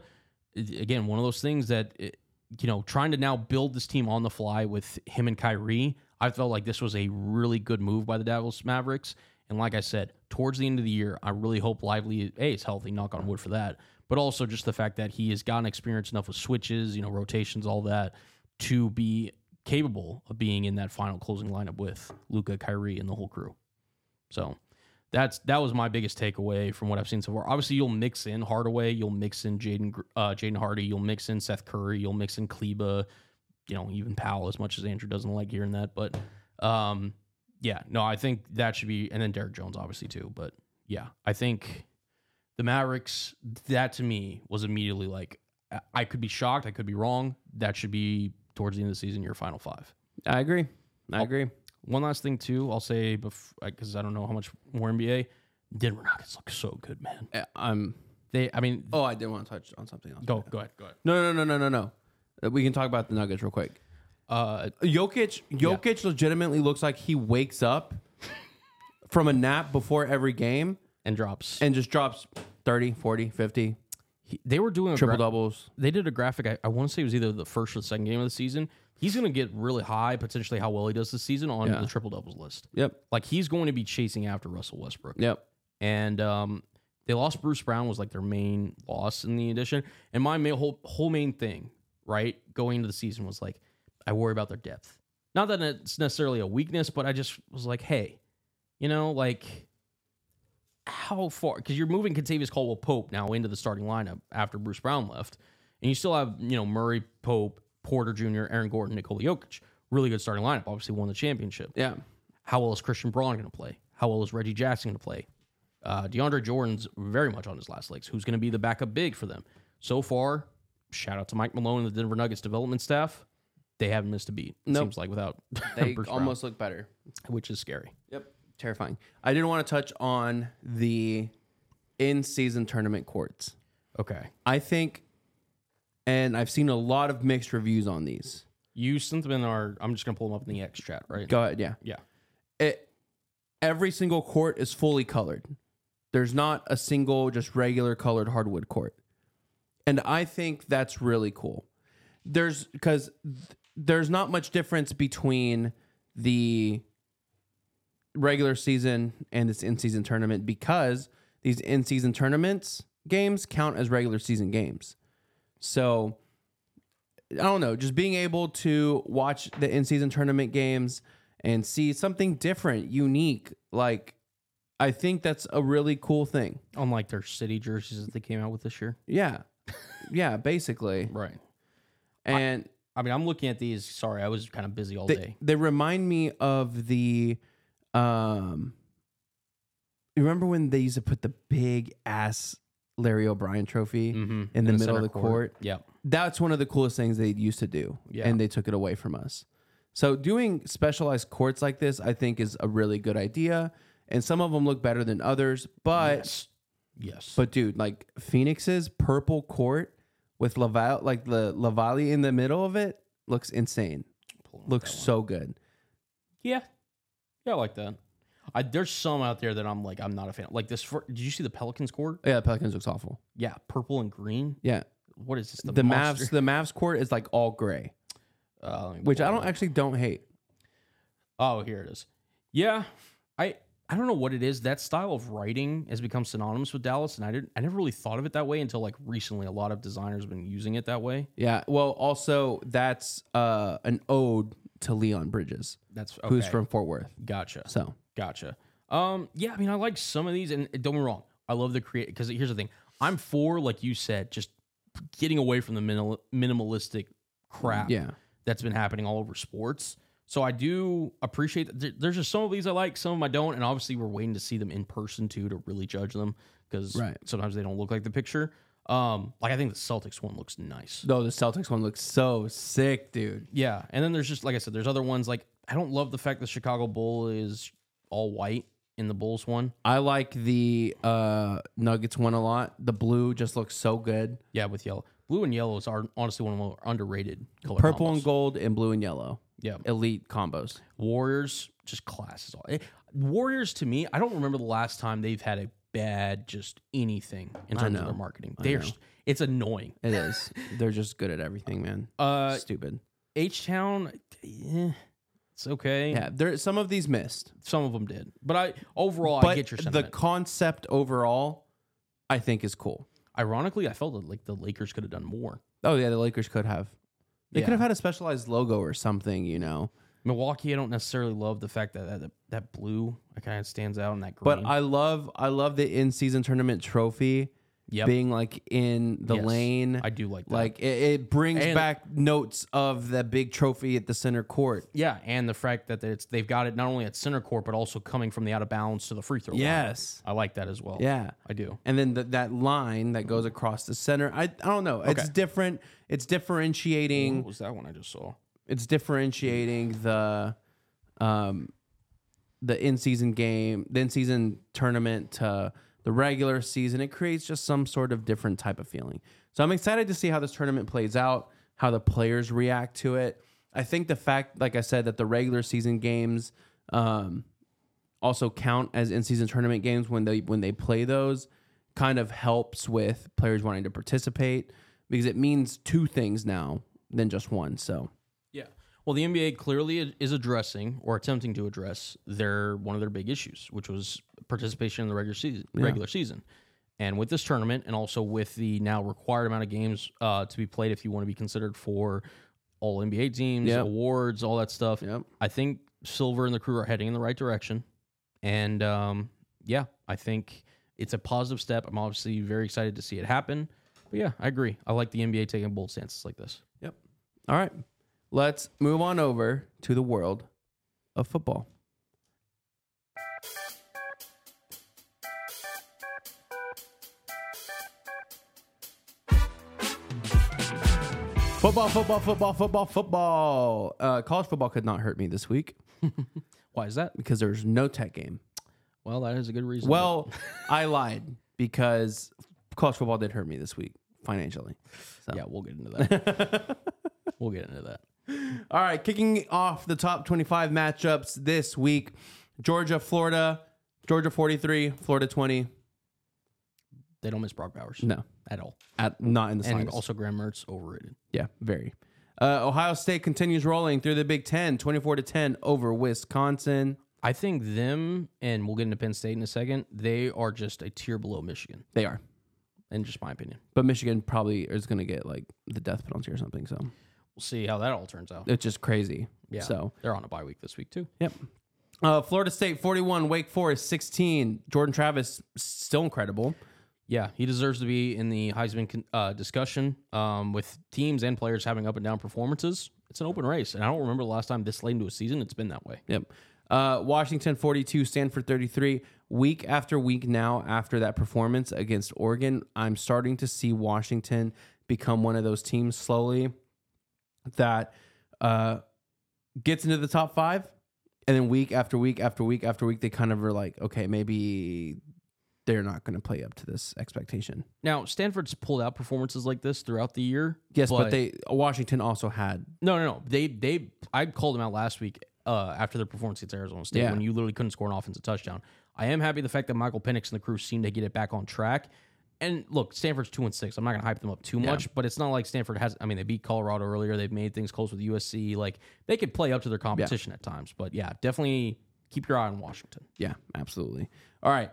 [SPEAKER 2] again, one of those things that it- you know, trying to now build this team on the fly with him and Kyrie, I felt like this was a really good move by the Dallas Mavericks. And like I said, towards the end of the year, I really hope Lively a is healthy. Knock on wood for that, but also just the fact that he has gotten experience enough with switches, you know, rotations, all that, to be capable of being in that final closing lineup with Luca, Kyrie, and the whole crew. So that's that was my biggest takeaway from what I've seen so far. Obviously, you'll mix in Hardaway, you'll mix in Jaden Gr- uh, Jaden Hardy, you'll mix in Seth Curry, you'll mix in Kleba, you know, even Powell. As much as Andrew doesn't like hearing that, but um, yeah, no, I think that should be, and then Derek Jones obviously too. But yeah, I think the Mavericks. That to me was immediately like I- I could be shocked, I could be wrong. That should be towards the end of the season, your final five.
[SPEAKER 1] i agree i agree
[SPEAKER 2] One last thing too, I'll say because I don't know how much more NBA. Denver Nuggets look so good, man.
[SPEAKER 1] Uh, i'm
[SPEAKER 2] They, I mean,
[SPEAKER 1] oh i did want to touch on something else
[SPEAKER 2] go go ahead, go ahead.
[SPEAKER 1] no no no no no no Uh, we can talk about the nuggets real quick
[SPEAKER 2] Uh,
[SPEAKER 1] Jokic Jokic legitimately looks like he wakes up from a nap before every game
[SPEAKER 2] and drops.
[SPEAKER 1] and just drops 30, 40, 50,
[SPEAKER 2] He- they were doing a
[SPEAKER 1] triple
[SPEAKER 2] gra-
[SPEAKER 1] doubles.
[SPEAKER 2] They did a graphic. I, I want to say it was either the first or the second game of the season. He's going to get really high potentially how well he does this season on
[SPEAKER 1] Yeah.
[SPEAKER 2] the triple doubles list.
[SPEAKER 1] Yep.
[SPEAKER 2] Like he's going to be chasing after Russell Westbrook.
[SPEAKER 1] Yep.
[SPEAKER 2] and um, they lost Bruce Brown was like their main loss in the addition. And my ma- whole whole main thing, right, going into the season was like, I worry about their depth. Not that it's necessarily a weakness, but I just was like, hey, you know, like how far? Because you're moving Contavious Caldwell Pope now into the starting lineup after Bruce Brown left, and you still have you know Murray Pope, Porter Jr., Aaron Gordon, Nikola Jokic, really good starting lineup. Obviously won the championship.
[SPEAKER 1] Yeah.
[SPEAKER 2] How well is Christian Braun going to play? How well is Reggie Jackson going to play? Uh, DeAndre Jordan's very much on his last legs. Who's going to be the backup big for them? So far, shout out to Mike Malone and the Denver Nuggets development staff. They haven't missed a beat. It
[SPEAKER 1] Nope.
[SPEAKER 2] Seems like without
[SPEAKER 1] They
[SPEAKER 2] Bruce Brown,
[SPEAKER 1] almost look better.
[SPEAKER 2] which is scary.
[SPEAKER 1] Yep. Terrifying. I did want to touch on the in season tournament courts.
[SPEAKER 2] Okay,
[SPEAKER 1] I think, and I've seen a lot of mixed reviews on these.
[SPEAKER 2] you sent them in our. I'm just going to pull them up in the X chat, right?
[SPEAKER 1] Go ahead. Yeah.
[SPEAKER 2] Yeah,
[SPEAKER 1] It, e, every single court is fully colored, there's not a single just regular colored hardwood court. And I think that's really cool. There's because there's not much difference between the regular season and this in-season tournament because these in-season tournaments games count as regular season games. So I don't know, just being able to watch the in-season tournament games and see something different, unique, like I think that's a really cool thing.
[SPEAKER 2] unlike their city jerseys that they came out with this year.
[SPEAKER 1] Yeah. Yeah, basically.
[SPEAKER 2] Right.
[SPEAKER 1] And
[SPEAKER 2] I mean, I'm looking at these. Sorry, I was kind of busy all
[SPEAKER 1] they,
[SPEAKER 2] day.
[SPEAKER 1] they remind me of the um You remember when they used to put the big ass Larry O'Brien trophy
[SPEAKER 2] Mhm.
[SPEAKER 1] Mm-hmm. in the
[SPEAKER 2] In the
[SPEAKER 1] middle of
[SPEAKER 2] center
[SPEAKER 1] the court?
[SPEAKER 2] Yep.
[SPEAKER 1] That's one of the coolest things they used to do,
[SPEAKER 2] Yeah.
[SPEAKER 1] and they took it away from us. So doing specialized courts like this, I think, is a really good idea. And some of them look better than others, but
[SPEAKER 2] Yes.
[SPEAKER 1] but dude, like Phoenix's purple court with Laval, like the Lavalley in the middle of it, looks insane.
[SPEAKER 2] Pulling up
[SPEAKER 1] Looks
[SPEAKER 2] that one.
[SPEAKER 1] so good.
[SPEAKER 2] Yeah. Yeah, I like that. I, there's some out there that I'm like I'm not a fan. of. Like this. fir- did you see the Pelicans court?
[SPEAKER 1] Yeah, Pelicans looks awful.
[SPEAKER 2] Yeah, purple and green.
[SPEAKER 1] Yeah,
[SPEAKER 2] What is this?
[SPEAKER 1] the,
[SPEAKER 2] monster-
[SPEAKER 1] Mavs, the Mavs court is like all gray,
[SPEAKER 2] Uh, let me
[SPEAKER 1] which
[SPEAKER 2] pull
[SPEAKER 1] I
[SPEAKER 2] it
[SPEAKER 1] don't
[SPEAKER 2] up.
[SPEAKER 1] actually don't hate.
[SPEAKER 2] Oh, here it is. Yeah, I I don't know what it is. That style of writing has become synonymous with Dallas, and I didn't I never really thought of it that way until like recently. A lot of designers have been using it that way.
[SPEAKER 1] Yeah. Well, also that's uh, an ode to Leon Bridges,
[SPEAKER 2] That's okay.
[SPEAKER 1] who's from Fort Worth.
[SPEAKER 2] Gotcha.
[SPEAKER 1] So
[SPEAKER 2] Gotcha. Um, yeah, I mean, I like some of these, and don't get me wrong, I love the create. Because here's the thing, I'm for like you said, just getting away from the minimal, minimalistic crap
[SPEAKER 1] yeah,
[SPEAKER 2] that's been happening all over sports. So I do appreciate that. There- There's just some of these I like, some of them I don't, and obviously we're waiting to see them in person too to really judge them because
[SPEAKER 1] Right.
[SPEAKER 2] sometimes they don't look like the picture. Um, like I think the Celtics one looks nice.
[SPEAKER 1] though the Celtics one looks so sick, dude.
[SPEAKER 2] Yeah, and then there's just like I said, there's other ones like I don't love the fact the Chicago Bull is all white in the Bulls one.
[SPEAKER 1] I like the uh, Nuggets one a lot. The blue just looks so good.
[SPEAKER 2] Yeah, with yellow. Blue and yellow is our, honestly one of the more underrated color.
[SPEAKER 1] Purple
[SPEAKER 2] combos.
[SPEAKER 1] and gold and blue and yellow,
[SPEAKER 2] Yeah.
[SPEAKER 1] elite combos.
[SPEAKER 2] Warriors, just classes. Eh, Warriors to me, I don't remember the last time they've had a bad just anything in
[SPEAKER 1] I
[SPEAKER 2] terms of
[SPEAKER 1] know.
[SPEAKER 2] their marketing. They're it's annoying.
[SPEAKER 1] It is. They're just good at everything, man.
[SPEAKER 2] Uh
[SPEAKER 1] Stupid.
[SPEAKER 2] H Town, eh, it's okay.
[SPEAKER 1] Yeah, there some of these missed,
[SPEAKER 2] Some of them did, but I overall
[SPEAKER 1] but
[SPEAKER 2] Oh, I get your
[SPEAKER 1] the
[SPEAKER 2] sentiment.
[SPEAKER 1] concept overall, I think is cool.
[SPEAKER 2] Ironically, I felt that, like the Lakers could have done more.
[SPEAKER 1] Oh yeah, the Lakers could have. They
[SPEAKER 2] Yeah.
[SPEAKER 1] could have had a specialized logo or something, you know.
[SPEAKER 2] Milwaukee, I don't necessarily love the fact that that, that blue kind of stands out and that green.
[SPEAKER 1] But I love I love the in season tournament trophy
[SPEAKER 2] Yep.
[SPEAKER 1] being like in the
[SPEAKER 2] Yes,
[SPEAKER 1] lane.
[SPEAKER 2] I do like that.
[SPEAKER 1] like it, it brings
[SPEAKER 2] And-
[SPEAKER 1] back notes of the big trophy at the center court.
[SPEAKER 2] Yeah, and the fact that it's they've got it not only at center court but also coming from the out of bounds to the free throw. line.
[SPEAKER 1] Yes.
[SPEAKER 2] I like that as well.
[SPEAKER 1] Yeah.
[SPEAKER 2] I do.
[SPEAKER 1] and then th- that line that goes across the center. I, I don't know. It's
[SPEAKER 2] Okay.
[SPEAKER 1] different. It's
[SPEAKER 2] What
[SPEAKER 1] differentiating.
[SPEAKER 2] was that one I just saw?
[SPEAKER 1] It's differentiating the, um, the in season game, the in season tournament to the regular season. It creates just some sort of different type of feeling. So I'm excited to see how this tournament plays out, how the players react to it. I think the fact, like I said, that the regular season games, um, also count as in-season tournament games when they when they play those kind of helps with players wanting to participate because it means two things now than just one so
[SPEAKER 2] Yeah. Well, the NBA clearly is addressing or attempting to address their one of their big issues, which was participation in the regular season. Regular season, and with this tournament, and also with the now required amount of games uh, to be played if you want to be considered for all NBA teams,
[SPEAKER 1] Yep.
[SPEAKER 2] awards, all that stuff.
[SPEAKER 1] Yep.
[SPEAKER 2] I think Silver and the crew are heading in the right direction, and um, yeah, I think it's a positive step. I'm obviously very excited to see it happen. But yeah, I agree. I like the NBA taking bold stances like this.
[SPEAKER 1] yep all right let's move on over to the world of football Football, football, football, football, football. Uh, college football could not hurt me this week
[SPEAKER 2] Why is that?
[SPEAKER 1] because there's no tech game.
[SPEAKER 2] Well, that is a good reason.
[SPEAKER 1] Well, I lied because college football did hurt me this week financially. So.
[SPEAKER 2] Yeah, we'll get into that. we'll get into that.
[SPEAKER 1] All right, kicking off the top 25 matchups this week Georgia, Florida, Georgia 43, Florida 20.
[SPEAKER 2] They don't miss Brock Bowers
[SPEAKER 1] No,
[SPEAKER 2] at all.
[SPEAKER 1] at, not in the
[SPEAKER 2] And
[SPEAKER 1] slightest.
[SPEAKER 2] also Graham Mertz overrated.
[SPEAKER 1] yeah, very. Uh, Ohio State continues rolling through the Big Ten, 24 to 10 over Wisconsin.
[SPEAKER 2] I think them and we'll get into Penn State in a second. They are just a tier below Michigan,
[SPEAKER 1] They are.
[SPEAKER 2] in just my opinion.
[SPEAKER 1] But Michigan probably is going to get like the death penalty or something. So
[SPEAKER 2] We'll see how that all turns out.
[SPEAKER 1] it's just crazy.
[SPEAKER 2] Yeah,
[SPEAKER 1] So
[SPEAKER 2] they're on a bye week this week too.
[SPEAKER 1] Yep. Uh, Florida State 41, Wake Forest 16. Jordan Travis still incredible.
[SPEAKER 2] Yeah, he deserves to be in the Heisman con- uh, discussion um, with teams and players having up and down performances. It's an open race, and I don't remember the last time this late into a season it's been that way.
[SPEAKER 1] Yep. Uh, Washington 42, Stanford 33. week after week now after that performance against Oregon, I'm starting to see Washington become one of those teams slowly that uh, gets into the top five. And then week after week after week after week, they kind of are like, okay, maybe they're not going to play up to this expectation.
[SPEAKER 2] Now, Stanford's pulled out performances like this throughout the year.
[SPEAKER 1] Yes, but, they Washington also had
[SPEAKER 2] no, no, no. They they I called them out last week uh, after their performance against Arizona State
[SPEAKER 1] Yeah.
[SPEAKER 2] when you literally couldn't score an offensive touchdown. I am happy the fact that Michael Penix and the crew seem to get it back on track. And look, Stanford's two and six. I'm not going to hype them up too much, but it's not like Stanford has. I mean, they beat Colorado earlier. They've made things close with USC. Like they could play up to their competition at times. But yeah, definitely keep your eye on Washington.
[SPEAKER 1] yeah, absolutely. All right,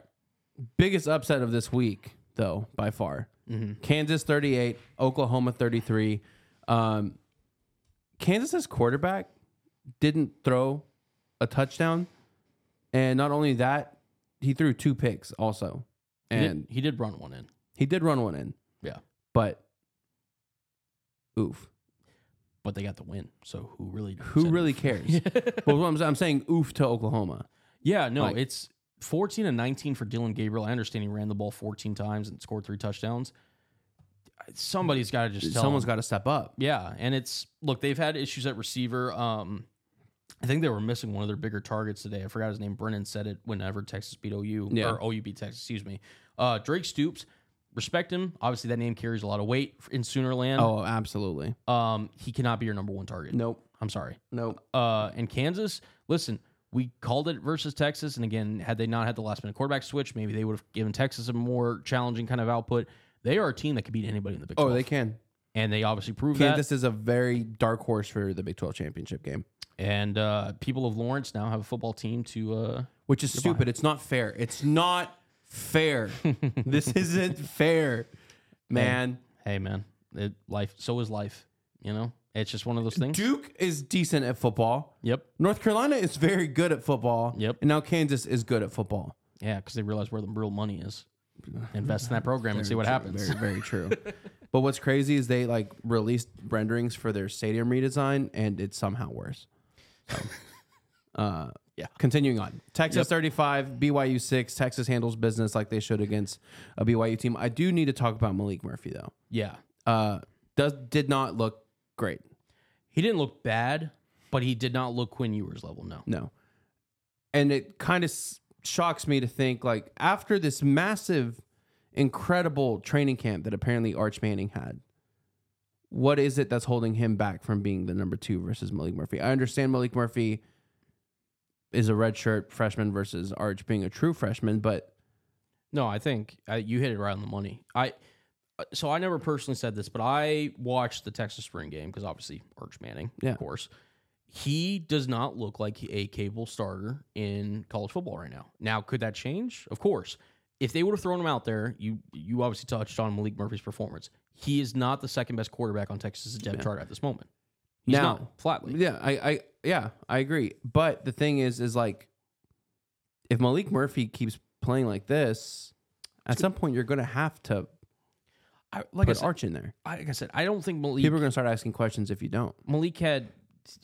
[SPEAKER 1] biggest upset of this week though by far,
[SPEAKER 2] Mm-hmm.
[SPEAKER 1] Kansas 38, Oklahoma 33. Um, Kansas's quarterback didn't throw a touchdown, and not only that, he threw two picks also,
[SPEAKER 2] He did-
[SPEAKER 1] and
[SPEAKER 2] he did run one in.
[SPEAKER 1] he did run one in,
[SPEAKER 2] Yeah,
[SPEAKER 1] but oof.
[SPEAKER 2] but they got the win. So who really?
[SPEAKER 1] Who
[SPEAKER 2] said-
[SPEAKER 1] really cares? well, what I'm, I'm saying oof to Oklahoma.
[SPEAKER 2] Yeah, no,
[SPEAKER 1] Like-
[SPEAKER 2] it's 14 and 19 for Dylan Gabriel. I understand he ran the ball 14 times and scored three touchdhdowns. Somebody's got to just tell
[SPEAKER 1] Someone's
[SPEAKER 2] him.
[SPEAKER 1] got to step up.
[SPEAKER 2] Yeah, and it's look, they've had issues at receiver. Um I think they were missing one of their bigger targets today. I forgot his name. Brennan said it whenever Texas beat OU
[SPEAKER 1] Yeah.
[SPEAKER 2] or OU beat Texas, excuse me. Uh Drake Stoops, respect him. Obviously that name carries a lot of weight in Sooner land.
[SPEAKER 1] Oh, absolutely.
[SPEAKER 2] Um he cannot be your number 1 target.
[SPEAKER 1] Nope.
[SPEAKER 2] I'm sorry
[SPEAKER 1] Nope.
[SPEAKER 2] uh, and Kansas. Listen, we called it versus Texas, and again, had they not had the last minute quarterback switch, maybe they would have given Texas a more challenging kind of output. They are a team that could beat anybody in the Big
[SPEAKER 1] Oh,
[SPEAKER 2] Twelve,
[SPEAKER 1] they can.
[SPEAKER 2] and they obviously proved
[SPEAKER 1] Kansas is a very dark horse for the Big 12 championship game,
[SPEAKER 2] that. And uh, people of Lawrence now have a football team to. Uh,
[SPEAKER 1] which is stupid. It's not fair. It's not fair. this isn't fair, man.
[SPEAKER 2] hey, man, it, life. So is life. You know, it's just one of those things.
[SPEAKER 1] Duke is decent at football.
[SPEAKER 2] Yep.
[SPEAKER 1] North Carolina is very good at football.
[SPEAKER 2] Yep.
[SPEAKER 1] And now Kansas is good at football.
[SPEAKER 2] Yeah, because they realize where the real money is. Invest in that program and see what happens.
[SPEAKER 1] Very, very true. but what's crazy is they like released renderings for their stadium redesign, and it's somehow worse. So, uh,
[SPEAKER 2] Yeah.
[SPEAKER 1] Continuing on, Texas 35, BYU 6. Texas handles business like they should against a BYU team. I do need to talk about Malik Murphy though.
[SPEAKER 2] Yeah,
[SPEAKER 1] Uh, does did not look great.
[SPEAKER 2] he didn't look bad, but he did not look Quinn Ewers level. No.
[SPEAKER 1] No. And it kind of s- shocks me to think like after this massive, incredible training camp that apparently Arch Manning had, what is it that's holding him back from being the number two versus Malik Murphy? I understand Malik Murphy is a redshirt freshman versus Arch being a true freshman, but
[SPEAKER 2] No, I think uh, you hit it right on the money. I uh, so I never personally said this, but I watched the Texas spring game because obviously Arch Manning,
[SPEAKER 1] Yeah.
[SPEAKER 2] of course. He does not look like a capable starter in college football right now. Now, could that change? Of course. If they would have thrown him out there, you you obviously touched on Malik Murphy's performance. He is not the second best quarterback on Texas' depth chart at this moment. He's
[SPEAKER 1] Now-
[SPEAKER 2] not flatly.
[SPEAKER 1] yeah, I, I yeah, I agree. But the thing is, is like if Malik Murphy keeps playing like this, at some point you're gonna have to
[SPEAKER 2] I, like, I
[SPEAKER 1] put
[SPEAKER 2] said,
[SPEAKER 1] Arch in there.
[SPEAKER 2] I, like I said, I don't think Malik
[SPEAKER 1] People are going to start asking questions if you don't.
[SPEAKER 2] Malik had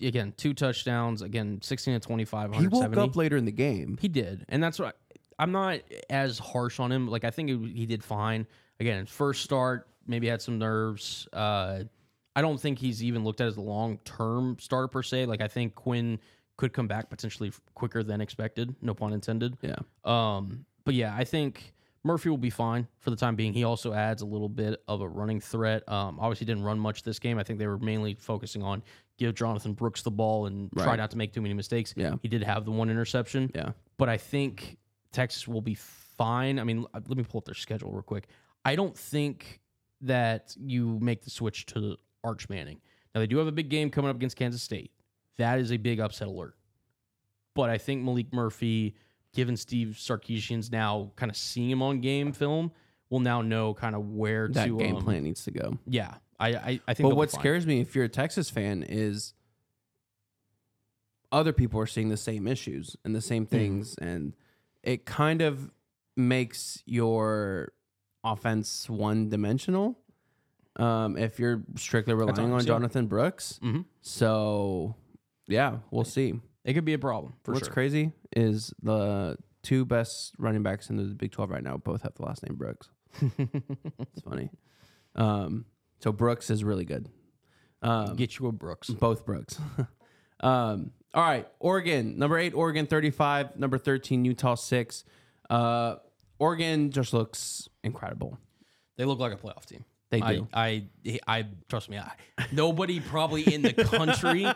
[SPEAKER 2] again two touchdowns. Again, sixteen and twenty five.
[SPEAKER 1] He woke up later in the game.
[SPEAKER 2] He did, and that's what I, I'm not as harsh on him. Like I think he he did fine. Again, first start, maybe had some nerves. Uh, I don't think he's even looked at as a long term starter per se. Like I think Quinn could come back potentially f- quicker than expected. No pun intended.
[SPEAKER 1] Yeah.
[SPEAKER 2] Um, but yeah, I think Murphy will be fine for the time being. He also adds a little bit of a running threat. Um, obviously didn't run much this game. I think they were mainly focusing on give Jonathan Brooks the ball and try
[SPEAKER 1] Right.
[SPEAKER 2] not to make too many mistakes.
[SPEAKER 1] Yeah.
[SPEAKER 2] He did have the one interception.
[SPEAKER 1] Yeah.
[SPEAKER 2] But I think Texas will be fine. I mean, l- let me pull up their schedule real quick. I don't think that you make the switch to Arch Manning. Now they do have a big game coming up against Kansas State. That is a big upset alert. But I think Malik Murphy, given Steve Sarkisian's now kind of seeing him on game film, will now know kind of where
[SPEAKER 1] That
[SPEAKER 2] to
[SPEAKER 1] game
[SPEAKER 2] um,
[SPEAKER 1] plan needs to go.
[SPEAKER 2] Yeah, I I, I think.
[SPEAKER 1] But
[SPEAKER 2] they'll be
[SPEAKER 1] what
[SPEAKER 2] fine.
[SPEAKER 1] scares me if you're a Texas fan is other people are seeing the same issues and the
[SPEAKER 2] Hmm.
[SPEAKER 1] same things. And it kind of makes your offense one dimensional um, if you're strictly relying on
[SPEAKER 2] times, yeah.
[SPEAKER 1] Jonathan Brooks.
[SPEAKER 2] Mhm.
[SPEAKER 1] So, yeah, we'll see.
[SPEAKER 2] it could be a problem for
[SPEAKER 1] What's
[SPEAKER 2] sure.
[SPEAKER 1] crazy is the two best running backs in the Big 12 right now both have the last name Brooks. it's funny. Um, so Brooks is really good. Um,
[SPEAKER 2] Get you a Brooks.
[SPEAKER 1] both Brooks. um, all right, Oregon number eight, Oregon thirty-five, number thirteen, Utah six. Uh, Oregon just looks incredible.
[SPEAKER 2] They look like a playoff team.
[SPEAKER 1] They
[SPEAKER 2] I,
[SPEAKER 1] do.
[SPEAKER 2] I, I, trust me. I, nobody probably in the country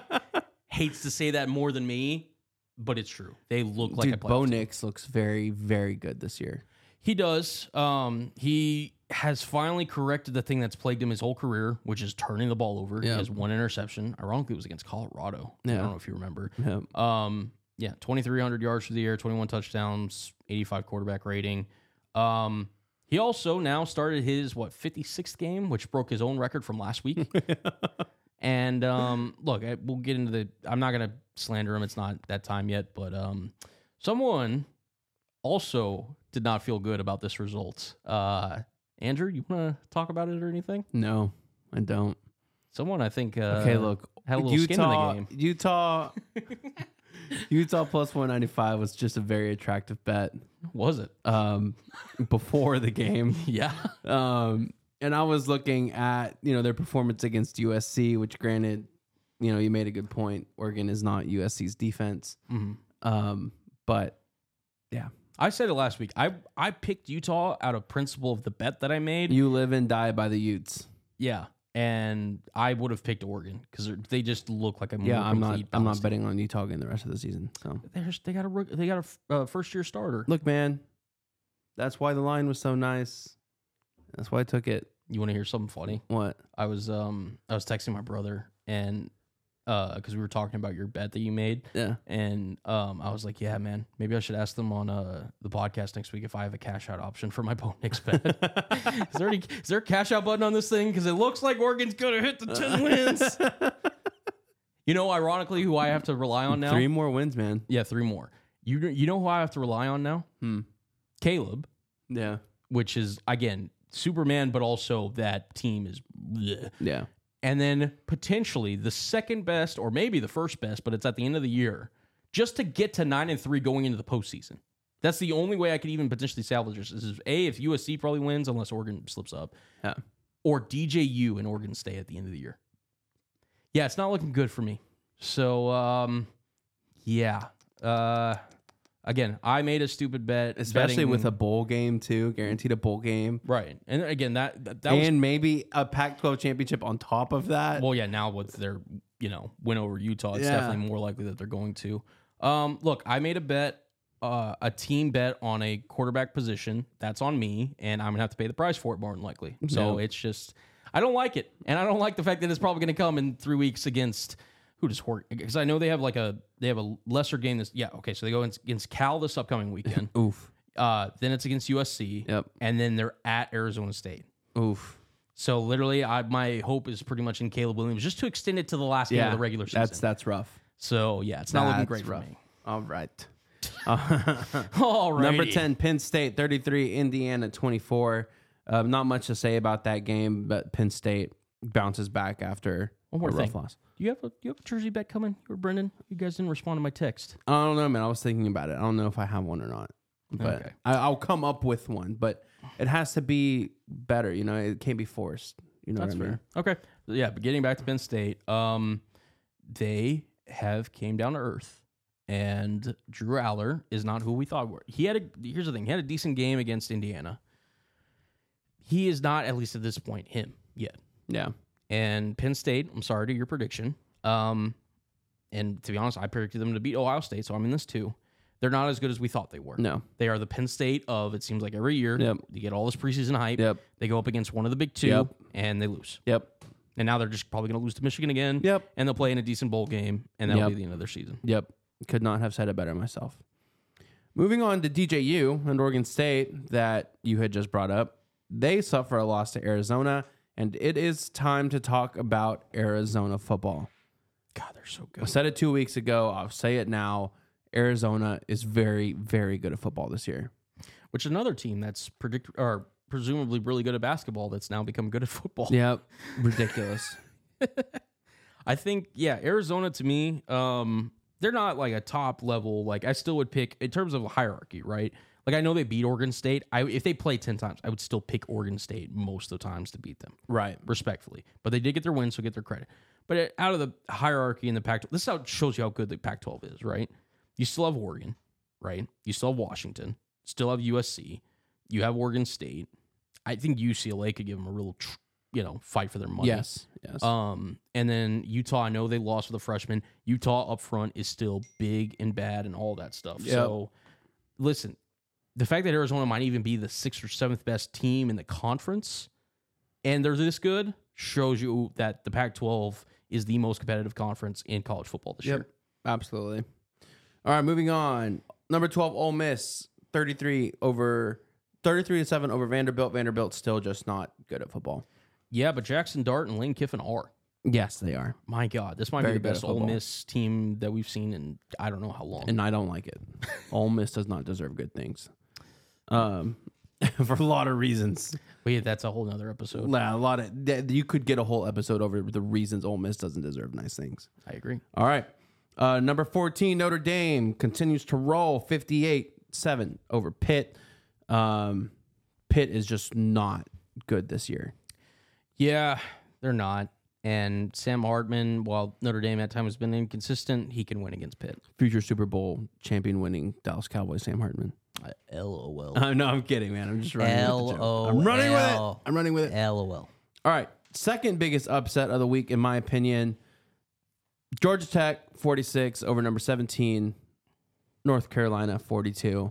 [SPEAKER 2] hates to say that more than me, but it's true. They look like a
[SPEAKER 1] Dude,
[SPEAKER 2] playoff
[SPEAKER 1] Bo
[SPEAKER 2] team.
[SPEAKER 1] Nix looks very, very good this year.
[SPEAKER 2] He does. Um, he has finally corrected the thing that's plagued him his whole career, which is turning the ball over. He
[SPEAKER 1] Yeah.
[SPEAKER 2] has one interception. Ironically, it was against Colorado. I
[SPEAKER 1] Yeah.
[SPEAKER 2] don't know if you remember.
[SPEAKER 1] Yeah.
[SPEAKER 2] Um, yeah, 2,300 yards for the air, 21 touchdowns, 85 quarterback rating. Um, he also now started his, what, 56th game, which broke his own record from last week. and um, look, I, we'll get into the. I'm not going to slander him. It's not that time yet. But um, someone also did not feel good about this result. Uh, Andrew, you want to talk about it or anything?
[SPEAKER 1] No, I don't.
[SPEAKER 2] Someone, I think. Uh,
[SPEAKER 1] Okay, look,
[SPEAKER 2] had a little skin in the
[SPEAKER 1] Utah,
[SPEAKER 2] game.
[SPEAKER 1] Utah, Utah plus one ninety-five was just a very attractive bet
[SPEAKER 2] was it?
[SPEAKER 1] um, before the game.
[SPEAKER 2] Yeah.
[SPEAKER 1] Um, and I was looking at you know their performance against USC, which granted, you know you made a good point. Oregon is not USC's defense,
[SPEAKER 2] Mhm.
[SPEAKER 1] um, but
[SPEAKER 2] I said it last week. I I picked Utah out of principle of the bet that I made.
[SPEAKER 1] you live and die by the Utes.
[SPEAKER 2] Yeah, and I would have picked Oregon because they just look like a more
[SPEAKER 1] Yeah, I'm not.
[SPEAKER 2] complete
[SPEAKER 1] I'm not
[SPEAKER 2] balanced
[SPEAKER 1] betting on Utah again the rest of the season. So
[SPEAKER 2] team. They're just- they got a rook- they got a uh, first year starter.
[SPEAKER 1] look, man, that's why the line was so nice. That's why I took it.
[SPEAKER 2] You want to hear something funny?
[SPEAKER 1] What?
[SPEAKER 2] I was um I was texting my brother and uh because we were talking about your bet that you made
[SPEAKER 1] Yeah.
[SPEAKER 2] and um I was like yeah man maybe I should ask them on uh the podcast next week if I have a cash out option for my Bo Nix bet. is there any is there a cash out button on this thing because it looks like Oregon's gonna hit the ten wins. You know, ironically, who I have to rely on now?
[SPEAKER 1] Three more wins, man.
[SPEAKER 2] Yeah, three more. You you know who I have to rely on now?
[SPEAKER 1] Hmm.
[SPEAKER 2] Caleb,
[SPEAKER 1] Yeah.
[SPEAKER 2] which is again Superman, but also that team is. bleh.
[SPEAKER 1] Yeah.
[SPEAKER 2] And then potentially the second best, or maybe the first best, but it's at the end of the year, just to get to nine and three going into the postseason. That's the only way I could even potentially salvage this. Is a if USC probably wins unless Oregon slips up,
[SPEAKER 1] Yeah.
[SPEAKER 2] or DJU and Oregon stay at the end of the year. Yeah, it's not looking good for me. So, um, yeah. Uh, again, I made a stupid bet,
[SPEAKER 1] Especially
[SPEAKER 2] betting-
[SPEAKER 1] with a bowl game too, guaranteed a bowl game,
[SPEAKER 2] right. And again, that that, that was
[SPEAKER 1] and maybe a Pac-12 championship on top of that.
[SPEAKER 2] Well, yeah, now with their you know win over Utah, it's
[SPEAKER 1] Yeah.
[SPEAKER 2] definitely more likely that they're going to. Um, look, I made a bet, uh, a team bet on a quarterback position. That's on me, and I'm gonna have to pay the price for it more than likely. So it's just I don't like it, and I don't like the fact that it's probably gonna come in three weeks against who does Hort because I know they have like a they have a lesser game. This yeah okay, so they go against Cal this upcoming weekend.
[SPEAKER 1] Oof.
[SPEAKER 2] uh, then it's against USC,
[SPEAKER 1] Yep.
[SPEAKER 2] and then they're at Arizona State.
[SPEAKER 1] Oof.
[SPEAKER 2] So literally, I my hope is pretty much in Caleb Williams just to extend it to the last game of the regular season.
[SPEAKER 1] That's that's rough.
[SPEAKER 2] so yeah, it's not looking
[SPEAKER 1] That's
[SPEAKER 2] great
[SPEAKER 1] rough.
[SPEAKER 2] for me.
[SPEAKER 1] All right.
[SPEAKER 2] All right,
[SPEAKER 1] Number 10, Penn State, 33, Indiana, 24. Um, not much to say about that game, but Penn State bounces back after
[SPEAKER 2] One more
[SPEAKER 1] a rough
[SPEAKER 2] thing.
[SPEAKER 1] loss.
[SPEAKER 2] Do you have a do you have a jersey bet coming? You or Brendan? You guys didn't respond to my text.
[SPEAKER 1] I don't know, man. I was thinking about it. I don't know if I have one or not, but
[SPEAKER 2] Okay.
[SPEAKER 1] I, I'll come up with one. But it has to be better. You know, it can't be forced. You know
[SPEAKER 2] That's
[SPEAKER 1] what I mean?
[SPEAKER 2] fair. Okay, yeah. But getting back to Penn State, um, they have came down to earth, and Drew Aller is not who we thought were. He had a here's the thing. He had a decent game against Indiana. He is not, at least at this point, him yet.
[SPEAKER 1] Yeah.
[SPEAKER 2] and Penn State. I'm sorry to your prediction. Um, and to be honest, I predicted them to beat Ohio State, so I'm in this too. They're not as good as we thought they were.
[SPEAKER 1] No.
[SPEAKER 2] They are the Penn State of it seems like every year.
[SPEAKER 1] Yep.
[SPEAKER 2] You get all this preseason hype.
[SPEAKER 1] Yep.
[SPEAKER 2] They go up against one of the big two
[SPEAKER 1] Yep.
[SPEAKER 2] and they lose.
[SPEAKER 1] Yep.
[SPEAKER 2] And now they're just probably going to lose to Michigan again.
[SPEAKER 1] Yep.
[SPEAKER 2] And they'll play in a decent bowl game, and that'll
[SPEAKER 1] Yep.
[SPEAKER 2] be the end of their season.
[SPEAKER 1] Yep. Could not have said it better myself. Moving on to DJU and Oregon State that you had just brought up. They suffer a loss to Arizona, and it is time to talk about Arizona football.
[SPEAKER 2] God, they're so
[SPEAKER 1] I
[SPEAKER 2] good.
[SPEAKER 1] said it two weeks ago. I'll say it now. Arizona is very, very good at football this year.
[SPEAKER 2] Which is another team that's predict or presumably really good at basketball that's now become good at football.
[SPEAKER 1] Yep. Ridiculous.
[SPEAKER 2] I think yeah, Arizona to me, um, they're not like a top level. Like I still would pick in terms of hierarchy, right? Like I know they beat Oregon State. I if they play ten times, I would still pick Oregon State most of the times to beat them
[SPEAKER 1] Right.
[SPEAKER 2] respectfully. But they did get their win, so get their credit. But it- out of the hierarchy in the Pac, this is how shows you how good the Pac-12 is, right? You still have Oregon, right? You still have Washington, still have USC, you have Oregon State. I think UCLA could give them a real, tr- you know, fight for their money.
[SPEAKER 1] Yes. Yes.
[SPEAKER 2] Um, and then Utah, I know they lost for the freshman. Utah up front is still big and bad and all that stuff.
[SPEAKER 1] Yep.
[SPEAKER 2] So, listen, the fact that Arizona might even be the sixth or seventh best team in the conference, and they're this good, shows you that the Pac-12 is the most competitive conference in college football this year.
[SPEAKER 1] Absolutely. All right, moving on. Number 12, Ole Miss, 33 over 33 to 7 over Vanderbilt. Vanderbilt still just not good at football.
[SPEAKER 2] Yeah, but Jackson Dart and Lane Kiffin are.
[SPEAKER 1] Yes, they are.
[SPEAKER 2] My God, this might
[SPEAKER 1] Very
[SPEAKER 2] be
[SPEAKER 1] good
[SPEAKER 2] the
[SPEAKER 1] at
[SPEAKER 2] best Ole
[SPEAKER 1] football.
[SPEAKER 2] Miss team that we've seen in I don't know how long.
[SPEAKER 1] And I don't like it. Ole Miss does not deserve good things. Um for a lot of reasons.
[SPEAKER 2] Wait, that's a whole nother episode.
[SPEAKER 1] La- A lot of th- you could get a whole episode over the reasons Ole Miss doesn't deserve nice things.
[SPEAKER 2] I agree.
[SPEAKER 1] All right. Uh, number 14, Notre Dame continues to roll 58 7 over Pitt. Um, Pitt is just not good this year.
[SPEAKER 2] Yeah, they're not. And Sam Hartman, while Notre Dame at time has been inconsistent, he can win against Pitt.
[SPEAKER 1] Future Super Bowl champion winning Dallas Cowboys Sam Hartman.
[SPEAKER 2] LOL.
[SPEAKER 1] Uh, no, I'm kidding, man. I'm just running with the joke.
[SPEAKER 2] LOL.
[SPEAKER 1] I'm running with it. I'm running with it.
[SPEAKER 2] LOL.
[SPEAKER 1] All right. Second biggest upset of the week, in my opinion Georgia Tech 46 over number 17, North Carolina 42.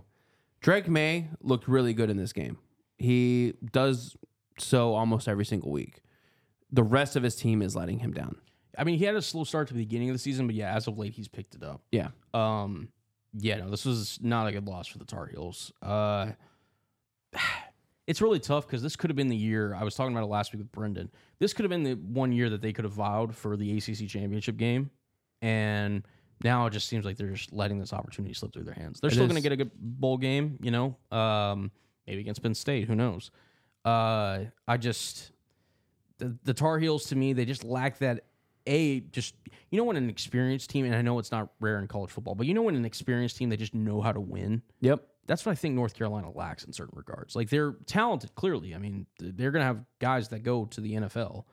[SPEAKER 1] Drake May looked really good in this game. He does so almost every single week. The rest of his team is letting him down.
[SPEAKER 2] I mean, he had a slow start to the beginning of the season, but yeah, as of late, he's picked it up.
[SPEAKER 1] Yeah.
[SPEAKER 2] Um, yeah, no, this was not a good loss for the Tar Heels. Uh, it's really tough because this could have been the year I was talking about it last week with Brendan. This could have been the one year that they could have vowed for the ACC championship game, and now it just seems like they're just letting this opportunity slip through their hands. They're
[SPEAKER 1] It
[SPEAKER 2] still
[SPEAKER 1] is.
[SPEAKER 2] going to get a good bowl game, you know, um, maybe against Penn State. Who knows? Uh, I just the, the Tar Heels to me, they just lack that a just you know when an experienced team, and I know it's not rare in college football, but you know when an experienced team they just know how to win.
[SPEAKER 1] Yep.
[SPEAKER 2] That's what I think North Carolina lacks in certain regards. Like they're talented, clearly. I mean, th- they're going to have guys that go to the NFL.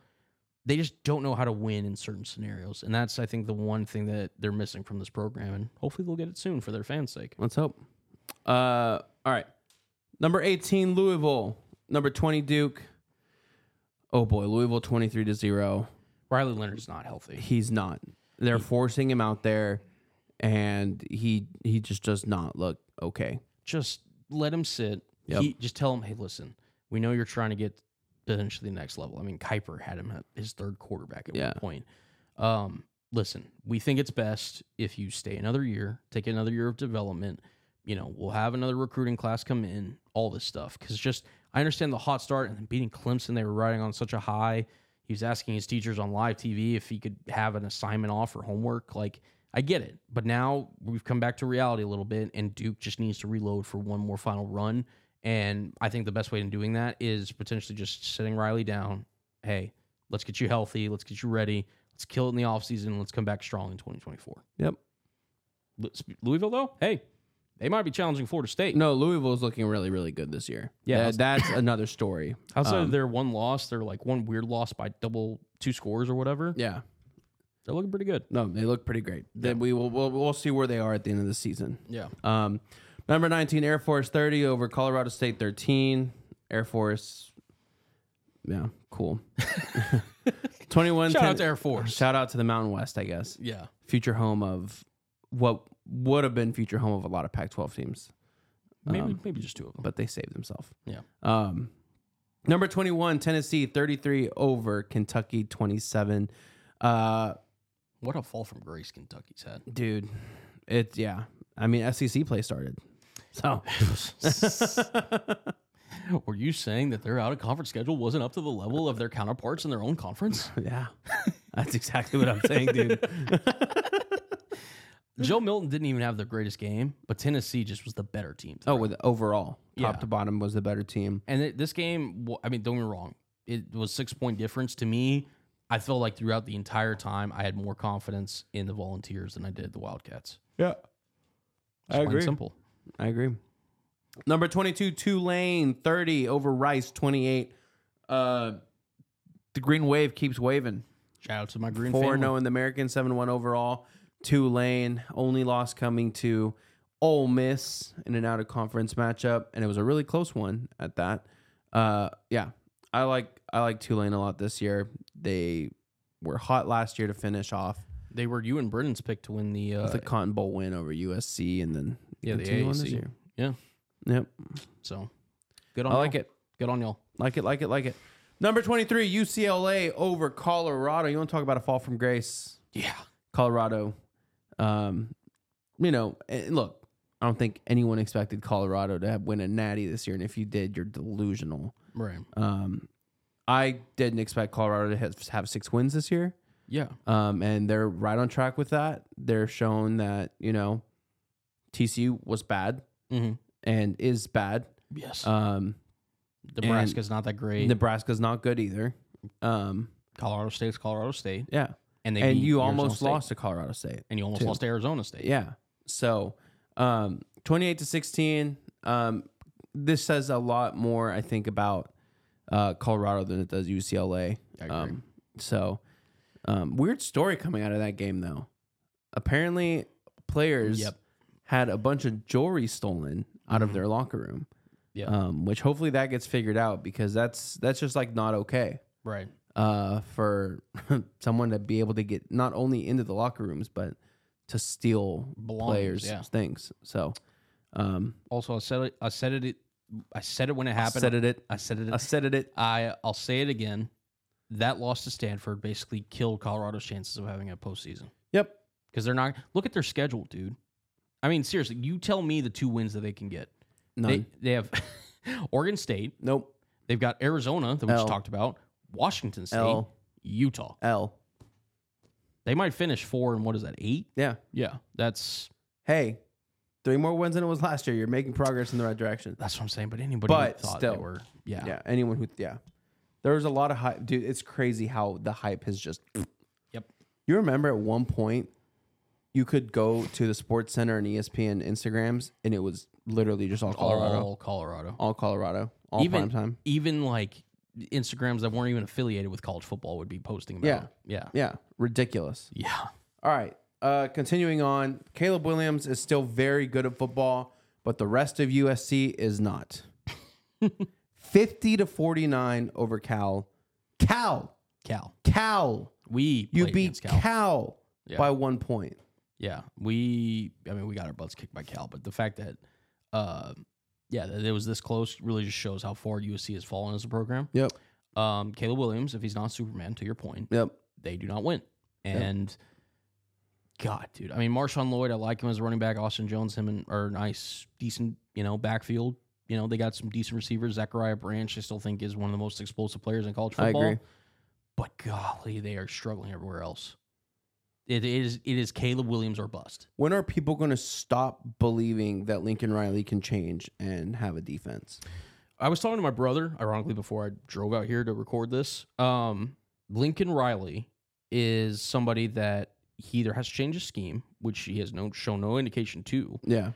[SPEAKER 2] They just don't know how to win in certain scenarios, and that's I think the one thing that they're missing from this program. And hopefully they'll get it soon for their fans' sake.
[SPEAKER 1] Let's hope. Uh, all right. Number 18, Louisville. Number 20, Duke. Oh boy, Louisville 23 to 0.
[SPEAKER 2] Riley Leonard's not healthy.
[SPEAKER 1] he's not. They're forcing him out there, and he he just does not look okay.
[SPEAKER 2] just let him sit.
[SPEAKER 1] Yep.
[SPEAKER 2] He, just tell him, hey, listen, we know you're trying to get potentially the next level. I mean, Kuiper had him at his third quarterback at
[SPEAKER 1] Yeah.
[SPEAKER 2] one point. Um, listen, we think it's best if you stay another year, take another year of development. You know, we'll have another recruiting class come in, all this stuff. Because just, I understand the hot start and beating Clemson, they were riding on such a high. He was asking his teachers on live TV if he could have an assignment off or homework. Like, I get it. But now we've come back to reality a little bit, and Duke just needs to reload for one more final run. And I think the best way in doing that is potentially just sitting Riley down. Hey, let's get you healthy. Let's get you ready. Let's kill it in the offseason. Let's come back strong in 2024.
[SPEAKER 1] Yep.
[SPEAKER 2] Lu- sp- Louisville, though, hey, they might be challenging Florida State.
[SPEAKER 1] No, Louisville's looking really really good this year.
[SPEAKER 2] Yeah.
[SPEAKER 1] That- that's another story.
[SPEAKER 2] Outside
[SPEAKER 1] Um,
[SPEAKER 2] of their one loss, they're like one weird loss by double two scores or whatever.
[SPEAKER 1] Yeah.
[SPEAKER 2] They're looking pretty good.
[SPEAKER 1] No, they look pretty great. Then we will we'll, we'll see where they are at the end of the season.
[SPEAKER 2] Yeah.
[SPEAKER 1] Um, number 19, Air Force 30 over Colorado State 13. Air Force. Yeah, cool. 21
[SPEAKER 2] Shout out to Air Force.
[SPEAKER 1] Shout out to the Mountain West, I guess.
[SPEAKER 2] Yeah.
[SPEAKER 1] Future home of what would have been future home of a lot of Pac 12 teams.
[SPEAKER 2] Maybe, maybe just two of them.
[SPEAKER 1] but they saved themselves.
[SPEAKER 2] Um, Yeah.
[SPEAKER 1] Um, number 21, Tennessee, 33 over Kentucky, 27. Uh,
[SPEAKER 2] What a fall from grace Kentucky's had.
[SPEAKER 1] dude, it's, yeah. I mean, SEC play started. So,
[SPEAKER 2] Were you saying that their out of conference schedule wasn't up to the level of their counterparts in their own conference?
[SPEAKER 1] yeah. That's exactly what I'm saying, dude.
[SPEAKER 2] Joe Milton didn't even have the greatest game, but Tennessee just was the better team.
[SPEAKER 1] Oh, with overall, top
[SPEAKER 2] Yeah.
[SPEAKER 1] to bottom was the better team.
[SPEAKER 2] And it- this game, wa- I mean, don't get me wrong, it was six point difference to me. I felt like throughout the entire time, I had more confidence in the Volunteers than I did the Wildcats.
[SPEAKER 1] Yeah.
[SPEAKER 2] It's
[SPEAKER 1] I
[SPEAKER 2] plain
[SPEAKER 1] agree.
[SPEAKER 2] Simple.
[SPEAKER 1] I agree. Number 22, Tulane, 30 over Rice, 28. Uh, the Green Wave keeps waving.
[SPEAKER 2] Shout out to my green
[SPEAKER 1] 4
[SPEAKER 2] family.
[SPEAKER 1] 0 in the American, 7 1 overall. Tulane, only loss coming to Ole Miss in an out of conference matchup. And it was a really close one at that. Uh, yeah, I like I like Tulane a lot this year. They were hot last year to finish off
[SPEAKER 2] They were you and Brennan's pick to win the. Uh,
[SPEAKER 1] with a Cotton Bowl win over USC and then
[SPEAKER 2] Yeah, the
[SPEAKER 1] continue on this
[SPEAKER 2] AAC.
[SPEAKER 1] year.
[SPEAKER 2] Yeah.
[SPEAKER 1] Yep.
[SPEAKER 2] so good on.
[SPEAKER 1] I like
[SPEAKER 2] y'all.
[SPEAKER 1] it.
[SPEAKER 2] Good on y'all.
[SPEAKER 1] Like it, like it, like it. Number 23, UCLA over Colorado. You want to talk about a fall from grace?
[SPEAKER 2] Yeah.
[SPEAKER 1] Colorado. Um, you know, and look, I don't think anyone expected Colorado to have win a natty this year. And if you did, you're delusional.
[SPEAKER 2] Right.
[SPEAKER 1] Um, I didn't expect Colorado to have, have six wins this year.
[SPEAKER 2] Yeah.
[SPEAKER 1] Um, and they're right on track with that. They're shown that, you know, TCU was bad
[SPEAKER 2] Mm-hmm.
[SPEAKER 1] and is bad.
[SPEAKER 2] Yes.
[SPEAKER 1] Um,
[SPEAKER 2] Nebraska's not that great.
[SPEAKER 1] Nebraska's not good either. Um,
[SPEAKER 2] Colorado State's Colorado State,
[SPEAKER 1] yeah.
[SPEAKER 2] and they
[SPEAKER 1] and
[SPEAKER 2] beat
[SPEAKER 1] you
[SPEAKER 2] Arizona
[SPEAKER 1] almost
[SPEAKER 2] State.
[SPEAKER 1] lost to Colorado State.
[SPEAKER 2] and you almost
[SPEAKER 1] too.
[SPEAKER 2] lost to Arizona State.
[SPEAKER 1] Yeah. So, um, 28 to 16. Um, this says a lot more, I think, about uh, Colorado than it does UCLA.
[SPEAKER 2] I agree.
[SPEAKER 1] Um, so, um, weird story coming out of that game, though. Apparently, players
[SPEAKER 2] Yep. Mm-hmm.
[SPEAKER 1] had a bunch of jewelry stolen out of their locker room.
[SPEAKER 2] Yeah.
[SPEAKER 1] Um, which hopefully that gets figured out because that's that's just like not okay
[SPEAKER 2] Right.
[SPEAKER 1] uh, for someone to be able to get not only into the locker rooms but to steal
[SPEAKER 2] Belongings,
[SPEAKER 1] players'
[SPEAKER 2] yeah.
[SPEAKER 1] things. So, um,
[SPEAKER 2] Also, I said it. I said it. I said it when it happened.
[SPEAKER 1] said it, it,
[SPEAKER 2] I said it.
[SPEAKER 1] I said it, it.
[SPEAKER 2] I I'll say it again. That loss to Stanford basically killed Colorado's chances of having a postseason
[SPEAKER 1] Yep,
[SPEAKER 2] because they're not. Look at their schedule, dude. I mean, seriously, you tell me the two wins that they can get.
[SPEAKER 1] none.
[SPEAKER 2] They, they have Oregon State.
[SPEAKER 1] nope.
[SPEAKER 2] They've got Arizona that we
[SPEAKER 1] L.
[SPEAKER 2] just talked about. Washington State,
[SPEAKER 1] L.
[SPEAKER 2] Utah.
[SPEAKER 1] L.
[SPEAKER 2] They might finish four and what is that eight?
[SPEAKER 1] Yeah.
[SPEAKER 2] Yeah, that's
[SPEAKER 1] Hey, three more wins than it was last year. You're making progress in the right direction.
[SPEAKER 2] that's what I'm saying. But anybody
[SPEAKER 1] But
[SPEAKER 2] who thought
[SPEAKER 1] still.
[SPEAKER 2] they were, yeah,
[SPEAKER 1] Yeah. Anyone who, yeah, there was a lot of hype, dude. It's crazy how the hype has just.
[SPEAKER 2] Yep.
[SPEAKER 1] You remember at one point. You could go to the Sports Center and E ESPN Instagrams, and it was literally just all Colorado.
[SPEAKER 2] all Colorado.
[SPEAKER 1] all Colorado, all
[SPEAKER 2] even
[SPEAKER 1] prime time.
[SPEAKER 2] even like Instagrams that weren't even affiliated with college football would be posting about.
[SPEAKER 1] Yeah.
[SPEAKER 2] it. yeah,
[SPEAKER 1] Yeah, ridiculous.
[SPEAKER 2] yeah.
[SPEAKER 1] All right, uh, continuing on. Caleb Williams is still very good at football, but the rest of USC is not. Fifty to forty nine over Cal. Cal,
[SPEAKER 2] Cal,
[SPEAKER 1] Cal.
[SPEAKER 2] we
[SPEAKER 1] You
[SPEAKER 2] played
[SPEAKER 1] beat
[SPEAKER 2] against Cal.
[SPEAKER 1] Cal,
[SPEAKER 2] Yeah.
[SPEAKER 1] by one point.
[SPEAKER 2] Yeah, we. I mean, we got our butts kicked by Cal, but the fact that, uh, yeah, that it was this close really just shows how far USC has fallen as a program.
[SPEAKER 1] Yep.
[SPEAKER 2] Um, Caleb Williams, if he's not Superman, to your point,
[SPEAKER 1] Yep.
[SPEAKER 2] they do not win. And God, dude. I mean, Marshawn Lloyd, I like him as a running back. Austin Jones, him and are nice, decent, you know, backfield. You know, they got some decent receivers. Zachariah Branch, I still think, is one of the most explosive players in college
[SPEAKER 1] I
[SPEAKER 2] football.
[SPEAKER 1] agree.
[SPEAKER 2] But golly, they are struggling everywhere else. It is it is Caleb Williams or bust.
[SPEAKER 1] When are people going to stop believing that Lincoln Riley can change and have a defense?
[SPEAKER 2] I was talking to my brother, ironically, before I drove out here to record this. Um, Lincoln Riley is somebody that he either has to change his scheme, which he has no shown no indication to,
[SPEAKER 1] Yeah.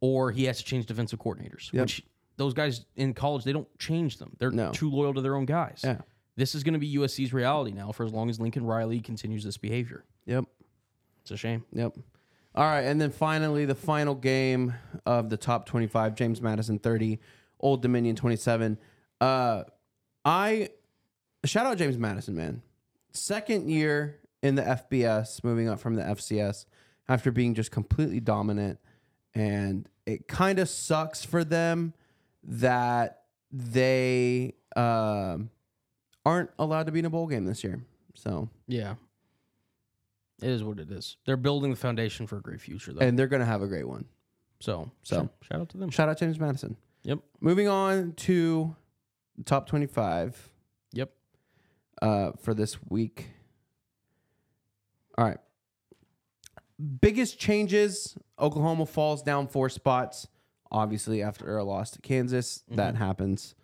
[SPEAKER 2] or he has to change defensive coordinators.
[SPEAKER 1] Yep.
[SPEAKER 2] Which those guys in college they don't change them. They're
[SPEAKER 1] No.
[SPEAKER 2] too loyal to their own guys.
[SPEAKER 1] Yeah.
[SPEAKER 2] This is going to be USC's reality now for as long as Lincoln Riley continues this behavior.
[SPEAKER 1] Yep.
[SPEAKER 2] It's a shame.
[SPEAKER 1] Yep. All right, and then finally the final game of the top 25, James Madison 30, Old Dominion 27. Uh I shout out James Madison, man. Second year in the FBS, moving up from the FCS after being just completely dominant and it kind of sucks for them that they um aren't allowed to be in a bowl game this year. So,
[SPEAKER 2] Yeah. It is what it is. They're building the foundation for a great future, though.
[SPEAKER 1] and they're going to have a great one.
[SPEAKER 2] so,
[SPEAKER 1] So.
[SPEAKER 2] shout out to them.
[SPEAKER 1] Shout out James Madison.
[SPEAKER 2] Yep.
[SPEAKER 1] Moving on to the top 25
[SPEAKER 2] Yep.
[SPEAKER 1] uh, for this week. All right. Biggest changes Oklahoma falls down four spots, obviously, after a loss to Kansas. That happens.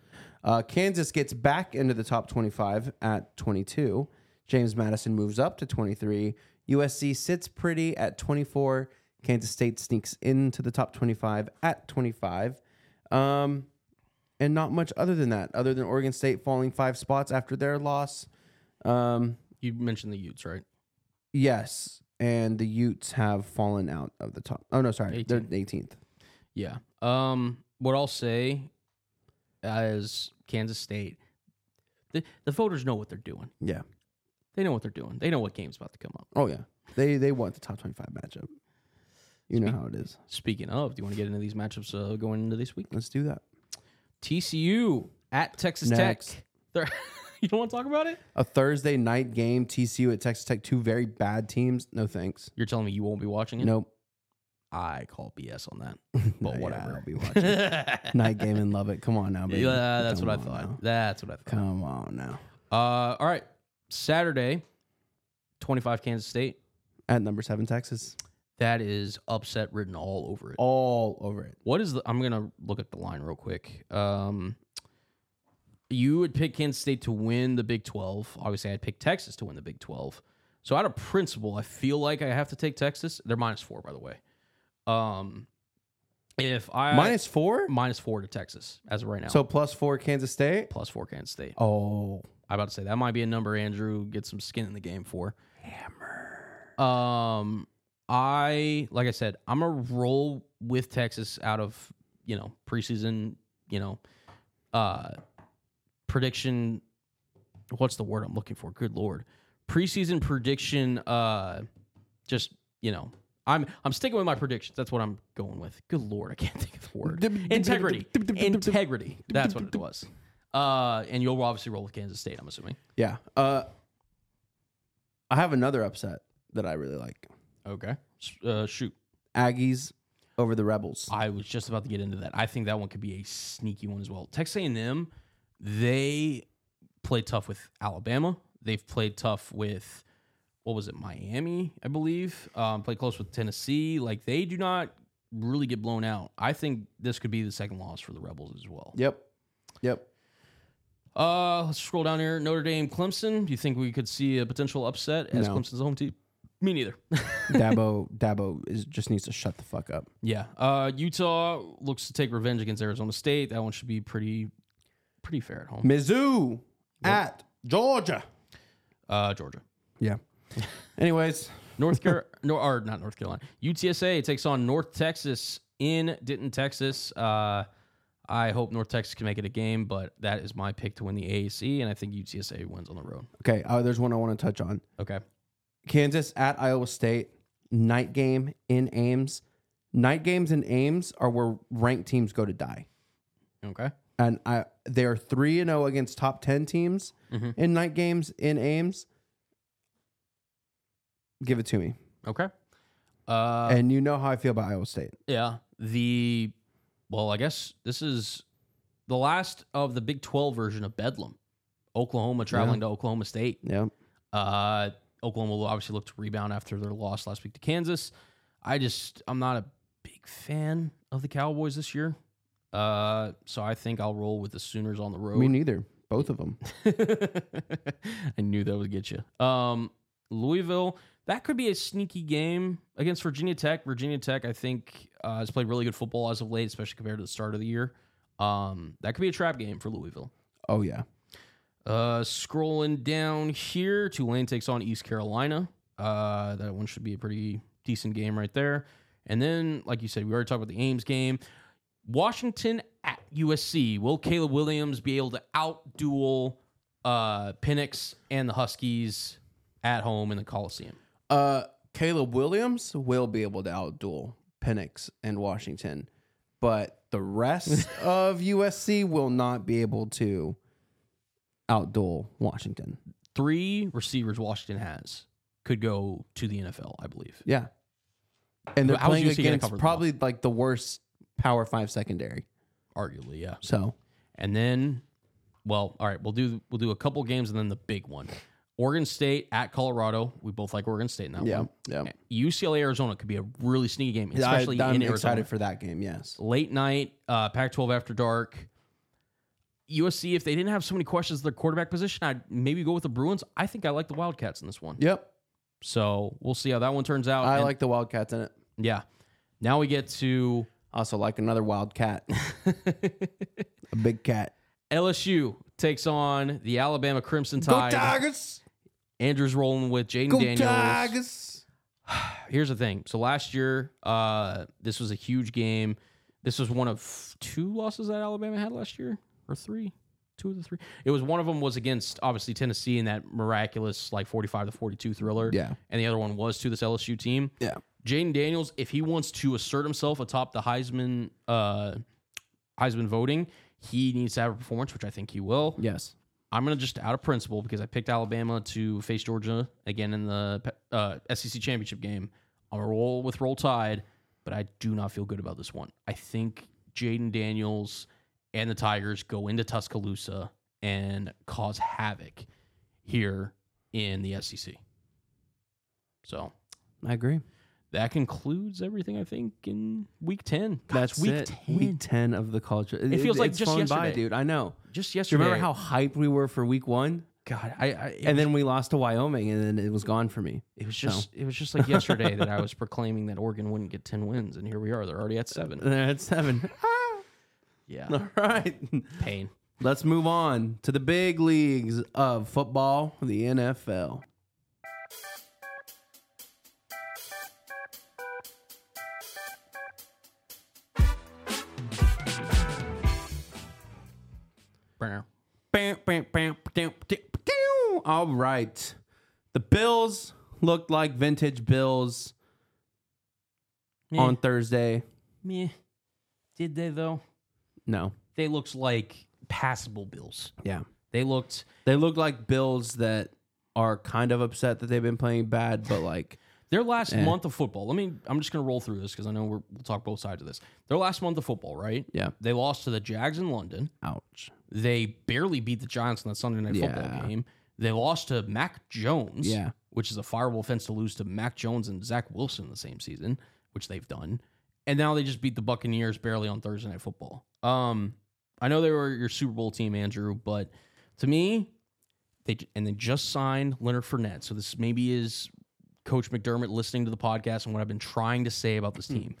[SPEAKER 1] Uh, Kansas gets back into the top 25 at 22. James Madison moves up to 23. USC sits pretty at 24. Kansas State sneaks into the top 25 at 25. Um, and not much other than that, other than Oregon State falling five spots after their loss. Um,
[SPEAKER 2] You mentioned the Utes, right?
[SPEAKER 1] yes. And the Utes have fallen out of the top. Oh, no, sorry. They're 18th.
[SPEAKER 2] Yeah. Um, what I'll say is Kansas State. The, the voters know what they're doing.
[SPEAKER 1] Yeah.
[SPEAKER 2] They know what they're doing. They know what game's about to come up.
[SPEAKER 1] Oh, yeah. They they want the top 25 matchup. You know how it is.
[SPEAKER 2] Speaking of, do you want to get into these matchups uh, going into this week?
[SPEAKER 1] Let's do that.
[SPEAKER 2] TCU at Texas
[SPEAKER 1] Next.
[SPEAKER 2] Tech. They're- you don't want to talk about it?
[SPEAKER 1] A Thursday night game, TCU at Texas Tech, two very bad teams. No thanks.
[SPEAKER 2] You're telling me you won't be watching it?
[SPEAKER 1] Nope.
[SPEAKER 2] I call BS on that.
[SPEAKER 1] No,
[SPEAKER 2] But
[SPEAKER 1] yeah,
[SPEAKER 2] whatever.
[SPEAKER 1] I'll be watching. night game and love it. Come on now, baby.
[SPEAKER 2] Yeah, that's
[SPEAKER 1] Come
[SPEAKER 2] what I
[SPEAKER 1] on
[SPEAKER 2] thought.
[SPEAKER 1] now.
[SPEAKER 2] That's what I thought.
[SPEAKER 1] Come on now.
[SPEAKER 2] Uh, all right. Saturday, 25 Kansas State.
[SPEAKER 1] At number seven, Texas.
[SPEAKER 2] That is upset written all over it.
[SPEAKER 1] All over it.
[SPEAKER 2] What is the? I'm gonna look at the line real quick. Um, you would pick Kansas State to win the Big 12. Obviously, I'd pick Texas to win the Big 12. So out of principle, I feel like I have to take Texas. They're minus four, by the way. Um, if I
[SPEAKER 1] Minus four?
[SPEAKER 2] minus four to Texas as of right now,
[SPEAKER 1] So plus four, Kansas State.
[SPEAKER 2] plus four Kansas State.
[SPEAKER 1] Oh.
[SPEAKER 2] I about to say that might be a number Andrew gets some skin in the game for. Hammer. Um, I like I said, I'm a roll with Texas out of you know preseason. You know, uh, prediction. What's the word I'm looking for? Good lord, preseason prediction. Uh, just you know. I'm, I'm sticking with my predictions. That's what I'm going with. Good lord, I can't think of the word. Integrity. Integrity. That's what it was. Uh, and you'll obviously roll with Kansas State, I'm assuming.
[SPEAKER 1] Yeah. Uh, I have another upset that I really like.
[SPEAKER 2] Okay. Uh, shoot.
[SPEAKER 1] Aggies over the Rebels.
[SPEAKER 2] I was just about to get into that. I think that one could be a sneaky one as well. Texas A&M, they played tough with Alabama. They've played tough with what was it, Miami, I believe. Um, played close with Tennessee. Like they do not really get blown out. I think this could be the second loss for the Rebels as well.
[SPEAKER 1] Yep. Yep.
[SPEAKER 2] Uh, let's scroll down here. Notre Dame, Clemson. Do you think we could see a potential upset as
[SPEAKER 1] No.
[SPEAKER 2] Clemson's home team? Me neither.
[SPEAKER 1] Dabo Dabo is just needs to shut the fuck up.
[SPEAKER 2] yeah. Uh, Utah looks to take revenge against Arizona State. That one should be pretty, pretty fair at home.
[SPEAKER 1] Mizzou at Georgia.
[SPEAKER 2] Uh, Georgia,
[SPEAKER 1] Yeah. Anyways,
[SPEAKER 2] North Carolina, no, or not North Carolina. UTSA takes on North Texas in Denton, Texas. Uh, I hope North Texas can make it a game, but that is my pick to win the AAC, and I think UTSA wins on the road.
[SPEAKER 1] okay, uh, there's one I want to touch on.
[SPEAKER 2] Okay.
[SPEAKER 1] Kansas at Iowa State, night game in Ames. Night games in Ames are where ranked teams go to die.
[SPEAKER 2] Okay.
[SPEAKER 1] And I they are 3 and 0 against top 10 teams in night games in Ames. Give it to me.
[SPEAKER 2] Okay. Uh,
[SPEAKER 1] and you know how I feel about Iowa State.
[SPEAKER 2] Yeah. The well, I guess this is the last of the Big 12 version of Bedlam. Oklahoma traveling to Oklahoma State.
[SPEAKER 1] Yeah.
[SPEAKER 2] Uh, Oklahoma will obviously look to rebound after their loss last week to Kansas. I just I'm not a big fan of the Cowboys this year. Uh, so I think I'll roll with the Sooners on the road.
[SPEAKER 1] Me neither. Both of them.
[SPEAKER 2] I knew that would get you. Um, Louisville, that could be a sneaky game against Virginia Tech. Virginia Tech, I think, uh, has played really good football as of late, especially compared to the start of the year. Um, that could be a trap game for Louisville.
[SPEAKER 1] Oh yeah.
[SPEAKER 2] Uh, scrolling down here, Tulane takes on East Carolina. Uh, that one should be a pretty decent game right there. And then, like you said, we already talked about the Ames game. Washington at USC. Will Caleb Williams be able to outduel uh, Pennix and the Huskies at home in the Coliseum?
[SPEAKER 1] Uh, Caleb Williams will be able to outduel Pennix and Washington, but the rest of USC will not be able to outduel Washington.
[SPEAKER 2] Three receivers Washington has could go to the NFL, I believe.
[SPEAKER 1] Yeah, and they're
[SPEAKER 2] How's
[SPEAKER 1] playing
[SPEAKER 2] USC gonna
[SPEAKER 1] against
[SPEAKER 2] cover the
[SPEAKER 1] probably like the worst Power Five secondary.
[SPEAKER 2] Arguably, yeah.
[SPEAKER 1] So
[SPEAKER 2] And then, well, all right, we'll do we'll do a couple games and then the big one. Oregon State at Colorado. We both like Oregon State in that
[SPEAKER 1] yeah,
[SPEAKER 2] one.
[SPEAKER 1] yeah.
[SPEAKER 2] UCLA Arizona could be a really sneaky game,
[SPEAKER 1] Yeah, I, am
[SPEAKER 2] Eh, especially in
[SPEAKER 1] excited
[SPEAKER 2] Arizona.
[SPEAKER 1] for that game. Yes,
[SPEAKER 2] Late night, uh, Pac-12 after dark. USC, if they didn't have so many questions at their quarterback position, I'd maybe go with the Bruins. I think I like the Wildcats in this one.
[SPEAKER 1] Yep.
[SPEAKER 2] So we'll see how that one turns out.
[SPEAKER 1] I
[SPEAKER 2] And-
[SPEAKER 1] like the Wildcats in it.
[SPEAKER 2] Yeah. Now we get to
[SPEAKER 1] Also like another Wildcat, a big cat.
[SPEAKER 2] LSU takes on the Alabama Crimson
[SPEAKER 1] Go
[SPEAKER 2] Tide.
[SPEAKER 1] Tigers!
[SPEAKER 2] Andrew's rolling with Jaden
[SPEAKER 1] Go
[SPEAKER 2] Daniels.
[SPEAKER 1] Tigers!
[SPEAKER 2] Here's the thing. So last year, uh, this was a huge game. This was one of two losses that Alabama had last year, or three, two of the three. It was one of them was against obviously Tennessee in that miraculous like forty-five to forty-two thriller.
[SPEAKER 1] Yeah.
[SPEAKER 2] and the other one was to this LSU team.
[SPEAKER 1] Yeah.
[SPEAKER 2] Jaden Daniels, if he wants to assert himself atop the Heisman uh, Heisman voting, he needs to have a performance, which I think he will.
[SPEAKER 1] Yes.
[SPEAKER 2] I'm gonna just out of principle because I picked Alabama to face Georgia again in the uh, SEC championship game. I'm gonna roll with roll tide, but I do not feel good about this one. I think Jaden Daniels and the Tigers go into Tuscaloosa and cause havoc here in the SEC. So
[SPEAKER 1] I agree.
[SPEAKER 2] that concludes everything I think in Week Ten. God, it's
[SPEAKER 1] That's
[SPEAKER 2] Week
[SPEAKER 1] it.
[SPEAKER 2] Ten.
[SPEAKER 1] Week 10 of the college. It,
[SPEAKER 2] feels like
[SPEAKER 1] it's
[SPEAKER 2] just
[SPEAKER 1] flown by,
[SPEAKER 2] yesterday.
[SPEAKER 1] dude. I know.
[SPEAKER 2] Just
[SPEAKER 1] Do you
[SPEAKER 2] yesterday.
[SPEAKER 1] remember how hyped we were for week one?
[SPEAKER 2] God? I, I it
[SPEAKER 1] And then we lost to Wyoming, and then it was gone for me.
[SPEAKER 2] It was just it was just like yesterday that I was proclaiming that Oregon wouldn't get ten wins, and here we are. They're already at seven.
[SPEAKER 1] They're at seven.
[SPEAKER 2] Yeah,
[SPEAKER 1] All right.
[SPEAKER 2] pain.
[SPEAKER 1] Let's move on to the big leagues of football, the NFL.
[SPEAKER 2] Brenner.
[SPEAKER 1] All right. The Bills looked like vintage Bills
[SPEAKER 2] Meh,
[SPEAKER 1] on Thursday.
[SPEAKER 2] meh. Did they though?
[SPEAKER 1] No.
[SPEAKER 2] They looked like passable Bills.
[SPEAKER 1] Yeah.
[SPEAKER 2] They looked
[SPEAKER 1] They look like Bills that are kind of upset that they've been playing bad, but like,
[SPEAKER 2] their last month of football. Let me. I'm just gonna roll through this because I know we're, we'll talk both sides of this. Their last month of football, right?
[SPEAKER 1] yeah.
[SPEAKER 2] They lost to the Jags in London.
[SPEAKER 1] Ouch.
[SPEAKER 2] They barely beat the Giants in that Sunday night
[SPEAKER 1] Yeah.
[SPEAKER 2] football game. They lost to Mac Jones.
[SPEAKER 1] Yeah.
[SPEAKER 2] which is a fireable offense to lose to Mac Jones and Zach Wilson in the same season, which they've done. And now they just beat the Buccaneers barely on Thursday Night Football. Um, I know they were your Super Bowl team, Andrew, but to me, they and they just signed Leonard Fournette. So this maybe is Coach McDermott listening to the podcast and what I've been trying to say about this team.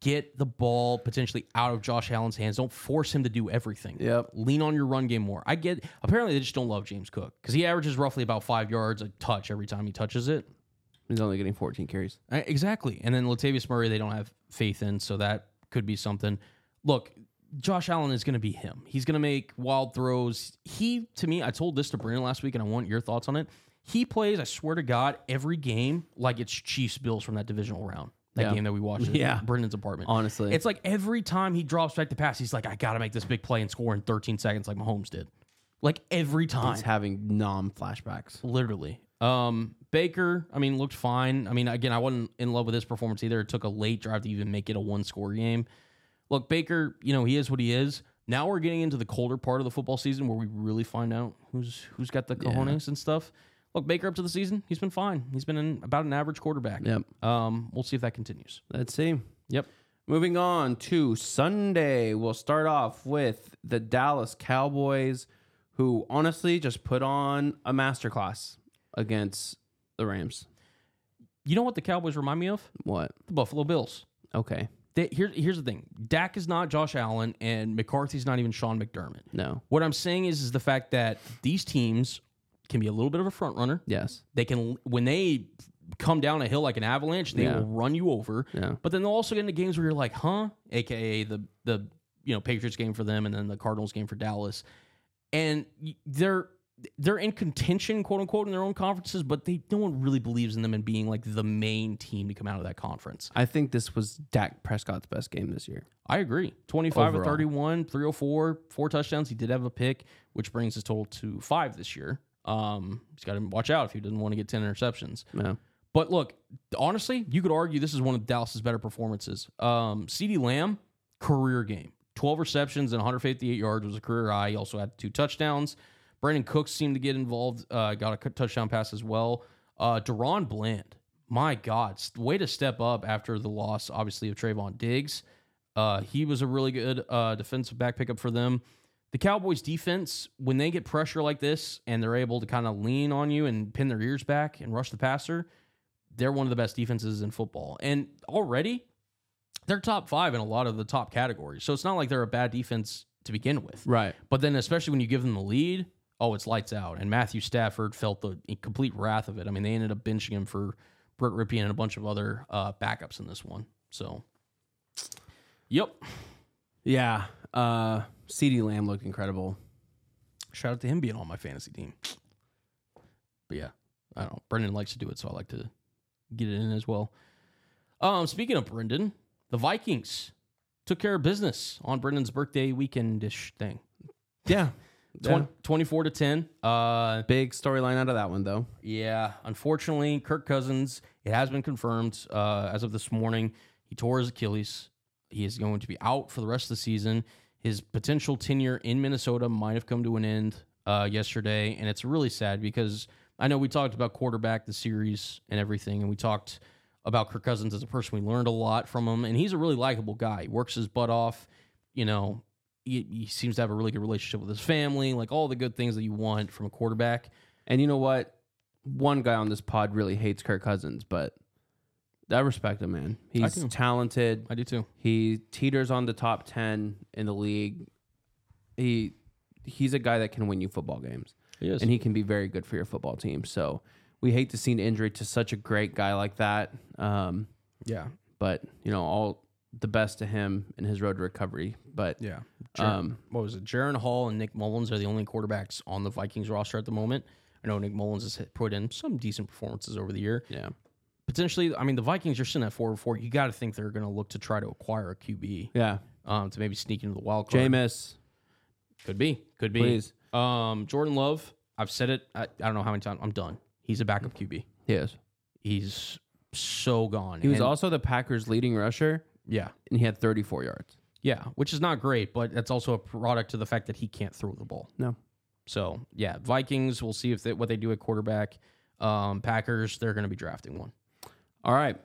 [SPEAKER 2] Get the ball potentially out of Josh Allen's hands. Don't force him to do everything.
[SPEAKER 1] Yep.
[SPEAKER 2] Lean on your run game more. I get apparently they just don't love James Cook because he averages roughly about five yards a touch every time he touches it.
[SPEAKER 1] He's only getting 14 carries.
[SPEAKER 2] Uh, Exactly. And then Latavius Murray, they don't have faith in, so that could be something. Look, Josh Allen is going to be him. He's going to make wild throws. He, to me, I told this to Brandon last week, and I want your thoughts on it. He plays, I swear to God, every game like it's Chiefs Bills from that divisional round. That
[SPEAKER 1] Yeah.
[SPEAKER 2] game that we watched at
[SPEAKER 1] Yeah.
[SPEAKER 2] Brendan's apartment.
[SPEAKER 1] Honestly.
[SPEAKER 2] It's like every time he drops back to pass, he's like, I got to make this big play and score in 13 seconds like Mahomes did. Like every time
[SPEAKER 1] He's having nom flashbacks.
[SPEAKER 2] literally. Um, Baker, I mean, looked fine. I mean, again, I wasn't in love with this performance either. It took a late drive to even make it a one score game. Look, Baker, you know, he is what he is. Now we're getting into the colder part of the football season where we really find out who's who's got the cojones and stuff. Look, Baker up to the season, he's been fine. He's been an, about an average quarterback.
[SPEAKER 1] Yep.
[SPEAKER 2] Um, we'll see if that continues.
[SPEAKER 1] Let's see.
[SPEAKER 2] Yep.
[SPEAKER 1] Moving on to Sunday, we'll start off with the Dallas Cowboys, who honestly just put on a masterclass against the Rams.
[SPEAKER 2] You know what the Cowboys remind me of?
[SPEAKER 1] What?
[SPEAKER 2] The Buffalo Bills.
[SPEAKER 1] Okay.
[SPEAKER 2] They, here, here's the thing: Dak is not Josh Allen, and McCarthy's not even Sean McDermott.
[SPEAKER 1] No.
[SPEAKER 2] What I'm saying is, is the fact that these teams can be a little bit of a front runner.
[SPEAKER 1] Yes.
[SPEAKER 2] They can when they come down a hill like an avalanche, they
[SPEAKER 1] Yeah.
[SPEAKER 2] will run you over.
[SPEAKER 1] Yeah.
[SPEAKER 2] But then they'll also get into games where you're like, huh? AKA the the you know Patriots game for them, and then the Cardinals game for Dallas, and y- they're they're in contention, quote unquote, in their own conferences, but they no one really believes in them and being like the main team to come out of that conference.
[SPEAKER 1] I think this was Dak Prescott's best game this year.
[SPEAKER 2] I agree. 25 or
[SPEAKER 1] Overall.
[SPEAKER 2] 31, 304, four touchdowns. He did have a pick, which brings his total to five this year. Um, he's got to watch out if he doesn't want to get 10 interceptions.
[SPEAKER 1] No.
[SPEAKER 2] But look, honestly, you could argue this is one of Dallas's better performances. Um, CeeDee Lamb, career game. 12 receptions and 158 yards was a career high. He also had two touchdowns. Brandon Cooks seemed to get involved, uh, got a cu- touchdown pass as well. Uh, Deron Bland, my God, s- way to step up after the loss, obviously, of Trayvon Diggs. Uh, he was a really good uh, defensive back pickup for them. the Cowboys defense, when they get pressure like this and they're able to kind of lean on you and pin their ears back and rush the passer, they're one of the best defenses in football. And already they're top five in a lot of the top categories. So it's not like they're a bad defense to begin with.
[SPEAKER 1] Right.
[SPEAKER 2] But then, especially when you give them the lead, oh, it's lights out. And Matthew Stafford felt the complete wrath of it. I mean, they ended up benching him for Brett Ripien and a bunch of other uh, backups in this one. So, yep.
[SPEAKER 1] Yeah. Uh, CD Lamb looked incredible.
[SPEAKER 2] Shout out to him being on my fantasy team. But yeah, I don't know. Brendan likes to do it, so I like to get it in as well. Um, speaking of Brendan, the Vikings took care of business on Brendan's birthday weekendish thing.
[SPEAKER 1] Yeah.
[SPEAKER 2] Twen- 24 to 10. Uh,
[SPEAKER 1] Big storyline out of that one, though.
[SPEAKER 2] yeah, unfortunately, Kirk Cousins, it has been confirmed uh, as of this morning, he tore his Achilles. He is going to be out for the rest of the season. His potential tenure in Minnesota might have come to an end uh, yesterday, and it's really sad because I know we talked about quarterback, the series, and everything, and we talked about Kirk Cousins as a person. We learned a lot from him, and he's a really likable guy. He works his butt off. You know, he, he seems to have a really good relationship with his family, like all the good things that you want from a quarterback.
[SPEAKER 1] And you know what? One guy on this pod really hates Kirk Cousins, but I respect him, man. He's
[SPEAKER 2] do.
[SPEAKER 1] talented.
[SPEAKER 2] I do too.
[SPEAKER 1] He teeters on the top ten in the league. He he's a guy that can win you football games,
[SPEAKER 2] He is.
[SPEAKER 1] and he can be very good for your football team. So we hate to see an injury to such a great guy like that. Um,
[SPEAKER 2] yeah.
[SPEAKER 1] but you know, all the best to him in his road to recovery. But
[SPEAKER 2] Yeah.
[SPEAKER 1] Um,
[SPEAKER 2] what was it? Jaron Hall and Nick Mullins are the only quarterbacks on the Vikings roster at the moment. I know Nick Mullins has hit- put in some decent performances over the year.
[SPEAKER 1] yeah,
[SPEAKER 2] Potentially, I mean, the Vikings are sitting at four and four. You got to think they're going to look to try to acquire a QB
[SPEAKER 1] yeah.
[SPEAKER 2] um, to maybe sneak into the wild card.
[SPEAKER 1] Jameis,
[SPEAKER 2] Could be. Could be.
[SPEAKER 1] please.
[SPEAKER 2] Um, Jordan Love, I've said it. I, I don't know how many times. I'm done. He's a backup QB.
[SPEAKER 1] Yes,
[SPEAKER 2] He's so gone.
[SPEAKER 1] he was
[SPEAKER 2] And-
[SPEAKER 1] also the Packers' leading rusher,
[SPEAKER 2] Yeah.
[SPEAKER 1] and he had 34 yards.
[SPEAKER 2] Yeah. Which is not great, but that's also a product of the fact that he can't throw the ball.
[SPEAKER 1] No,
[SPEAKER 2] So yeah, Vikings. We'll see if they, what they do at quarterback. Um, Packers. They're going to be drafting one.
[SPEAKER 1] All right.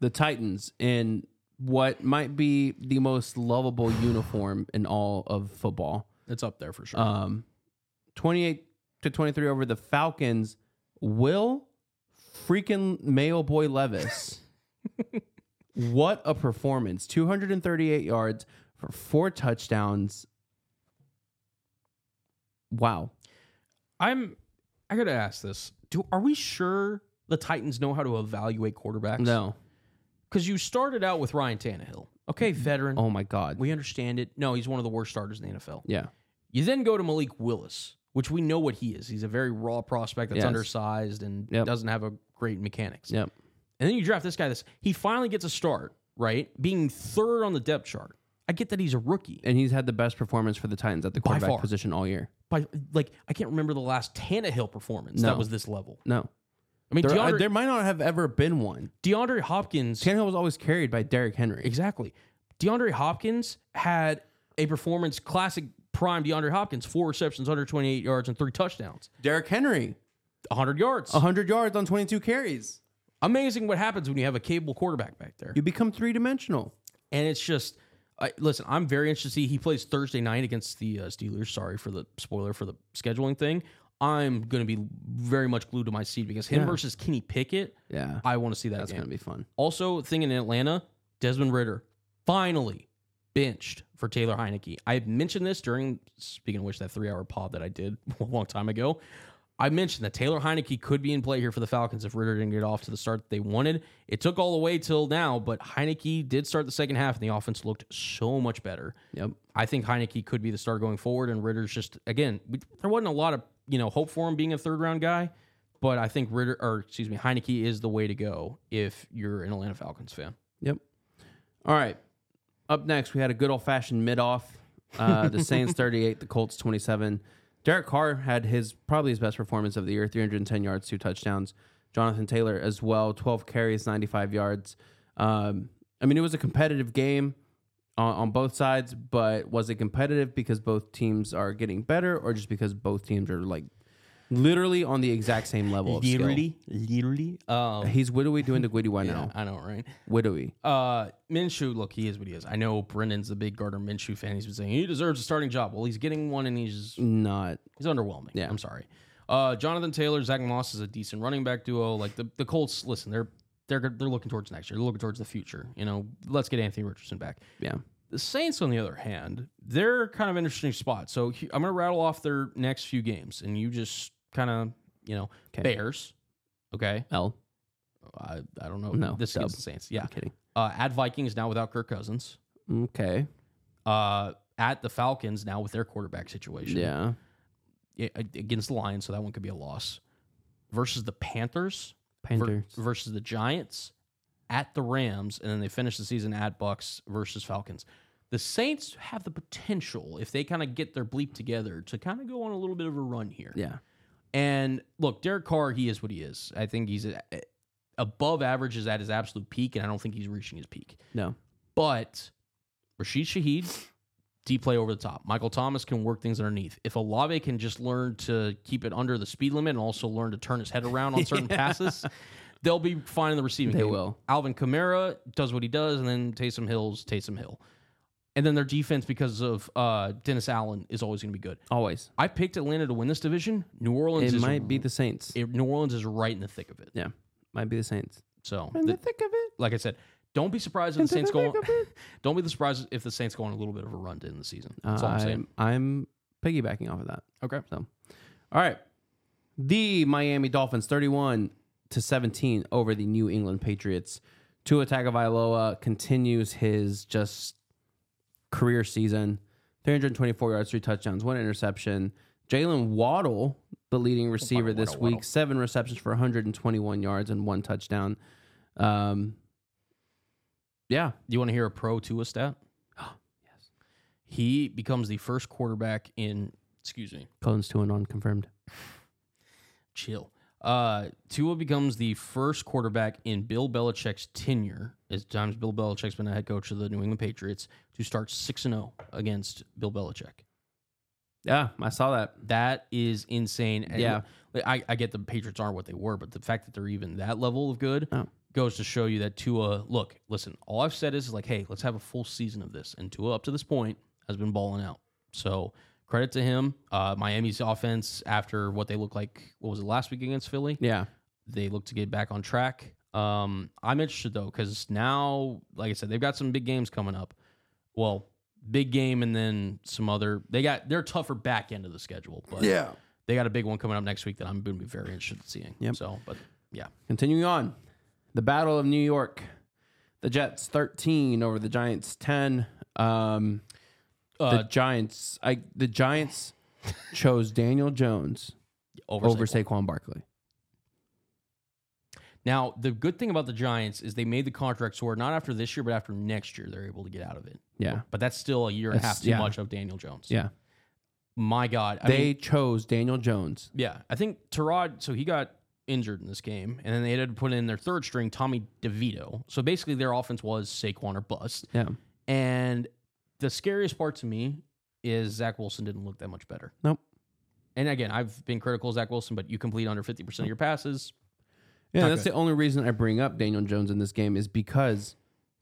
[SPEAKER 1] The Titans in what might be the most lovable uniform in all of football.
[SPEAKER 2] It's up there for sure.
[SPEAKER 1] Um 28 to 23 over the Falcons. Will freaking Mayo Boy Levis. what a performance. 238 yards for four touchdowns. Wow.
[SPEAKER 2] I'm. I got to ask this. Do are we sure the Titans know how to evaluate quarterbacks?
[SPEAKER 1] No.
[SPEAKER 2] because you started out with Ryan Tannehill. Okay, veteran.
[SPEAKER 1] Oh my god.
[SPEAKER 2] We understand it. No, he's one of the worst starters in the NFL.
[SPEAKER 1] Yeah.
[SPEAKER 2] You then go to Malik Willis, which we know what he is. He's a very raw prospect that's
[SPEAKER 1] Yes.
[SPEAKER 2] undersized and
[SPEAKER 1] Yep.
[SPEAKER 2] doesn't have a great mechanics.
[SPEAKER 1] Yep.
[SPEAKER 2] And then you draft this guy. This he finally gets a start, right? Being third on the depth chart. I get that he's a rookie.
[SPEAKER 1] And he's had the best performance for the Titans at the
[SPEAKER 2] far.
[SPEAKER 1] quarterback position all year.
[SPEAKER 2] By like, I can't remember the last Tannehill performance that
[SPEAKER 1] No.
[SPEAKER 2] was this level.
[SPEAKER 1] No.
[SPEAKER 2] I mean,
[SPEAKER 1] There,
[SPEAKER 2] DeAndre,
[SPEAKER 1] there might not have ever been one.
[SPEAKER 2] DeAndre Hopkins.
[SPEAKER 1] Tannehill was always carried by Derrick Henry.
[SPEAKER 2] exactly. DeAndre Hopkins had a performance classic prime DeAndre Hopkins, four receptions, 128 yards, and three touchdowns,
[SPEAKER 1] Derrick Henry,
[SPEAKER 2] 100 yards.
[SPEAKER 1] 100 yards on 22 carries.
[SPEAKER 2] Amazing what happens when you have a capable quarterback back there.
[SPEAKER 1] You become three dimensional.
[SPEAKER 2] And it's just, I, listen, I'm very interested to see. He plays Thursday night against the uh, Steelers. Sorry for the spoiler for the scheduling thing. I'm going to be very much glued to my seat because him versus Kenny Pickett,
[SPEAKER 1] Yeah.
[SPEAKER 2] I want to see that
[SPEAKER 1] That's
[SPEAKER 2] game.
[SPEAKER 1] going to be fun.
[SPEAKER 2] Also, thing in Atlanta, Desmond Ritter finally benched for Taylor Heineke. I mentioned this during, speaking of which, that three hour pod that I did a long time ago. I mentioned that Taylor Heineke could be in play here for the Falcons if Ritter didn't get off to the start that they wanted. It took all the way till now, but Heineke did start the second half, and the offense looked so much better.
[SPEAKER 1] Yep.
[SPEAKER 2] I think Heineke could be the star going forward, and Ritter's just again we, there wasn't a lot of you know hope for him being a third round guy, but I think Ritter or excuse me Heineke is the way to go if you're an Atlanta Falcons fan.
[SPEAKER 1] Yep. All right. Up next, we had a good old fashioned mid off. Uh, the Saints 38, the Colts 27. Derek Carr had his probably his best performance of the year 310 yards, two touchdowns. Jonathan Taylor as well, 12 carries, 95 yards. Um, I mean, it was a competitive game on, on both sides, but was it competitive because both teams are getting better or just because both teams are like literally on the exact same level of skill.
[SPEAKER 2] Literally, literally. Um,
[SPEAKER 1] He's what are we doing to Guidi right now?
[SPEAKER 2] I know, right?
[SPEAKER 1] What are we?
[SPEAKER 2] Uh, Minshew, look, he is what he is. I know Brendan's the big Gardner Minshew fan. He's been saying he deserves a starting job. Well, he's getting one, and he's
[SPEAKER 1] Not
[SPEAKER 2] he's underwhelming. Yeah, I'm sorry. Uh, Jonathan Taylor, Zach Moss is a decent running back duo. Like the, the Colts, listen, they're they're they're looking towards next year. They're looking towards the future. You know, let's get Anthony Richardson back.
[SPEAKER 1] yeah.
[SPEAKER 2] The Saints, on the other hand, they're kind of interesting spot. So he- I'm going to rattle off their next few games, and you just kind of you know Bears, okay.
[SPEAKER 1] L.
[SPEAKER 2] I, I don't know.
[SPEAKER 1] No,
[SPEAKER 2] this
[SPEAKER 1] dub.
[SPEAKER 2] against the Saints. Yeah,
[SPEAKER 1] I'm kidding.
[SPEAKER 2] uh, at Vikings now without Kirk Cousins.
[SPEAKER 1] Okay.
[SPEAKER 2] Uh, at the Falcons now with their quarterback situation.
[SPEAKER 1] Yeah.
[SPEAKER 2] Yeah, a- against the Lions, so that one could be a loss. Versus the Panthers. ver-
[SPEAKER 1] Panthers.
[SPEAKER 2] versus the Giants. At the Rams, and then they finish the season at Bucks versus Falcons. The Saints have the potential, if they kind of get their bleep together, to kind of go on a little bit of a run here.
[SPEAKER 1] Yeah.
[SPEAKER 2] And look, Derek Carr, he is what he is. I think he's a, above average is at his absolute peak, and I don't think he's reaching his peak.
[SPEAKER 1] No.
[SPEAKER 2] But Rashid Shaheed, deep play over the top. Michael Thomas can work things underneath. If Olave can just learn to keep it under the speed limit and also learn to turn his head around on certain passes, they'll be fine in the receiving
[SPEAKER 1] They
[SPEAKER 2] game.
[SPEAKER 1] will.
[SPEAKER 2] Alvin Kamara does what he does, and then Taysom Hill's Taysom Hill. And then their defense, because of uh, Dennis Allen, is always going to be good.
[SPEAKER 1] Always.
[SPEAKER 2] I picked Atlanta to win this division. New Orleans
[SPEAKER 1] It
[SPEAKER 2] is
[SPEAKER 1] might be the Saints.
[SPEAKER 2] it- New Orleans is right in the thick of it.
[SPEAKER 1] yeah. Might be the Saints.
[SPEAKER 2] So,
[SPEAKER 1] In the
[SPEAKER 2] th-
[SPEAKER 1] thick of it.
[SPEAKER 2] like I said, don't be surprised if the Saints go.
[SPEAKER 1] Into the
[SPEAKER 2] On,
[SPEAKER 1] thick of
[SPEAKER 2] don't be surprised if the Saints go on a little bit of a run to end the season. That's all I'm saying.
[SPEAKER 1] I'm, I'm piggybacking off of that.
[SPEAKER 2] Okay.
[SPEAKER 1] So, all right. The Miami Dolphins 31 to 17 over the New England Patriots. Tua Tagovailoa continues his just career season. 324 yards, three touchdowns, one interception. Jalen Waddle, the leading receiver
[SPEAKER 2] Waddle,
[SPEAKER 1] this
[SPEAKER 2] Waddle,
[SPEAKER 1] week,
[SPEAKER 2] Waddle.
[SPEAKER 1] seven receptions for 121 yards and one touchdown. Um, yeah,
[SPEAKER 2] You want to hear a pro Tua stat?
[SPEAKER 1] Yes.
[SPEAKER 2] He becomes the first quarterback in. Excuse me.
[SPEAKER 1] Colin's two and on confirmed.
[SPEAKER 2] Chill. Uh, Tua becomes the first quarterback in Bill Belichick's tenure, as times Bill Belichick's been a head coach of the New England Patriots, to start six and zero against Bill Belichick.
[SPEAKER 1] Yeah, I saw that.
[SPEAKER 2] That is insane. And
[SPEAKER 1] Yeah.
[SPEAKER 2] I, I get the Patriots aren't what they were, but the fact that they're even that level of good
[SPEAKER 1] Oh.
[SPEAKER 2] goes to show you that Tua. Look, listen. All I've said is like, hey, let's have a full season of this, and Tua up to this point has been balling out. So credit to him. Uh, Miami's offense after what they looked like. What was it last week against Philly?
[SPEAKER 1] Yeah.
[SPEAKER 2] They look to get back on track. Um, I'm interested though because now, like I said, they've got some big games coming up. Well, big game and then some other. They got their tougher back end of the schedule, but yeah, they got a big one coming up next week that I'm going to be very interested in seeing.
[SPEAKER 1] Yep.
[SPEAKER 2] So, but yeah,
[SPEAKER 1] Continuing on, the Battle of New York. The Jets 13 over the Giants 10. Um, the
[SPEAKER 2] uh,
[SPEAKER 1] Giants, I the Giants chose Daniel Jones
[SPEAKER 2] over,
[SPEAKER 1] over
[SPEAKER 2] Saquon.
[SPEAKER 1] Saquon Barkley.
[SPEAKER 2] Now, the good thing about the Giants is they made the contract where not after this year, but after next year, they're able to get out of it.
[SPEAKER 1] Yeah,
[SPEAKER 2] But that's still a year and a
[SPEAKER 1] That's-
[SPEAKER 2] half too
[SPEAKER 1] yeah.
[SPEAKER 2] much of Daniel Jones.
[SPEAKER 1] yeah.
[SPEAKER 2] My God, I
[SPEAKER 1] they
[SPEAKER 2] mean,
[SPEAKER 1] chose Daniel Jones.
[SPEAKER 2] Yeah, I think Tarod. So he got injured in this game, and then they had to put in their third string, Tommy DeVito. So basically, their offense was Saquon or bust.
[SPEAKER 1] Yeah,
[SPEAKER 2] And the scariest part to me is Zach Wilson didn't look that much better.
[SPEAKER 1] Nope.
[SPEAKER 2] And again, I've been critical of Zach Wilson, but you complete under fifty percent of your passes.
[SPEAKER 1] yeah.
[SPEAKER 2] Not
[SPEAKER 1] that's
[SPEAKER 2] good.
[SPEAKER 1] the only reason I bring up Daniel Jones in this game is because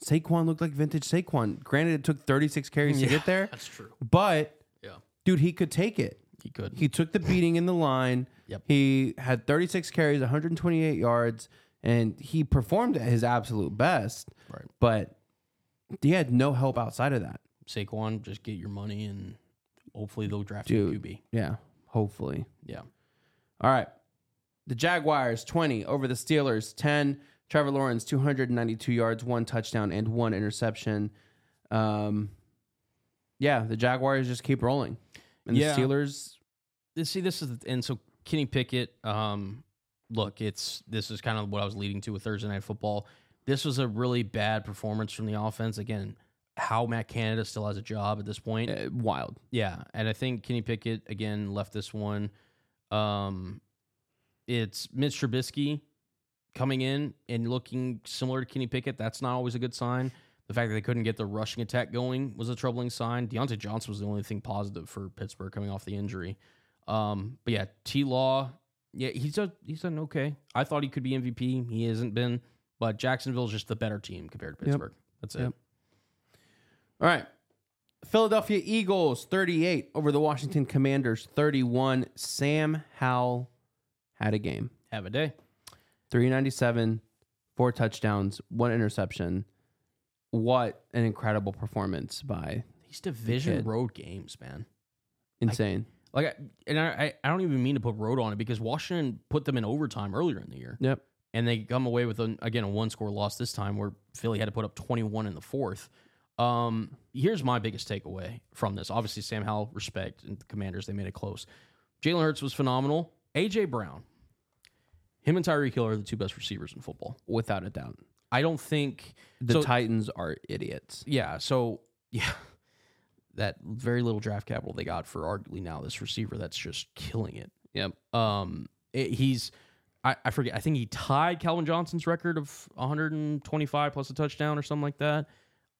[SPEAKER 1] Saquon looked like vintage Saquon. Granted, it took 36 carries to get there,
[SPEAKER 2] That's true.
[SPEAKER 1] but
[SPEAKER 2] Yeah.
[SPEAKER 1] dude, he could take it.
[SPEAKER 2] He could.
[SPEAKER 1] He took the beating in the line.
[SPEAKER 2] Yep.
[SPEAKER 1] He had 36 carries, 128 yards, and he performed at his absolute best.
[SPEAKER 2] Right.
[SPEAKER 1] But he had no help outside of that.
[SPEAKER 2] Saquon, just get your money, and hopefully they'll draft you a
[SPEAKER 1] Dude.
[SPEAKER 2] QB.
[SPEAKER 1] Yeah. Hopefully.
[SPEAKER 2] Yeah.
[SPEAKER 1] All right. The Jaguars 20 over the Steelers 10. Trevor Lawrence 292 yards, one touchdown, and one interception. Um, yeah, the Jaguars just keep rolling, and the
[SPEAKER 2] Yeah.
[SPEAKER 1] Steelers.
[SPEAKER 2] this- see this is the, and so Kenny Pickett um look it's this is kind of what I was leading to with Thursday night football this was a really bad performance from the offense again how Matt Canada still has a job at this point
[SPEAKER 1] Uh, wild.
[SPEAKER 2] yeah and I think Kenny Pickett again left this one um it's Mitch Trubisky coming in and looking similar to Kenny Pickett that's not always a good sign the fact that they couldn't get the rushing attack going was a troubling sign. Deontay Johnson was the only thing positive for Pittsburgh coming off the injury. Um, but yeah, T Law Yeah, he's done, he's done okay. I thought he could be MVP. He hasn't been, but Jacksonville's just the better team compared to
[SPEAKER 1] Yep.
[SPEAKER 2] Pittsburgh. That's it.
[SPEAKER 1] Yep. All right. Philadelphia Eagles 38 over the Washington Commanders 31. Sam Howell had a game.
[SPEAKER 2] Have a day.
[SPEAKER 1] 397, four touchdowns, one interception. What an incredible performance by
[SPEAKER 2] These division
[SPEAKER 1] Kid.
[SPEAKER 2] road games, man.
[SPEAKER 1] insane.
[SPEAKER 2] Like, I, and I, I- I don't even mean to put road on it because Washington put them in overtime earlier in the year,
[SPEAKER 1] yep.
[SPEAKER 2] and they come away with an, again a one score loss this time, where Philly had to put up twenty one in the fourth. Um, here's my biggest takeaway from this. Obviously, Sam Howell, respect and the Commanders, they made it close. Jalen Hurts was phenomenal. AJ Brown, him and Tyreek Hill are the two best receivers in football.
[SPEAKER 1] Without a doubt.
[SPEAKER 2] I don't think
[SPEAKER 1] The
[SPEAKER 2] so-
[SPEAKER 1] Titans are idiots.
[SPEAKER 2] yeah, so yeah, that very little draft capital they got for arguably now this receiver that's just killing it.
[SPEAKER 1] Yep.
[SPEAKER 2] Um, it- he's I, I forget. I think he tied Calvin Johnson's record of 125 plus a touchdown or something like that.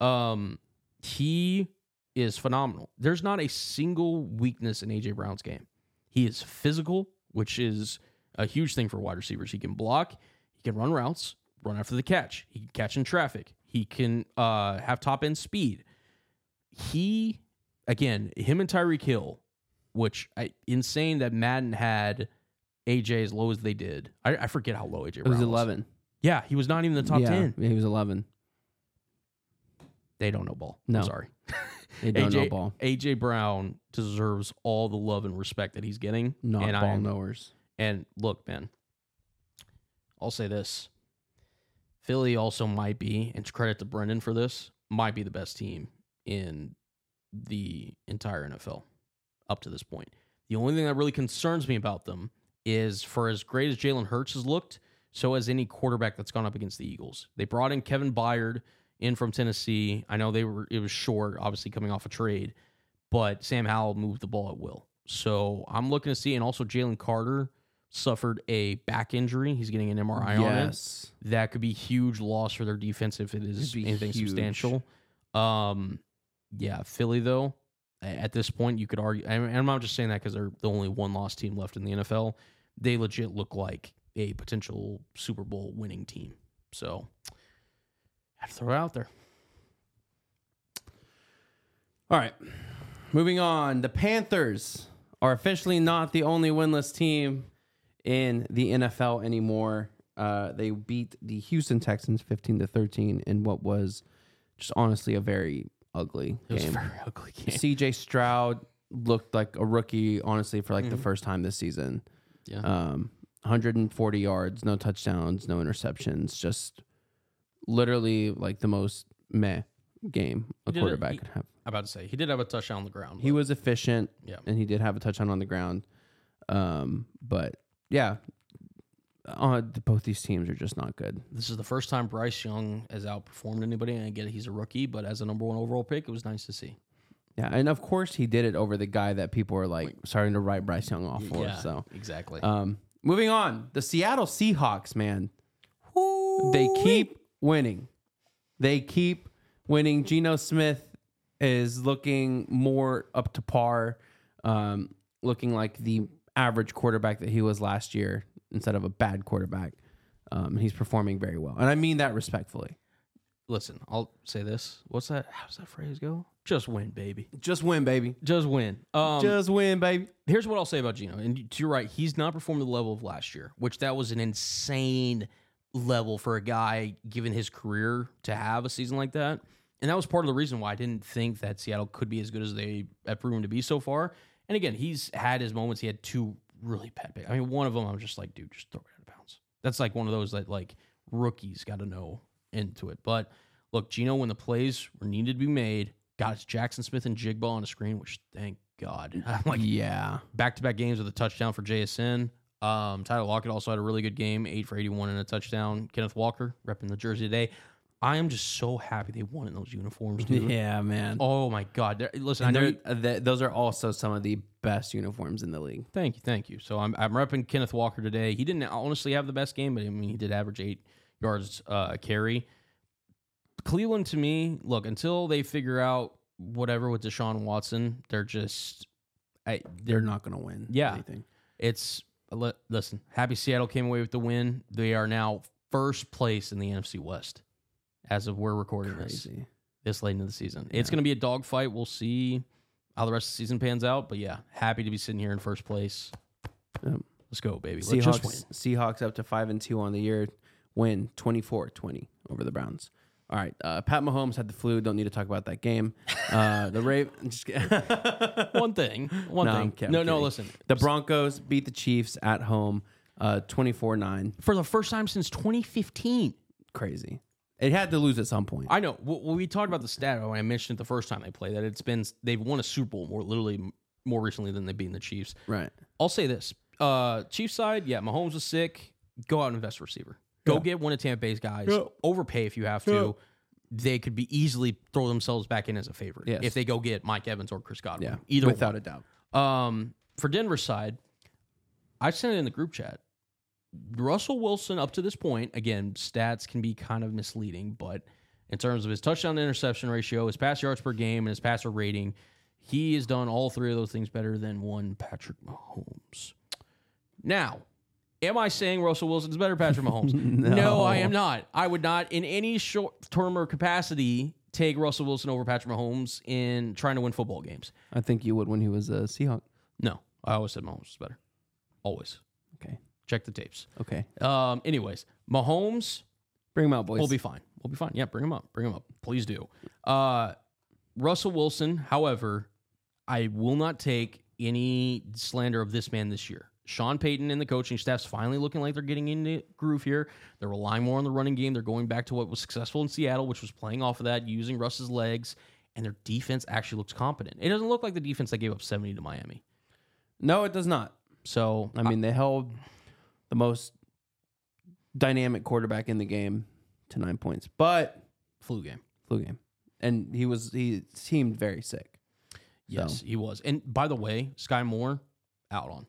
[SPEAKER 2] Um, he is phenomenal. There's not a single weakness in AJ Brown's game. He is physical, which is a huge thing for wide receivers. He can block, he can run routes, run after the catch, he can catch in traffic, he can uh, have top end speed. He, again, him and Tyreek Hill, which I, insane that Madden had AJ as low as they did. I, I forget how low AJ
[SPEAKER 1] It was
[SPEAKER 2] Brown
[SPEAKER 1] 11.
[SPEAKER 2] Yeah, he was not even in the top
[SPEAKER 1] yeah,
[SPEAKER 2] 10.
[SPEAKER 1] He was 11.
[SPEAKER 2] They don't know ball.
[SPEAKER 1] No.
[SPEAKER 2] I'm sorry.
[SPEAKER 1] They don't
[SPEAKER 2] AJ,
[SPEAKER 1] know ball.
[SPEAKER 2] AJ Brown deserves all the love and respect that he's getting.
[SPEAKER 1] Not
[SPEAKER 2] and
[SPEAKER 1] ball
[SPEAKER 2] I'm-
[SPEAKER 1] knowers.
[SPEAKER 2] And look, man, I'll say this: Philly also might be, and credit to Brendan for this, might be the best team in the entire NFL up to this point. The only thing that really concerns me about them is, for as great as Jalen Hurts has looked, so has any quarterback that's gone up against the Eagles. They brought in Kevin Byard in from Tennessee. I know they were it was short, obviously coming off a trade, but Sam Howell moved the ball at will. So I'm looking to see, and also Jalen Carter suffered a back injury. He's getting an MRI on it
[SPEAKER 1] Yes.
[SPEAKER 2] that could be huge loss for their defense if it is
[SPEAKER 1] It'd be
[SPEAKER 2] anything
[SPEAKER 1] huge.
[SPEAKER 2] substantial. Um, yeah, Philly though. a- At this point, you could argue, and and I'm not just saying that because they're the only one-loss team left in the NFL. They legit look like a potential Super Bowl winning team. So, I have to throw it out there.
[SPEAKER 1] All right. Moving on. The Panthers are officially not the only winless team in the NFL anymore. Uh, they beat the Houston Texans 15 to 13 in what was just honestly a very ugly
[SPEAKER 2] It was a
[SPEAKER 1] game.
[SPEAKER 2] very ugly game.
[SPEAKER 1] CJ Stroud looked like a rookie, honestly, for like the first time this season.
[SPEAKER 2] Mm-hmm. Yeah.
[SPEAKER 1] Um, 140 yards, no touchdowns, no interceptions, just literally like the most meh game a
[SPEAKER 2] did it-
[SPEAKER 1] quarterback
[SPEAKER 2] he-
[SPEAKER 1] could have.
[SPEAKER 2] I'm about to say he did have a touchdown on the ground.
[SPEAKER 1] He
[SPEAKER 2] but-
[SPEAKER 1] was efficient.
[SPEAKER 2] Yeah.
[SPEAKER 1] And he did have a touchdown on the ground. Um, but yeah, uh, th- both these teams are just not good.
[SPEAKER 2] this is the first time Bryce Young has outperformed anybody, and I get it, he's a rookie, but as a number one overall pick, it was nice to see.
[SPEAKER 1] Yeah. And of course, he did it over the guy that people are like starting to write Bryce Young off for. So,
[SPEAKER 2] exactly.
[SPEAKER 1] um, moving on, the Seattle Seahawks, man. They keep winning. They keep winning. Geno Smith is looking more up to par, um, looking like the average quarterback that he was last year instead of a bad quarterback. Um, he's performing very well. And I mean that respectfully.
[SPEAKER 2] listen, I'll say this. What's that? How does that phrase go? Just win, baby.
[SPEAKER 1] Just win, baby.
[SPEAKER 2] Just win. Um,
[SPEAKER 1] Just win, baby.
[SPEAKER 2] here's what I'll say about Gino. And you're right, he's not performed to the level of last year, which that was an insane level for a guy given his career to have a season like that. And that was part of the reason why I didn't think that Seattle could be as good as they have proven to be so far. And again, he's had his moments. He had two really bad picks. I mean, one of them I was just like, dude, just throw it out of bounds. That's like one of those that like rookies got to know into it. But look, Gino, when the plays were needed to be made, got his Jackson Smith and Jigba on the screen, which thank God. I'm like,
[SPEAKER 1] yeah.
[SPEAKER 2] back to back games with a touchdown for JSN. Um, Tyler Lockett also had a really good game, eight for 81 and a touchdown. Kenneth Walker repping the jersey today. I am just so happy they won in those uniforms, dude.
[SPEAKER 1] Yeah, man.
[SPEAKER 2] Oh my God. They're- listen,
[SPEAKER 1] And
[SPEAKER 2] I know.
[SPEAKER 1] they're,
[SPEAKER 2] You,
[SPEAKER 1] th- those are also some of the best uniforms in the league.
[SPEAKER 2] thank you, thank you. So I'm, I'm repping Kenneth Walker today. He didn't honestly have the best game, but I mean, he did average eight yards uh, carry. Cleveland to me, look, until they figure out whatever with Deshaun Watson, they're just I,
[SPEAKER 1] They're not going to win
[SPEAKER 2] Yeah.
[SPEAKER 1] anything.
[SPEAKER 2] it's li- listen, happy Seattle came away with the win. They are now first place in the NFC West as of we're recording this
[SPEAKER 1] Crazy.
[SPEAKER 2] this late into the season. It's going to be a dogfight. We'll see how the rest of the season pans out. But yeah, happy to be sitting here in first place.
[SPEAKER 1] Yep.
[SPEAKER 2] Let's go, baby. Let's just win.
[SPEAKER 1] Seahawks, Seahawks up to five and two on the year, win 24-20 over the Browns. All right, uh, Pat Mahomes had the flu. Don't need to talk about that game. Uh, the Ravens,
[SPEAKER 2] One thing. One
[SPEAKER 1] No,
[SPEAKER 2] thing.
[SPEAKER 1] I'm kid- I'm
[SPEAKER 2] no, no,
[SPEAKER 1] kidding.
[SPEAKER 2] listen.
[SPEAKER 1] the Broncos beat the Chiefs at home, twenty four nine.
[SPEAKER 2] For the first time since 2015.
[SPEAKER 1] Crazy. It had to lose at some point.
[SPEAKER 2] I know. Well, we talked about the stat when I mentioned it the first time they played that it's been they've won a Super Bowl more literally m- more recently than they've beaten the Chiefs.
[SPEAKER 1] Right.
[SPEAKER 2] I'll say this: uh, Chiefs side, yeah, Mahomes was sick. Go out and invest a receiver. Go get one of Tampa Bay's guys.
[SPEAKER 1] Yeah.
[SPEAKER 2] Overpay if you have to. They could be easily throw themselves back in as a favorite
[SPEAKER 1] Yes.
[SPEAKER 2] if they go get Mike Evans or Chris Godwin.
[SPEAKER 1] Yeah.
[SPEAKER 2] either one.
[SPEAKER 1] without a doubt.
[SPEAKER 2] Um, for Denver's side, I sent it in the group chat. Russell Wilson, up to this point, again, stats can be kind of misleading, but in terms of his touchdown to interception ratio, his pass yards per game, and his passer rating, he has done all three of those things better than one Patrick Mahomes. Now, am I saying Russell Wilson is better than Patrick Mahomes? no. I am not. I would not, in any short term or capacity, take Russell Wilson over Patrick Mahomes in trying to win football games.
[SPEAKER 1] I think you would when he was a Seahawk.
[SPEAKER 2] No, I always said Mahomes is better. Always
[SPEAKER 1] Okay.
[SPEAKER 2] check the tapes.
[SPEAKER 1] Okay.
[SPEAKER 2] Um, anyways, Mahomes
[SPEAKER 1] Bring him out, boys.
[SPEAKER 2] will be fine. We'll be fine. Yeah, bring him up. Bring him up. Please do. Uh, Russell Wilson, however, I will not take any slander of this man this year. Sean Payton and the coaching staff's finally looking like they're getting in the groove here. They're relying more on the running game. They're going back to what was successful in Seattle, which was playing off of that, using Russ's legs, and their defense actually looks competent. It doesn't look like the defense that gave up 70 to Miami.
[SPEAKER 1] no, it does not.
[SPEAKER 2] So
[SPEAKER 1] I mean, they held the most dynamic quarterback in the game to nine points, but
[SPEAKER 2] flu game.
[SPEAKER 1] flu game, and he was he seemed very sick.
[SPEAKER 2] Yes, he was. And by the way, Sky Moore out on.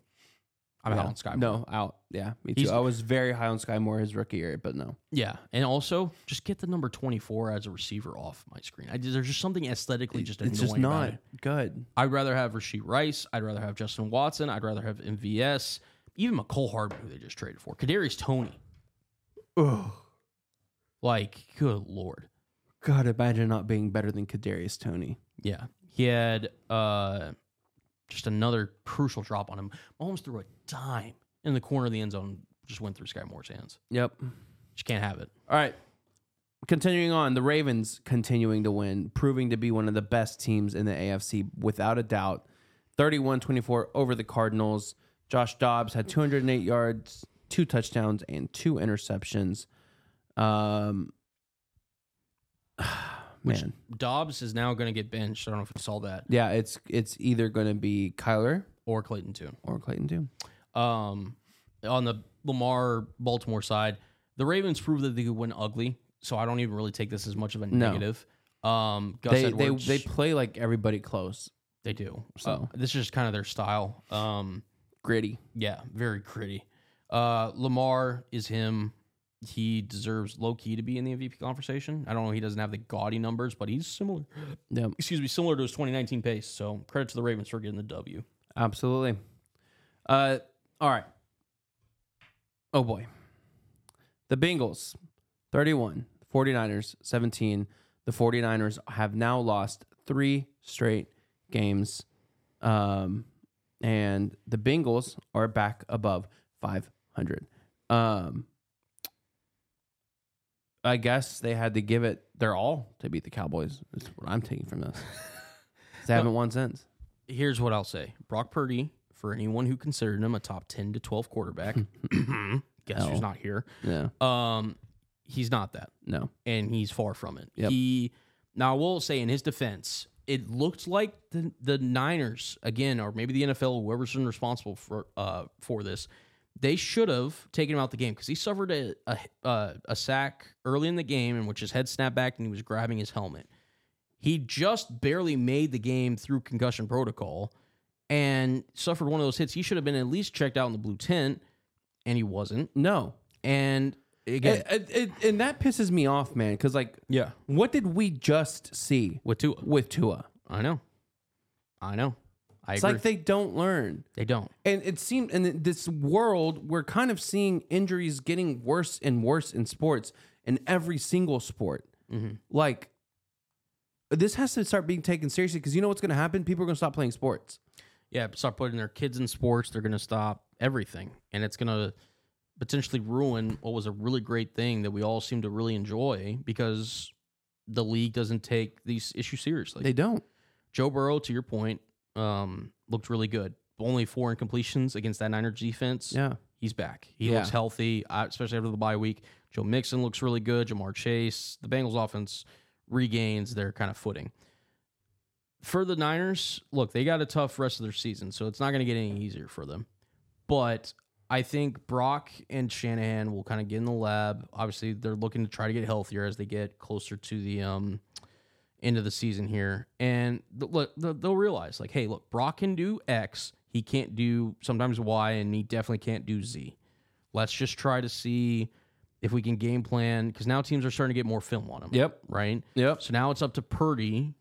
[SPEAKER 2] I'm out
[SPEAKER 1] Yeah.
[SPEAKER 2] on Sky. Moore.
[SPEAKER 1] No, out. Yeah, me too.
[SPEAKER 2] He's-
[SPEAKER 1] I was very high on Sky Moore his rookie year, but no.
[SPEAKER 2] Yeah, and also just get the number 24 as a receiver off my screen. I, there's just something aesthetically just annoying
[SPEAKER 1] It's just
[SPEAKER 2] about
[SPEAKER 1] not
[SPEAKER 2] it.
[SPEAKER 1] good.
[SPEAKER 2] I'd rather have Rasheed Rice. I'd rather have Justin Watson. I'd rather have MVS. Even McCole Hardman, who they just traded for. Kadarius Tony.
[SPEAKER 1] Ugh.
[SPEAKER 2] Like, good lord.
[SPEAKER 1] God, imagine not being better than Kadarius Tony.
[SPEAKER 2] Yeah, he had uh, just another crucial drop on him. Mahomes threw a dime in the corner of the end zone. Just went through Sky Moore's hands.
[SPEAKER 1] Yep.
[SPEAKER 2] Just can't have it.
[SPEAKER 1] All right. Continuing on, the Ravens continuing to win, proving to be one of the best teams in the AFC without a doubt. 31 24 over the Cardinals. Josh Dobbs had 208 yards, two touchdowns, and two interceptions. Um, man.
[SPEAKER 2] Dobbs is now going to get benched. I don't know if you saw that
[SPEAKER 1] Yeah, it's it's either going to be Kyler
[SPEAKER 2] or Clayton Toon.
[SPEAKER 1] or Clayton Doom.
[SPEAKER 2] Um, on the Lamar Baltimore side, the Ravens proved that they could win ugly. So I don't even really take this as much of a negative. Um, Gus
[SPEAKER 1] They, they
[SPEAKER 2] Edwards,
[SPEAKER 1] they Oh. play like everybody close,
[SPEAKER 2] they do. So this is just kind of their style. Um,
[SPEAKER 1] gritty.
[SPEAKER 2] yeah, very gritty. Uh, Lamar is him. He deserves low key to be in the MVP conversation. I don't know. He doesn't have the gaudy numbers, but he's similar.
[SPEAKER 1] Yep.
[SPEAKER 2] Excuse me, similar to his 2019 pace. So credit to the Ravens for getting the W.
[SPEAKER 1] Absolutely. Uh, all right. Oh boy. The Bengals 31, 49ers 17. The 49ers have now lost 3 straight games. Um and the Bengals are back above 500. Um I guess they had to give it their all to beat the Cowboys. Is what I'm taking from this. they haven't won since.
[SPEAKER 2] here's what I'll say. Brock Purdy, for anyone who considered him a top 10 to 12 quarterback, guess
[SPEAKER 1] No.
[SPEAKER 2] who's not here?
[SPEAKER 1] No,
[SPEAKER 2] Um, he's not that,
[SPEAKER 1] no.
[SPEAKER 2] and he's far from it.
[SPEAKER 1] Yep.
[SPEAKER 2] He now I will say in his defense, it looked like the the Niners again, or maybe the NFL, whoever's been responsible for uh for this, they should have taken him out the game because he suffered a a, uh, a sack early in the game in which his head snapped back and he was grabbing his helmet. He just barely made the game through concussion protocol and suffered one of those hits. He should have been at least checked out in the blue tent, and he wasn't.
[SPEAKER 1] No.
[SPEAKER 2] And again,
[SPEAKER 1] It, it, it- and that pisses me off, man. Because like,
[SPEAKER 2] yeah,
[SPEAKER 1] what did we just see
[SPEAKER 2] with two
[SPEAKER 1] with Tua?
[SPEAKER 2] I know. I know. I
[SPEAKER 1] It's
[SPEAKER 2] agree.
[SPEAKER 1] like they don't learn.
[SPEAKER 2] they don't.
[SPEAKER 1] And it seemed in this world, we're kind of seeing injuries getting worse and worse in sports, in every single sport.
[SPEAKER 2] Mm-hmm.
[SPEAKER 1] Like, this has to start being taken seriously because you know what's going to happen? People are going to stop playing sports.
[SPEAKER 2] Yeah, start putting their kids in sports. They're going to stop everything, and it's going to potentially ruin what was a really great thing that we all seem to really enjoy because the league doesn't take these issues seriously.
[SPEAKER 1] They don't.
[SPEAKER 2] Joe Burrow, to your point, um, looked really good. Only four incompletions against that Niners defense.
[SPEAKER 1] Yeah.
[SPEAKER 2] He's back. He
[SPEAKER 1] Yeah.
[SPEAKER 2] looks healthy, uh, especially after the bye week. Joe Mixon looks really good. Jamar Chase. The Bengals offense regains their kind of footing. For the Niners, look, they got a tough rest of their season, so it's not going to get any easier for them. But I think Brock and Shanahan will kind of get in the lab. Obviously, they're looking to try to get healthier as they get closer to the um, end of the season here, and th- look, th- they'll realize like, hey, look, Brock can do X, he can't do sometimes Y, and he definitely can't do Z. Let's just try to see if we can game plan because now teams are starting to get more film on him.
[SPEAKER 1] Yep.
[SPEAKER 2] Right.
[SPEAKER 1] Yep.
[SPEAKER 2] So now it's up to Purdy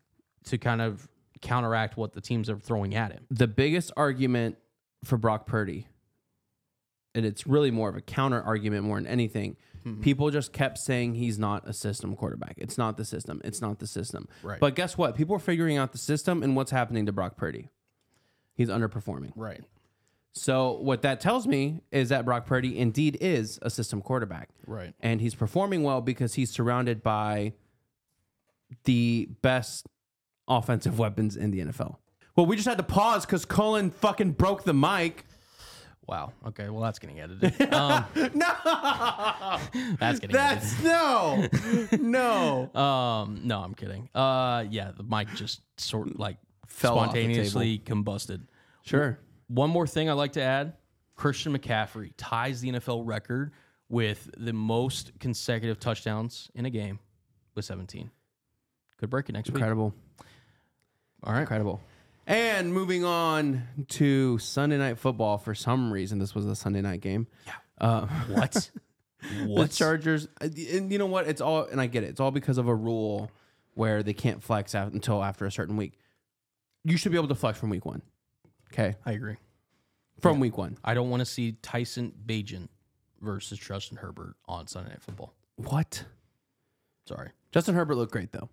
[SPEAKER 2] to kind of counteract what the teams are throwing at him.
[SPEAKER 1] the biggest argument for Brock Purdy, and it's really more of a counter argument more than anything. People just kept saying he's not a system quarterback. It's not the system. It's not the system.
[SPEAKER 2] Right.
[SPEAKER 1] But guess what? People are figuring out the system and what's happening to Brock Purdy. He's underperforming.
[SPEAKER 2] Right.
[SPEAKER 1] So what that tells me is that Brock Purdy indeed is a system quarterback.
[SPEAKER 2] Right.
[SPEAKER 1] And he's performing well because he's surrounded by the best offensive weapons in the NFL. Well, we just had to pause because Colin fucking broke the mic.
[SPEAKER 2] Wow. Okay. Well, that's getting edited. Um,
[SPEAKER 1] No,
[SPEAKER 2] that's getting edited.
[SPEAKER 1] that's no, no.
[SPEAKER 2] Um, no, I'm kidding. Uh, yeah, the mic just sort of like
[SPEAKER 1] Mm. Fell off the
[SPEAKER 2] spontaneously combusted.
[SPEAKER 1] Sure.
[SPEAKER 2] One more thing I'd like to add Christian McCaffrey ties the NFL record with the most consecutive touchdowns in a game with 17. Could break it next week.
[SPEAKER 1] Incredible.
[SPEAKER 2] All right.
[SPEAKER 1] Incredible. And moving on to Sunday night football. For some reason, this was a Sunday night game. Yeah.
[SPEAKER 2] What? what?
[SPEAKER 1] The Chargers, uh, and you know what? It's all, and I get it. It's all because of a rule where they can't flex out until after a certain week. You should be able to flex from week one. Okay,
[SPEAKER 2] I agree.
[SPEAKER 1] from week one.
[SPEAKER 2] I don't want to see Tyson Bajan versus Justin Herbert on Sunday Night Football.
[SPEAKER 1] What?
[SPEAKER 2] Sorry.
[SPEAKER 1] Justin Herbert looked great though.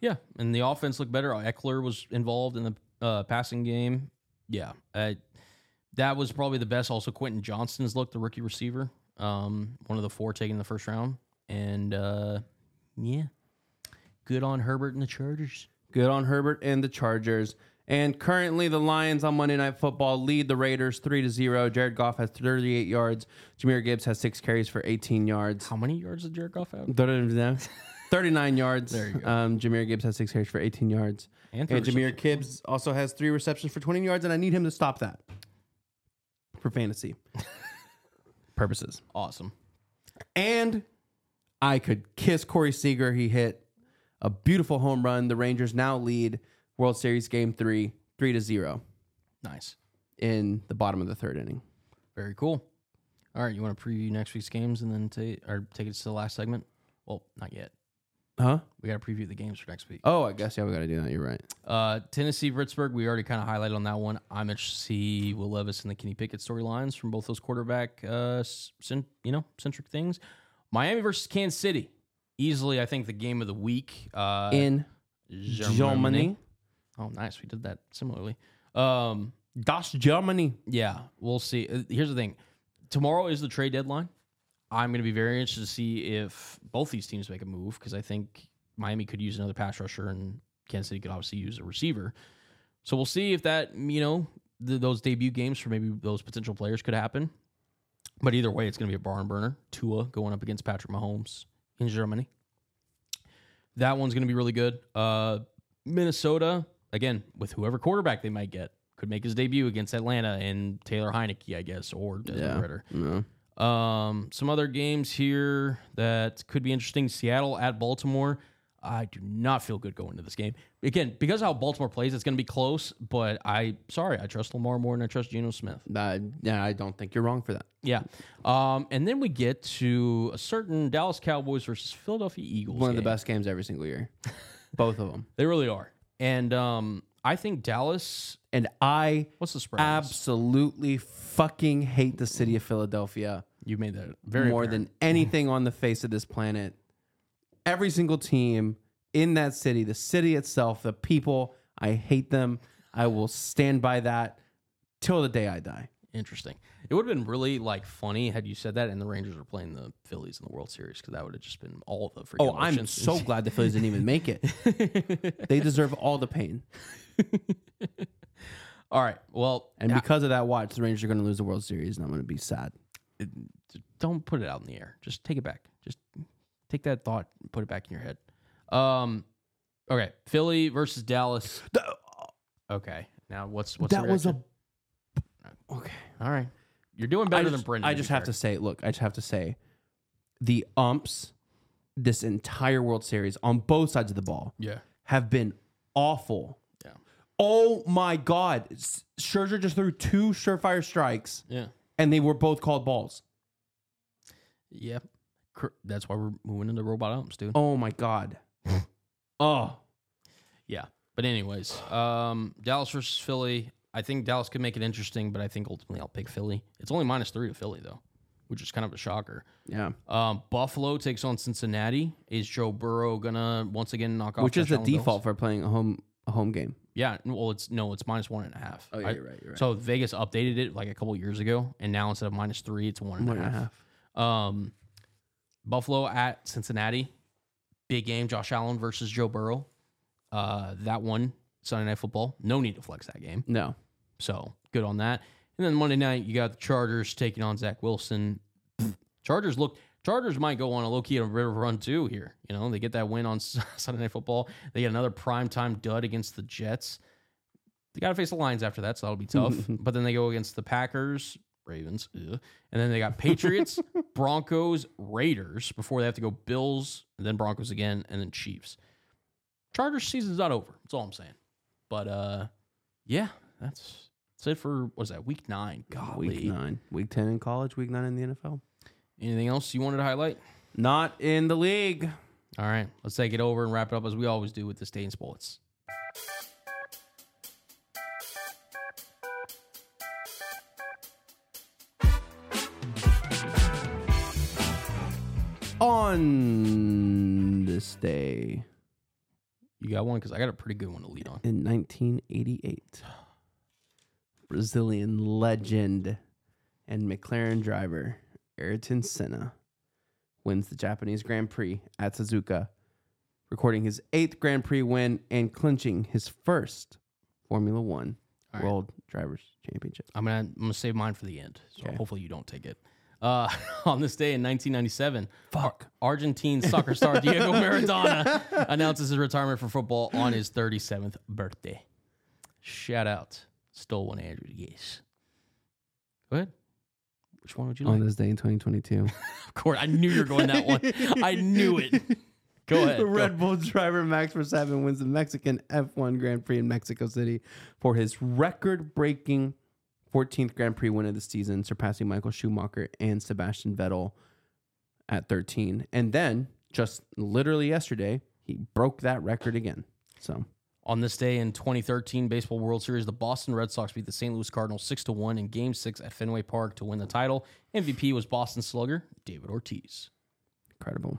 [SPEAKER 2] Yeah, and the offense looked better. Eckler was involved in the uh, passing game. Yeah, uh, that was probably the best. Also, Quentin Johnston's look, the rookie receiver, um, one of the four taken in the first round, and uh, yeah, good on Herbert and the Chargers.
[SPEAKER 1] Good on Herbert and the Chargers. And currently, the Lions on Monday Night Football lead the Raiders three to zero. Jared Goff has 38 yards. Jameer Gibbs has six carries for 18 yards.
[SPEAKER 2] How many yards did Jared Goff have?
[SPEAKER 1] 39 yards. There you go. Um, Jameer Gibbs has six carries for 18 yards.
[SPEAKER 2] And three
[SPEAKER 1] And Jameer Gibbs also has three receptions for 20 yards, and I need him to stop that for fantasy purposes.
[SPEAKER 2] Awesome.
[SPEAKER 1] And I could kiss Corey Seager. He hit a beautiful home run. The Rangers now lead World Series Game Three, three to zero
[SPEAKER 2] Nice.
[SPEAKER 1] in the bottom of the third inning.
[SPEAKER 2] Very cool. All right, you want to preview next week's games and then take or take it to the last segment? Well, not yet.
[SPEAKER 1] Huh?
[SPEAKER 2] We got to preview the games for next week.
[SPEAKER 1] Oh, I guess yeah, we got to do that. You're right.
[SPEAKER 2] Uh, Tennessee, Pittsburgh, we already kind of highlighted on that one. I'm interested to see Will Levis and the Kenny Pickett storylines from both those quarterback, uh, s- cent- you know, centric things. Miami versus Kansas City, easily, I think the game of the week. Uh,
[SPEAKER 1] In
[SPEAKER 2] Germany.
[SPEAKER 1] Germany,
[SPEAKER 2] Oh, nice, we did that similarly. Um,
[SPEAKER 1] das Germany.
[SPEAKER 2] yeah, we'll see. Uh, Here's the thing: tomorrow is the trade deadline. I'm going to be very interested to see if both these teams make a move because I think Miami could use another pass rusher and Kansas City could obviously use a receiver. So we'll see if that you know th- those debut games for maybe those potential players could happen. But either way, it's going to be a barn burner. Tua going up against Patrick Mahomes in Germany. That one's going to be really good. Uh, Minnesota, again, with whoever quarterback they might get, could make his debut against Atlanta and Taylor Heineke, I guess, or Desmond
[SPEAKER 1] Yeah.
[SPEAKER 2] Ritter.
[SPEAKER 1] No.
[SPEAKER 2] Um, some other games here that could be interesting. Seattle at Baltimore. I do not feel good going to this game. Again, because how Baltimore plays, it's going to be close, but I sorry, I trust Lamar more than I trust Geno Smith.
[SPEAKER 1] That, yeah, I don't think you're wrong for that.
[SPEAKER 2] Yeah. Um, and then we get to a certain Dallas Cowboys versus Philadelphia Eagles.
[SPEAKER 1] One of the
[SPEAKER 2] game.
[SPEAKER 1] best games every single year. Both of them.
[SPEAKER 2] They really are. And um, I think Dallas.
[SPEAKER 1] And I
[SPEAKER 2] What's the spread? on this?
[SPEAKER 1] absolutely fucking hate the city of Philadelphia
[SPEAKER 2] you made that very
[SPEAKER 1] more
[SPEAKER 2] apparent.
[SPEAKER 1] than anything on the face of this planet. Every single team in that city, the city itself, the people, I hate them. I will stand by that till the day I die.
[SPEAKER 2] interesting. It would have been really like funny had you said that, and the Rangers were playing the Phillies in the World Series because that would have just been all the freaking.
[SPEAKER 1] Oh, I'm
[SPEAKER 2] emotions.
[SPEAKER 1] so glad the Phillies didn't even make it. They deserve all the pain.
[SPEAKER 2] all right. Well,
[SPEAKER 1] And because of that watch, the Rangers are going to lose the World Series, and I'm going to be sad.
[SPEAKER 2] don't put it out in the air. Just take it back. Just take that thought, and put it back in your head. Um, okay, Philly versus Dallas. Uh, Okay, now what's what's the
[SPEAKER 1] that was a.
[SPEAKER 2] reaction?
[SPEAKER 1] Okay.
[SPEAKER 2] all right. You're doing better
[SPEAKER 1] I
[SPEAKER 2] than
[SPEAKER 1] just,
[SPEAKER 2] Brendan.
[SPEAKER 1] I just have to say, look, I just have to say, the umps this entire World Series on both sides of the ball
[SPEAKER 2] Yeah.
[SPEAKER 1] have been awful.
[SPEAKER 2] Yeah.
[SPEAKER 1] Oh my God. S- Scherzer just threw two surefire strikes,
[SPEAKER 2] Yeah.
[SPEAKER 1] and they were both called balls.
[SPEAKER 2] Yep. Cor- That's why we're moving into robot umps, dude.
[SPEAKER 1] Oh my God. oh.
[SPEAKER 2] Yeah. But anyways, um, Dallas versus Philly. I think Dallas could make it interesting, but I think ultimately I'll pick Philly. It's only minus three to Philly though, which is kind of a shocker.
[SPEAKER 1] Yeah.
[SPEAKER 2] Um, Buffalo takes on Cincinnati. Is Joe Burrow gonna once again knock off?
[SPEAKER 1] Which is the
[SPEAKER 2] Josh Allen Bills?
[SPEAKER 1] default for playing a home a home game.
[SPEAKER 2] Yeah. Well, it's no, it's minus one and a half. I-
[SPEAKER 1] right. Oh, You're
[SPEAKER 2] So Vegas updated it like a couple years ago, and now instead of minus three, it's one and a half.
[SPEAKER 1] One and a half.
[SPEAKER 2] Um, Buffalo at Cincinnati, big game. Josh Allen versus Joe Burrow. Uh, that one Sunday Night Football. No need to flex that game.
[SPEAKER 1] No.
[SPEAKER 2] So good on that. And then Monday night, you got the Chargers taking on Zach Wilson. Pfft, Chargers look. Chargers might go on a low key and a river run too here. You know, they get that win on Sunday Night Football. They get another primetime dud against the Jets. They got to face the Lions after that, so that'll be tough. but then they go against the Packers, Ravens, ugh. and then they got Patriots, Broncos, Raiders before they have to go Bills, and then Broncos again, and then Chiefs. Chargers season's not over. That's all I'm saying. But uh, yeah, that's that's it for what's that week nine? Golly,
[SPEAKER 1] Week nine. Week ten in college, week nine in the NFL.
[SPEAKER 2] anything else you wanted to highlight?
[SPEAKER 1] Not in the league.
[SPEAKER 2] All right, let's take it over and wrap it up as we always do with the Stain Sports.
[SPEAKER 1] On this day
[SPEAKER 2] You got one because I got a pretty good one to lead on.
[SPEAKER 1] in 1988, Brazilian legend and McLaren driver Ayrton Senna wins the Japanese Grand Prix at Suzuka, recording his eighth Grand Prix win and clinching his first Formula One
[SPEAKER 2] All right.
[SPEAKER 1] World Drivers Championship.
[SPEAKER 2] I'm gonna I'm gonna save mine for the end. So
[SPEAKER 1] Okay.
[SPEAKER 2] hopefully you don't take it. Uh, on this day in 1997,
[SPEAKER 1] Fuck.
[SPEAKER 2] Argentine soccer star Diego Maradona announces his retirement from football on his 37th birthday. Shout out, stole one Andrew. Yes. Go ahead. Which one would you like?
[SPEAKER 1] On this day in 2022,
[SPEAKER 2] Of course, I knew you were going that one. I knew it. Go ahead.
[SPEAKER 1] the
[SPEAKER 2] Go.
[SPEAKER 1] Red Bull driver Max Verstappen wins the Mexican F1 Grand Prix in Mexico City for his record-breaking 14th Grand Prix win of the season, surpassing Michael Schumacher and Sebastian Vettel at 13. And then, just literally yesterday, he broke that record again. So,
[SPEAKER 2] On this day in 2013 Baseball World Series, the Boston Red Sox beat the St. Louis Cardinals 6 to 1 in game 6 at Fenway Park to win the title. MVP was Boston slugger David Ortiz.
[SPEAKER 1] incredible.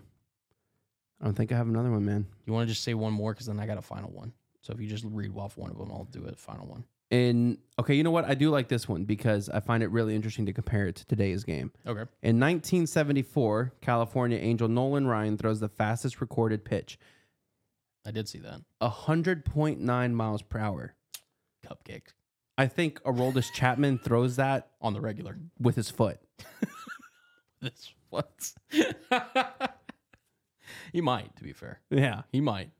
[SPEAKER 1] I don't think I have another one, man.
[SPEAKER 2] You want to just say one more cuz then I got a final one. So if you just read off one of them, I'll do a final one.
[SPEAKER 1] In okay, you know what? I do like this one because I find it really interesting to compare it to today's game.
[SPEAKER 2] Okay.
[SPEAKER 1] In 1974, California Angel Nolan Ryan throws the fastest recorded pitch,
[SPEAKER 2] I did see that.
[SPEAKER 1] 100.9 miles per hour.
[SPEAKER 2] Cupcake
[SPEAKER 1] I think Aroldis Chapman throws that
[SPEAKER 2] on the regular.
[SPEAKER 1] with his foot.
[SPEAKER 2] That's what. he might, to be fair.
[SPEAKER 1] Yeah.
[SPEAKER 2] He might.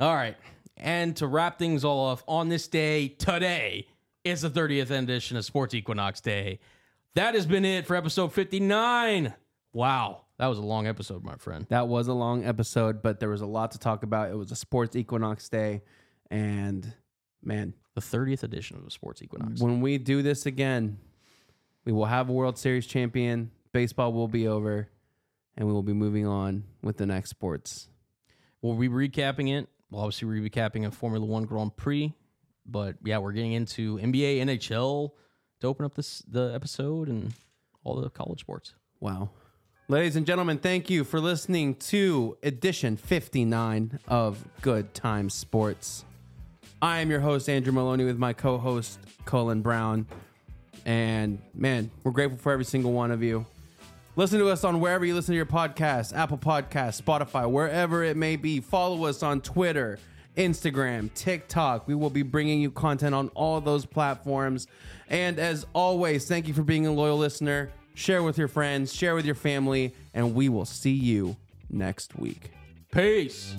[SPEAKER 2] All right. And to wrap things all off, on this day, today is the 30th edition of Sports Equinox Day. That has been it for episode 59. Wow. That was a long episode, my friend.
[SPEAKER 1] That was a long episode, but there was a lot to talk about. It was a sports equinox day. And man,
[SPEAKER 2] The 30th edition of the Sports Equinox.
[SPEAKER 1] when we do this again, we will have a World Series champion. Baseball will be over, and we will be moving on with the next sports.
[SPEAKER 2] We'll be recapping it. We'll obviously be recapping a Formula One Grand Prix. But yeah, we're getting into NBA, NHL to open up this the episode and all the college sports.
[SPEAKER 1] Wow. Ladies and gentlemen, thank you for listening to edition 59 of Good Time Sports. I am your host, Andrew Maloney, with my co host, Colin Brown. And man, we're grateful for every single one of you. Listen to us on wherever you listen to your podcast Apple Podcasts, Spotify, wherever it may be. Follow us on Twitter, Instagram, TikTok. We will be bringing you content on all those platforms. And as always, thank you for being a loyal listener. Share with your friends, share with your family, and we will see you next week.
[SPEAKER 2] Peace.